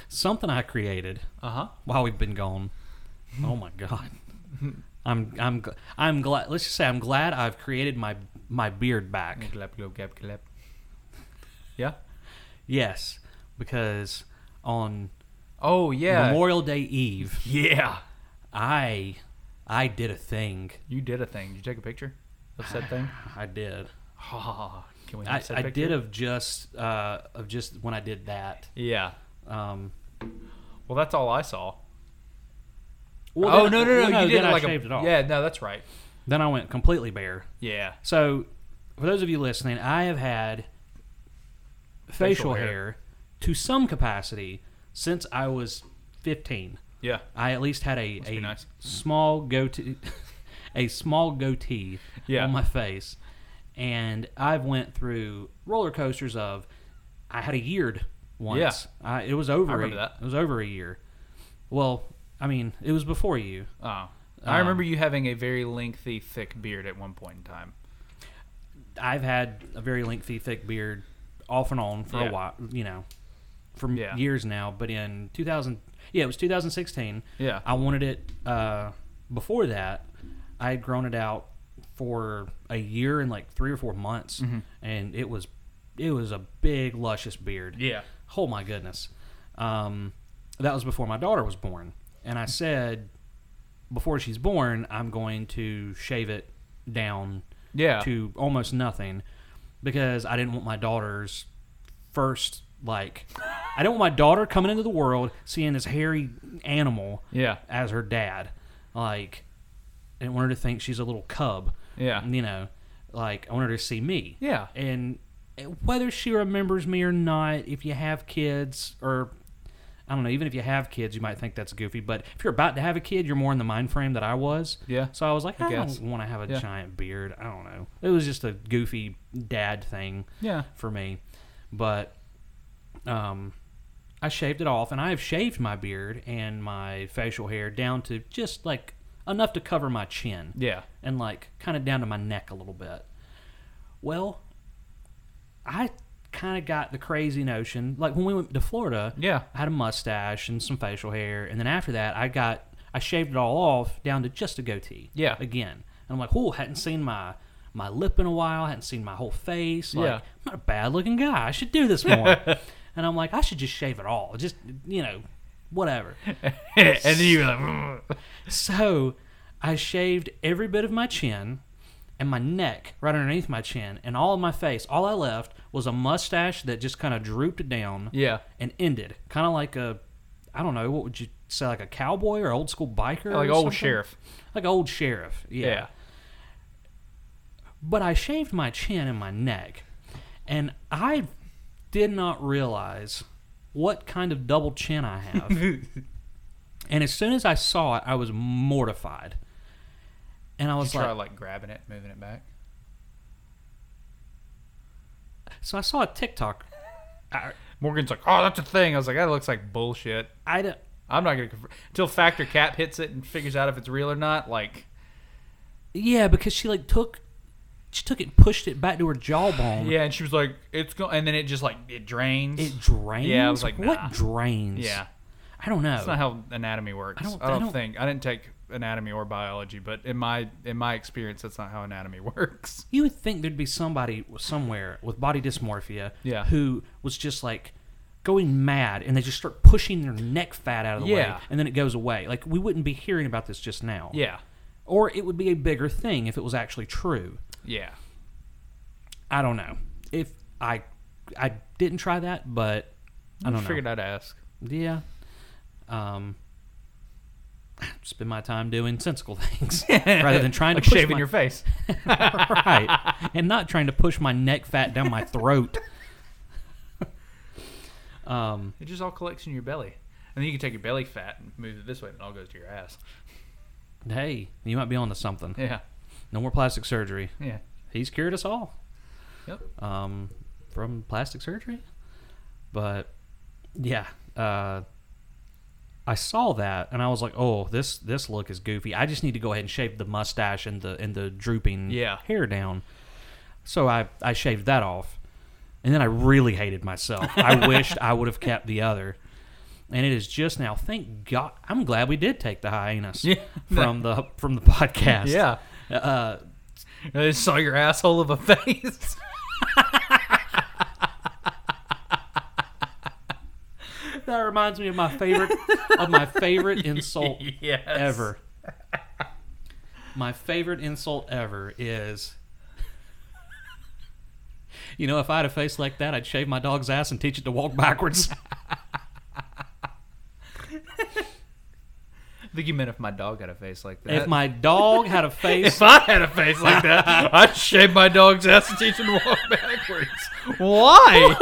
[SPEAKER 1] something I created
[SPEAKER 2] Uh huh.
[SPEAKER 1] while we've been gone. Oh my god. I'm I'm gl- I'm glad. Let's just say I'm glad I've created my my beard back.
[SPEAKER 2] Clap, clap, clap, clap. Yeah.
[SPEAKER 1] Yes, because on
[SPEAKER 2] Oh yeah.
[SPEAKER 1] Memorial Day Eve,
[SPEAKER 2] yeah.
[SPEAKER 1] I I did a thing.
[SPEAKER 2] You did a thing. Did you take a picture of said thing?
[SPEAKER 1] I did.
[SPEAKER 2] Ha! can we? Have
[SPEAKER 1] I,
[SPEAKER 2] said
[SPEAKER 1] I
[SPEAKER 2] picture?
[SPEAKER 1] did of just uh, of just when I did that.
[SPEAKER 2] Yeah.
[SPEAKER 1] Um,
[SPEAKER 2] Well, that's all I saw.
[SPEAKER 1] well,
[SPEAKER 2] oh
[SPEAKER 1] then-
[SPEAKER 2] no, no, no!
[SPEAKER 1] well,
[SPEAKER 2] you did
[SPEAKER 1] then
[SPEAKER 2] it
[SPEAKER 1] I
[SPEAKER 2] like
[SPEAKER 1] shaved
[SPEAKER 2] a,
[SPEAKER 1] it off.
[SPEAKER 2] Yeah, no, that's right.
[SPEAKER 1] Then I went completely bare.
[SPEAKER 2] Yeah.
[SPEAKER 1] So, for those of you listening, I have had facial,
[SPEAKER 2] Facial hair.
[SPEAKER 1] hair. to some capacity since I was 15.
[SPEAKER 2] Yeah.
[SPEAKER 1] I at least had a,
[SPEAKER 2] be
[SPEAKER 1] a
[SPEAKER 2] nice.
[SPEAKER 1] small goatee, a small goatee
[SPEAKER 2] Yeah.
[SPEAKER 1] on my face, and I've went through roller coasters of. I had a yeared once. I, it was over.
[SPEAKER 2] I remember
[SPEAKER 1] a,
[SPEAKER 2] that.
[SPEAKER 1] It was over a year. Well, I mean, it was before you.
[SPEAKER 2] Oh. I remember you having a very lengthy, thick beard at one point in time.
[SPEAKER 1] I've had a very lengthy, thick beard off and on for
[SPEAKER 2] Yeah.
[SPEAKER 1] a while, you know, for
[SPEAKER 2] Yeah.
[SPEAKER 1] years now. But in 2000, yeah, it was 2016.
[SPEAKER 2] Yeah.
[SPEAKER 1] I wanted it uh, before that. I had grown it out for a year and like three or four months,
[SPEAKER 2] Mm-hmm.
[SPEAKER 1] and it was it was a big, luscious beard.
[SPEAKER 2] Yeah.
[SPEAKER 1] Oh my goodness. Um, that was before my daughter was born, and I said before she's born, I'm going to shave it down
[SPEAKER 2] Yeah.
[SPEAKER 1] to almost nothing because I didn't want my daughter's first like I don't want my daughter coming into the world seeing this hairy animal
[SPEAKER 2] Yeah.
[SPEAKER 1] as her dad. Like I didn't want her to think she's a little cub.
[SPEAKER 2] Yeah.
[SPEAKER 1] You know, like I want her to see me.
[SPEAKER 2] Yeah.
[SPEAKER 1] And whether she remembers me or not, if you have kids or I don't know, even if you have kids, you might think that's goofy, but if you're about to have a kid, you're more in the mind frame that I was.
[SPEAKER 2] Yeah.
[SPEAKER 1] So I was like, I,
[SPEAKER 2] guess.
[SPEAKER 1] don't want to have a
[SPEAKER 2] Yeah.
[SPEAKER 1] giant beard. I don't know. It was just a goofy dad thing
[SPEAKER 2] Yeah.
[SPEAKER 1] for me. But um I shaved it off and I have shaved my beard and my facial hair down to just like enough to cover my chin
[SPEAKER 2] Yeah.
[SPEAKER 1] and like kind of down to my neck a little bit. Well, I kind of got the crazy notion. Like when we went to Florida,
[SPEAKER 2] Yeah.
[SPEAKER 1] I had a mustache and some facial hair, and then after that, I got I shaved it all off down to just a goatee.
[SPEAKER 2] Yeah.
[SPEAKER 1] again, and I'm like, oh, hadn't seen my my lip in a while, hadn't seen my whole face. Like,
[SPEAKER 2] Yeah.
[SPEAKER 1] I'm not a bad looking guy. I should do this more. and I'm like, I should just shave it all. Just you know, whatever.
[SPEAKER 2] and then you were like, "Mm."
[SPEAKER 1] So I shaved every bit of my chin and my neck right underneath my chin and all of my face. All I left was a mustache that just kind of drooped down
[SPEAKER 2] yeah.
[SPEAKER 1] and ended. Kind of like a, I don't know, what would you say, like a cowboy or old school biker?
[SPEAKER 2] Like
[SPEAKER 1] or
[SPEAKER 2] old
[SPEAKER 1] something?
[SPEAKER 2] sheriff.
[SPEAKER 1] Like old sheriff, yeah.
[SPEAKER 2] Yeah.
[SPEAKER 1] But I shaved my chin and my neck. And I did not realize what kind of double chin I have. and as soon as I saw it, I was mortified. And I
[SPEAKER 2] You
[SPEAKER 1] was like,
[SPEAKER 2] try like grabbing it, moving it back.
[SPEAKER 1] So I saw a TikTok I,
[SPEAKER 2] Morgan's like, oh, that's a thing. I was like, that looks like bullshit.
[SPEAKER 1] I don't.
[SPEAKER 2] I'm not gonna conf- until Factor Cap hits it and figures out if it's real or not. Like,
[SPEAKER 1] Yeah, because she like took, she took it and pushed it back to her jawbone.
[SPEAKER 2] yeah, and she was like, it's going, and then it just like it drains.
[SPEAKER 1] It drains.
[SPEAKER 2] Yeah, I was like,
[SPEAKER 1] what
[SPEAKER 2] nah.
[SPEAKER 1] drains?
[SPEAKER 2] yeah,
[SPEAKER 1] I don't know.
[SPEAKER 2] that's not how anatomy works. I
[SPEAKER 1] don't-
[SPEAKER 2] don't,
[SPEAKER 1] Oh. I don't-
[SPEAKER 2] think I didn't take anatomy or biology, but in my in my experience, that's not how anatomy works.
[SPEAKER 1] you would think there'd be somebody somewhere with body dysmorphia
[SPEAKER 2] Yeah.
[SPEAKER 1] who was just like going mad and they just start pushing their neck fat out of the
[SPEAKER 2] Yeah.
[SPEAKER 1] way and then it goes away. Like we wouldn't be hearing about this just now.
[SPEAKER 2] Yeah,
[SPEAKER 1] Or it would be a bigger thing if it was actually true.
[SPEAKER 2] yeah,
[SPEAKER 1] I don't know. If I I didn't try that, but I don't know.
[SPEAKER 2] Figured I'd ask.
[SPEAKER 1] Yeah. Um spend my time doing sensical things rather than trying
[SPEAKER 2] Like
[SPEAKER 1] to push
[SPEAKER 2] shaving
[SPEAKER 1] my-
[SPEAKER 2] your face.
[SPEAKER 1] right. And not trying to push my neck fat down my throat. um,
[SPEAKER 2] It just all collects in your belly, and then you can take your belly fat and move it this way, and it all goes to your ass.
[SPEAKER 1] hey, you might be onto something.
[SPEAKER 2] Yeah,
[SPEAKER 1] No more plastic surgery.
[SPEAKER 2] yeah.
[SPEAKER 1] He's cured us all.
[SPEAKER 2] Yep.
[SPEAKER 1] Um, from plastic surgery. But yeah, uh, I saw that and I was like, oh, this this look is goofy. I just need to go ahead and shave the mustache and the and the drooping
[SPEAKER 2] Yeah.
[SPEAKER 1] hair down. So I I shaved that off, and then I really hated myself. I wished I would have kept the other. And it is just now. Thank God. I'm glad we did take the hiatus
[SPEAKER 2] Yeah.
[SPEAKER 1] from the from the podcast.
[SPEAKER 2] Yeah.
[SPEAKER 1] Uh,
[SPEAKER 2] I saw your asshole of a face.
[SPEAKER 1] that reminds me of my favorite of my favorite insult
[SPEAKER 2] yes.
[SPEAKER 1] Oh, ever. My favorite insult ever is. You know, if I had a face like that, I'd shave my dog's ass and teach it to walk backwards.
[SPEAKER 2] I think you meant if my dog had a face like that.
[SPEAKER 1] if my dog had a face,
[SPEAKER 2] If I had a face like that, I'd shave my dog's ass and teach him to walk backwards. Why?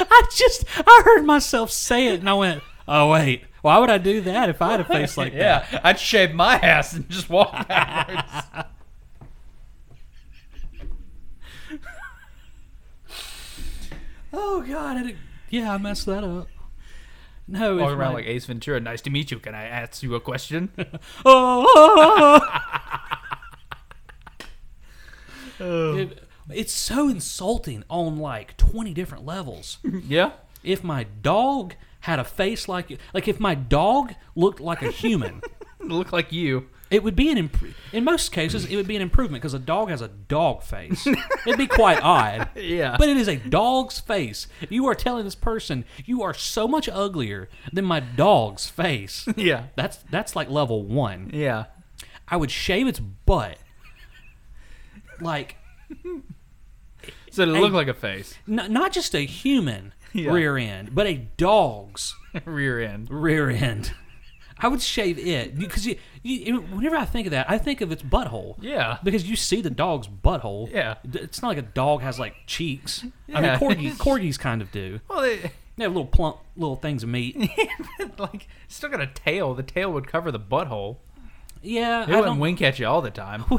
[SPEAKER 1] I just I heard myself say it and I went, "Oh wait, why would I do that if I had a face like that?"
[SPEAKER 2] yeah, I'd shave my ass and just walk backwards.
[SPEAKER 1] Oh god, I did, yeah, I messed that up. No,
[SPEAKER 2] Walk
[SPEAKER 1] if
[SPEAKER 2] around
[SPEAKER 1] my-
[SPEAKER 2] like Ace Ventura. Nice to meet you. Can I ask you a question?
[SPEAKER 1] oh. It- it's so insulting on like 20 different levels.
[SPEAKER 2] yeah.
[SPEAKER 1] if my dog had a face like like if my dog looked like a human,
[SPEAKER 2] Look like you.
[SPEAKER 1] it would be an imp- in most cases it would be an improvement because a dog has a dog face. It'd be quite odd.
[SPEAKER 2] Yeah.
[SPEAKER 1] But it is a dog's face. You are telling this person you are so much uglier than my dog's face.
[SPEAKER 2] Yeah.
[SPEAKER 1] That's that's like level 1.
[SPEAKER 2] Yeah.
[SPEAKER 1] I would shave its butt. Like,
[SPEAKER 2] So it looked like a face.
[SPEAKER 1] n- not just a human
[SPEAKER 2] Yeah.
[SPEAKER 1] rear end, but a dog's
[SPEAKER 2] Rear end.
[SPEAKER 1] rear end. I would shave it because you, you, whenever I think of that, I think of its butthole.
[SPEAKER 2] Yeah.
[SPEAKER 1] Because you see the dog's butthole.
[SPEAKER 2] Yeah.
[SPEAKER 1] D- It's not like a dog has like cheeks. I mean,
[SPEAKER 2] Yeah.
[SPEAKER 1] corgis, corgis kind of do.
[SPEAKER 2] Well, they,
[SPEAKER 1] They have little plump little things of meat.
[SPEAKER 2] like, still got a tail. The tail would cover the butthole.
[SPEAKER 1] Yeah,
[SPEAKER 2] It
[SPEAKER 1] I
[SPEAKER 2] wouldn't
[SPEAKER 1] don't.
[SPEAKER 2] wink at you all the time.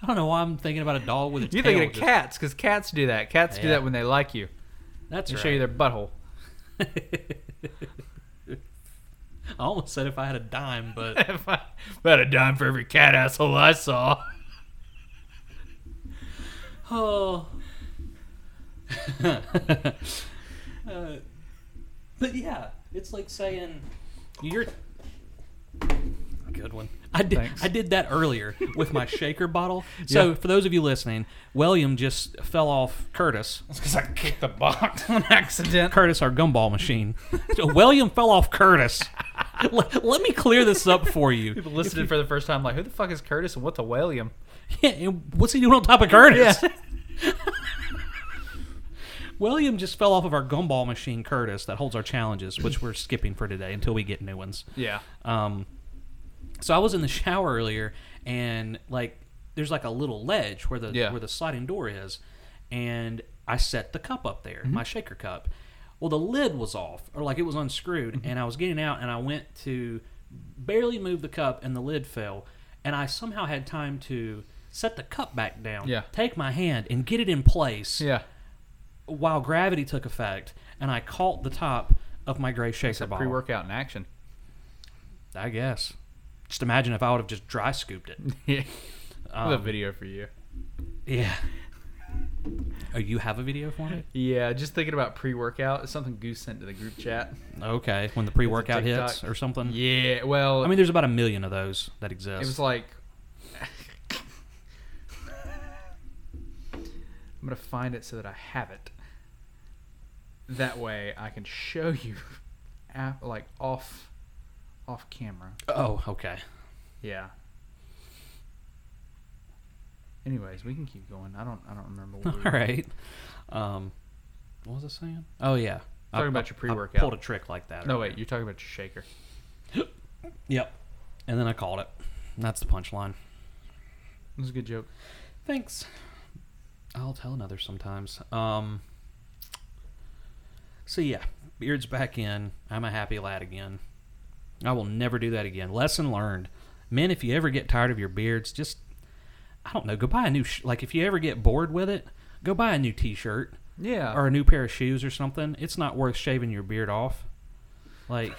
[SPEAKER 1] I don't know why I'm thinking about a dog with a
[SPEAKER 2] You're
[SPEAKER 1] tail.
[SPEAKER 2] thinking of
[SPEAKER 1] just-
[SPEAKER 2] cats because cats do that. Cats do
[SPEAKER 1] Yeah.
[SPEAKER 2] that when they like you.
[SPEAKER 1] That's
[SPEAKER 2] They
[SPEAKER 1] right.
[SPEAKER 2] show you their butthole.
[SPEAKER 1] I almost said if I had a dime, but
[SPEAKER 2] if I if I had a dime for every cat asshole I saw.
[SPEAKER 1] Oh. Uh, but yeah, it's like saying you're good one. I did
[SPEAKER 2] Thanks.
[SPEAKER 1] I did that earlier with my shaker bottle. So for those of you listening, William just fell off Curtis.
[SPEAKER 2] Because I kicked the box on accident.
[SPEAKER 1] Curtis, our gumball machine. So William fell off Curtis. Let, let me clear this up for you.
[SPEAKER 2] People listening for the first time, like, who the fuck is Curtis and what's a William?
[SPEAKER 1] Yeah, and what's he doing on top of Curtis? William just fell off of our gumball machine, Curtis, that holds our challenges, which we're skipping for today until we get new ones.
[SPEAKER 2] Yeah.
[SPEAKER 1] Um, so I was in the shower earlier, and like, there's like a little ledge where the
[SPEAKER 2] Yeah.
[SPEAKER 1] where the sliding door is, and I set the cup up
[SPEAKER 2] Mm-hmm.
[SPEAKER 1] there, my shaker cup. Well, the lid was off, or like it was unscrewed,
[SPEAKER 2] Mm-hmm.
[SPEAKER 1] and I was getting out, and I went to barely move the cup, and the lid fell, and I somehow had time to set the cup back down,
[SPEAKER 2] Yeah.
[SPEAKER 1] take my hand, and get it in place
[SPEAKER 2] Yeah.
[SPEAKER 1] while gravity took effect, and I caught the top of my gray shaker bottle.
[SPEAKER 2] Pre-workout in action.
[SPEAKER 1] I guess. Just imagine if I would have just dry scooped it.
[SPEAKER 2] Yeah.
[SPEAKER 1] Um,
[SPEAKER 2] a video for you.
[SPEAKER 1] Yeah. Oh, you have a video for me?
[SPEAKER 2] Yeah, just thinking about pre-workout. It's something Goose sent to the group chat.
[SPEAKER 1] Okay, when the pre-workout
[SPEAKER 2] TikTok.
[SPEAKER 1] hits or something.
[SPEAKER 2] Yeah, well,
[SPEAKER 1] I mean, there's about a million of those that exist.
[SPEAKER 2] it was like I'm gonna find it so that I have it. That way, I can show you, af- like off, off camera.
[SPEAKER 1] oh, okay.
[SPEAKER 2] Yeah. Anyways, we can keep going. I don't. I don't remember. What we
[SPEAKER 1] All
[SPEAKER 2] were-
[SPEAKER 1] right. Um, what was I saying? Oh yeah,
[SPEAKER 2] Talking
[SPEAKER 1] I-
[SPEAKER 2] about
[SPEAKER 1] I-
[SPEAKER 2] your
[SPEAKER 1] I
[SPEAKER 2] pre-workout.
[SPEAKER 1] Pulled a trick like that.
[SPEAKER 2] No
[SPEAKER 1] earlier.
[SPEAKER 2] wait, you're talking about your shaker.
[SPEAKER 1] Yep. And then I called it. That's the punchline.
[SPEAKER 2] It was a good joke.
[SPEAKER 1] Thanks. I'll tell another sometimes. Um. So yeah, beard's back in. I'm a happy lad again. I will never do that again. Lesson learned. Men, if you ever get tired of your beards, just I don't know, go buy a new sh- like if you ever get bored with it, go buy a new t-shirt
[SPEAKER 2] Yeah.
[SPEAKER 1] or a new pair of shoes or something. It's not worth shaving your beard off. Like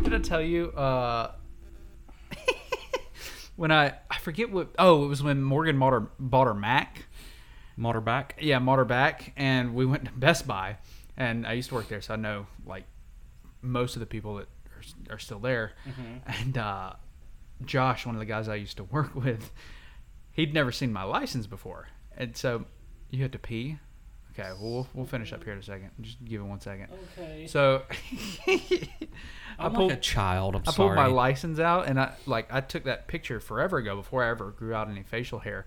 [SPEAKER 2] Did I tell you uh, when I I forget what? Oh, it was when Morgan bought her, bought her Mac.
[SPEAKER 1] motorback.
[SPEAKER 2] Yeah, bought her back, and we went to Best Buy, and I used to work there, so I know like most of the people that are, are still there.
[SPEAKER 1] Mm-hmm.
[SPEAKER 2] And uh, Josh, one of the guys I used to work with, he'd never seen my license before, and so you had to pee. Okay, well, we'll we'll finish up here in a second. Just give it one second. Okay. So
[SPEAKER 1] I'm
[SPEAKER 2] pulled-
[SPEAKER 1] like a child. I'm
[SPEAKER 2] I
[SPEAKER 1] sorry.
[SPEAKER 2] pulled my license out and I like I took that picture forever ago before I ever grew out any facial hair.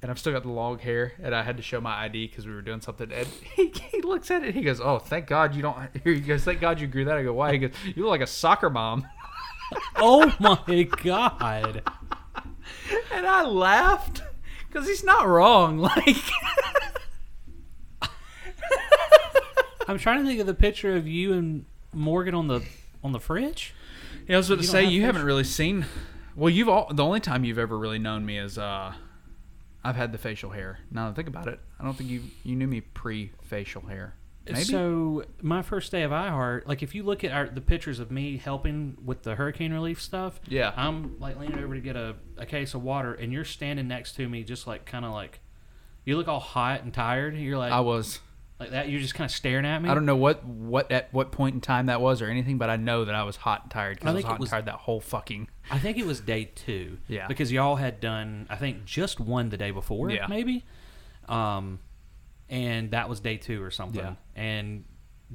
[SPEAKER 2] And I've still got the long hair, and I had to show my ID because we were doing something. And he, he looks at it, he goes, "Oh, thank God you don't." He goes, "Thank God you grew that." I go, "Why?" He goes, "You look like a soccer mom."
[SPEAKER 1] oh my god.
[SPEAKER 2] And I laughed because he's not wrong. Like,
[SPEAKER 1] I'm trying to think of the picture of you and Morgan on the on the fridge.
[SPEAKER 2] yeah, I was about to
[SPEAKER 1] don't
[SPEAKER 2] say
[SPEAKER 1] have
[SPEAKER 2] you haven't
[SPEAKER 1] facial-
[SPEAKER 2] really seen. Well, you've all the only time you've ever really known me is uh, I've had the facial hair. Now that I think about it, I don't think you you knew me pre facial hair. Maybe.
[SPEAKER 1] So my first day of iHeart, like if you look at our, the pictures of me helping with the hurricane relief stuff,
[SPEAKER 2] Yeah.
[SPEAKER 1] I'm like leaning over to get a, a case of water, and you're standing next to me, just like kind of like you look all hot and tired. and You're like
[SPEAKER 2] I was.
[SPEAKER 1] like that. You're just kind of staring at me.
[SPEAKER 2] I don't know what what at what point in time that was or anything, but I know that I was hot and tired because
[SPEAKER 1] I
[SPEAKER 2] I, was
[SPEAKER 1] think it
[SPEAKER 2] hot
[SPEAKER 1] was-
[SPEAKER 2] and tired that whole fucking.
[SPEAKER 1] I think it was day two.
[SPEAKER 2] Yeah.
[SPEAKER 1] Because y'all had done, I think, just one the day before,
[SPEAKER 2] Yeah.
[SPEAKER 1] maybe. Um, and that was day two or something.
[SPEAKER 2] Yeah.
[SPEAKER 1] And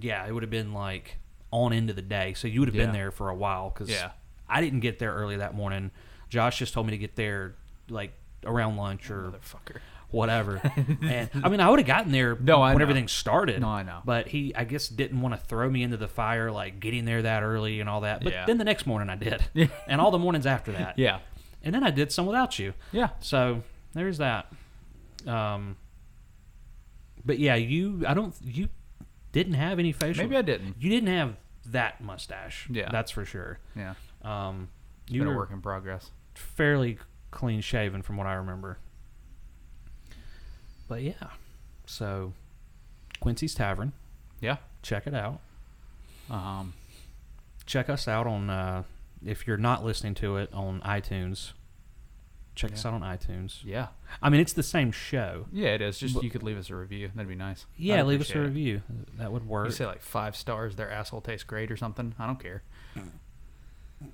[SPEAKER 1] yeah, it would have been like on into the day. So you would have
[SPEAKER 2] Yeah.
[SPEAKER 1] been there for a while because
[SPEAKER 2] Yeah.
[SPEAKER 1] I didn't get there early that morning. Josh just told me to get there like around lunch or
[SPEAKER 2] Motherfucker.
[SPEAKER 1] whatever. and I mean, I would have gotten there
[SPEAKER 2] No, I
[SPEAKER 1] when
[SPEAKER 2] know.
[SPEAKER 1] everything started.
[SPEAKER 2] No, I know.
[SPEAKER 1] But he, I guess, didn't want to throw me into the fire like getting there that early and all that. But
[SPEAKER 2] Yeah.
[SPEAKER 1] then the next morning I did, and all the mornings after that.
[SPEAKER 2] Yeah.
[SPEAKER 1] And then I did some without you.
[SPEAKER 2] Yeah.
[SPEAKER 1] So there's that. Um. But yeah, you. I don't. You didn't have any facial.
[SPEAKER 2] Maybe I didn't.
[SPEAKER 1] You didn't have that mustache.
[SPEAKER 2] Yeah.
[SPEAKER 1] that's for sure.
[SPEAKER 2] Yeah.
[SPEAKER 1] Um,
[SPEAKER 2] You
[SPEAKER 1] you
[SPEAKER 2] been a
[SPEAKER 1] were
[SPEAKER 2] work in progress.
[SPEAKER 1] fairly clean shaven from what I remember. But yeah, so Quincy's Tavern,
[SPEAKER 2] Yeah.
[SPEAKER 1] check it out.
[SPEAKER 2] Um.
[SPEAKER 1] Check us out on uh, if you're not listening to it on iTunes. Check us out on iTunes.
[SPEAKER 2] Yeah.
[SPEAKER 1] I mean, it's the same show.
[SPEAKER 2] Yeah. It is. Just you could leave us a review. That'd be nice.
[SPEAKER 1] Yeah,
[SPEAKER 2] I'd
[SPEAKER 1] leave us a
[SPEAKER 2] appreciate it.
[SPEAKER 1] review. That would work.
[SPEAKER 2] You say like five stars. Their asshole tastes great or something. I don't care.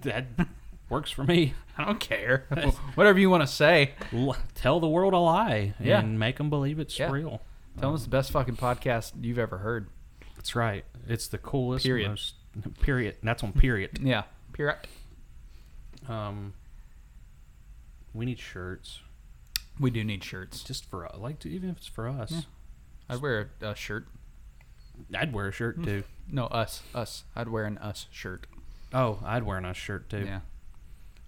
[SPEAKER 1] that works for me.
[SPEAKER 2] I don't care. Whatever you want to say.
[SPEAKER 1] L- Tell the world a lie
[SPEAKER 2] Yeah.
[SPEAKER 1] and make them believe it's
[SPEAKER 2] Yeah.
[SPEAKER 1] real.
[SPEAKER 2] Tell them it's the best fucking podcast you've ever heard.
[SPEAKER 1] That's right. It's the coolest.
[SPEAKER 2] Period.
[SPEAKER 1] Most, period. That's on period.
[SPEAKER 2] Yeah. Period.
[SPEAKER 1] Um, we need shirts
[SPEAKER 2] We do need shirts.
[SPEAKER 1] just for like even if it's for us.
[SPEAKER 2] I'd wear a, a shirt.
[SPEAKER 1] I'd wear a
[SPEAKER 2] Hmm.
[SPEAKER 1] shirt too.
[SPEAKER 2] No, us. Us. I'd wear an us shirt.
[SPEAKER 1] oh, I'd wear a nice shirt too.
[SPEAKER 2] Yeah.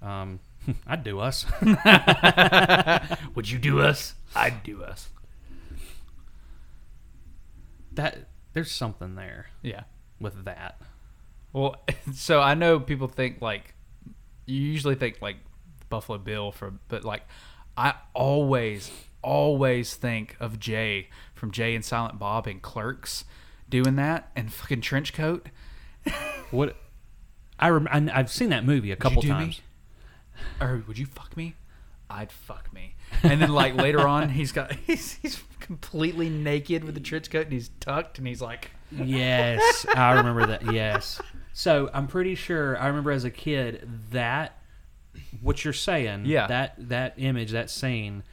[SPEAKER 1] Um, I'd do us.
[SPEAKER 2] Would you do us? I'd do us.
[SPEAKER 1] that there's something there
[SPEAKER 2] Yeah.
[SPEAKER 1] with that.
[SPEAKER 2] Well, so I know people think like you usually think like Buffalo Bill for, but like I always always think of Jay from Jay and Silent Bob and Clerks doing that and fucking trench coat.
[SPEAKER 1] What? I rem- I, I've seen that movie a
[SPEAKER 2] Would you
[SPEAKER 1] couple
[SPEAKER 2] do
[SPEAKER 1] times.
[SPEAKER 2] Me? Or would you fuck me? I'd fuck me. And then like later on, he's got he's he's completely naked with the trench coat and he's tucked and he's like,
[SPEAKER 1] Yes, I remember that. Yes. So I'm pretty sure I remember as a kid that what you're saying.
[SPEAKER 2] Yeah.
[SPEAKER 1] That that image, that scene,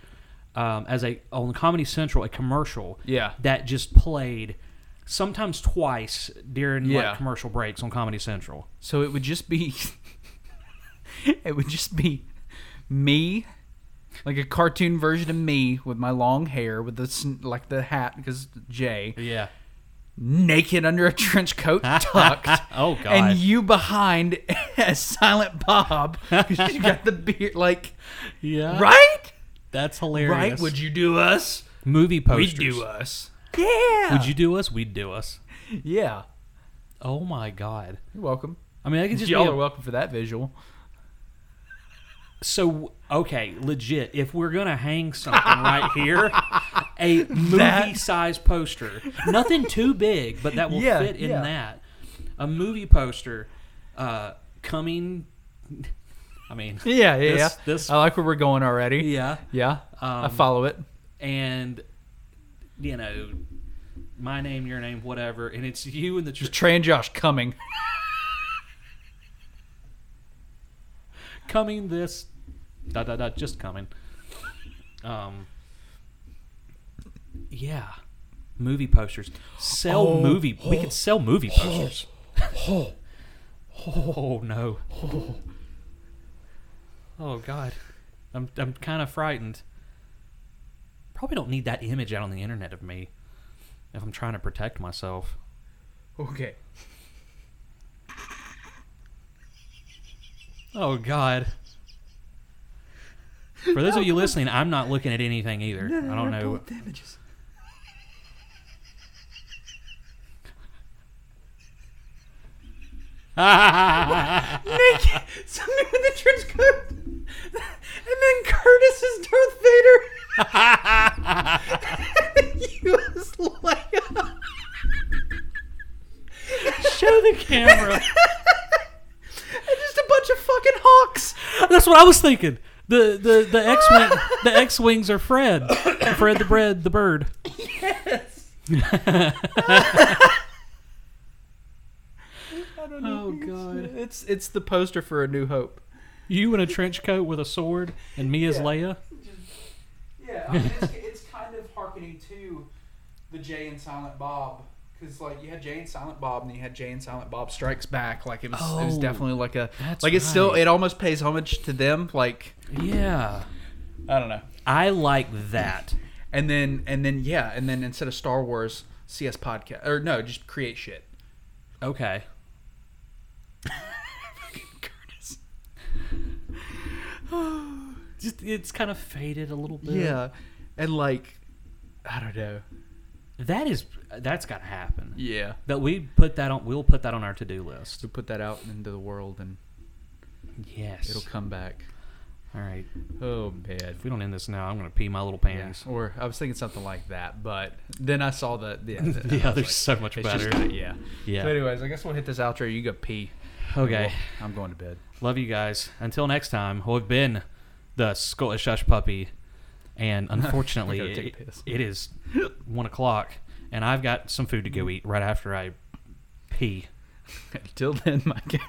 [SPEAKER 1] um, as a on Comedy Central, a commercial.
[SPEAKER 2] Yeah.
[SPEAKER 1] That just played sometimes twice during
[SPEAKER 2] Yeah.
[SPEAKER 1] like commercial breaks on Comedy Central.
[SPEAKER 2] So it would just be it would just be me like a cartoon version of me with my long hair with the sn- like the hat because Jay
[SPEAKER 1] Yeah.
[SPEAKER 2] naked under a trench coat tucked
[SPEAKER 1] Oh God.
[SPEAKER 2] and you behind as Silent Bob because you got the beard like
[SPEAKER 1] yeah.
[SPEAKER 2] right
[SPEAKER 1] That's hilarious.
[SPEAKER 2] right would you do us
[SPEAKER 1] movie posters?
[SPEAKER 2] we'd do us yeah
[SPEAKER 1] Would you do us? We'd do us.
[SPEAKER 2] yeah
[SPEAKER 1] Oh my God.
[SPEAKER 2] you're welcome
[SPEAKER 1] I mean, I could just
[SPEAKER 2] y'all
[SPEAKER 1] be a-
[SPEAKER 2] are welcome for that visual
[SPEAKER 1] So okay, legit. If we're gonna hang something right here, a movie-sized poster, nothing too big, but that will
[SPEAKER 2] Yeah,
[SPEAKER 1] fit in
[SPEAKER 2] yeah.
[SPEAKER 1] that. A movie poster, uh, coming. I mean,
[SPEAKER 2] yeah yeah
[SPEAKER 1] This-
[SPEAKER 2] yeah
[SPEAKER 1] this- Um,
[SPEAKER 2] I like where we're going already
[SPEAKER 1] yeah,
[SPEAKER 2] Yeah, I follow it.
[SPEAKER 1] and you know, my name, your name, whatever, and it's you and the
[SPEAKER 2] Just
[SPEAKER 1] tr-
[SPEAKER 2] Trey and Josh coming.
[SPEAKER 1] coming this, dot dot dot, just coming. Um. Yeah. Movie posters. Sell movie. We could sell movie posters. Oh no. Oh god. I'm I'm kind of frightened. Probably don't need that image out on the internet of me if I'm trying to protect myself.
[SPEAKER 2] Okay.
[SPEAKER 1] Oh god. For those of you listening, I'm not looking at anything either. I don't know.
[SPEAKER 2] Damages. Naked, somebody with a trench coat, and then Curtis is Darth Vader. you uh, is Leia.
[SPEAKER 1] Show the camera.
[SPEAKER 2] And just a bunch of fucking hawks.
[SPEAKER 1] That's what I was thinking. The the the X wing the X wings are Fred, Fred the bread the bird.
[SPEAKER 2] Oh god. It's it's the poster for A New Hope.
[SPEAKER 1] You in a trench coat with a sword, and me as Leia.
[SPEAKER 2] Yeah, I mean, it's, it's kind of harkening to the Jay and Silent Bob because like you had Jay and Silent Bob, and you had Jay and Silent Bob Strikes Back. Like it was, it was
[SPEAKER 1] Oh,
[SPEAKER 2] definitely like a
[SPEAKER 1] that's
[SPEAKER 2] like it's still
[SPEAKER 1] right.
[SPEAKER 2] it almost pays homage to them. Like
[SPEAKER 1] Yeah,
[SPEAKER 2] I don't know.
[SPEAKER 1] I like that.
[SPEAKER 2] And then and then yeah, and then instead of Star Wars, CS podcast or no, just create shit.
[SPEAKER 1] Okay.
[SPEAKER 2] Curtis.
[SPEAKER 1] Just it's kind of faded a little bit.
[SPEAKER 2] Yeah, and like I don't know.
[SPEAKER 1] that is that's got to happen.
[SPEAKER 2] Yeah,
[SPEAKER 1] That we put that on. We'll put that on our to do list.
[SPEAKER 2] so put that out into the world and
[SPEAKER 1] Yes.
[SPEAKER 2] it'll come back.
[SPEAKER 1] All right.
[SPEAKER 2] Oh man.
[SPEAKER 1] If we don't end this now, I'm gonna pee my little pants.
[SPEAKER 2] Or I was thinking something like that, but then I saw the yeah,
[SPEAKER 1] Yeah,
[SPEAKER 2] the,
[SPEAKER 1] there's so much
[SPEAKER 2] it's
[SPEAKER 1] better.
[SPEAKER 2] just not, yeah.
[SPEAKER 1] Yeah.
[SPEAKER 2] So, anyways, I guess we'll hit this outro. You go pee.
[SPEAKER 1] okay.
[SPEAKER 2] Well, I'm going to bed.
[SPEAKER 1] Love you guys. Until next time, we've been the Scottish Hush Puppy, and unfortunately,
[SPEAKER 2] gotta take a
[SPEAKER 1] it-
[SPEAKER 2] piss.
[SPEAKER 1] it is one o'clock, and I've got some food to go eat right after I pee.
[SPEAKER 2] Until then, my ga-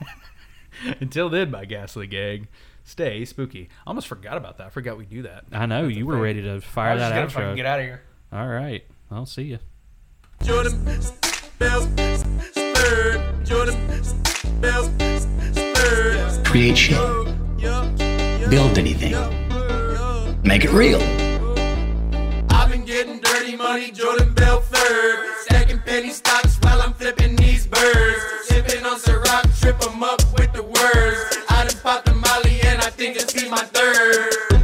[SPEAKER 2] until then, my ghastly gang, stay spooky. I almost forgot about that. I forgot we do that.
[SPEAKER 1] I know you were
[SPEAKER 2] thing.
[SPEAKER 1] ready to
[SPEAKER 2] I
[SPEAKER 1] fire
[SPEAKER 2] was just
[SPEAKER 1] that
[SPEAKER 2] gonna fucking
[SPEAKER 1] outro.
[SPEAKER 2] get out of here.
[SPEAKER 1] All right, I'll see you.
[SPEAKER 8] Jordan Bell Spurred Jordan Bell Spurred
[SPEAKER 9] create shit, build anything, make it real.
[SPEAKER 8] I've been getting dirty money, Jordan Bell third. Stacking penny stocks while I'm flipping these birds. Sipping on Ciroc, trip 'em up with the words. I done popped a molly and I think it's be my third.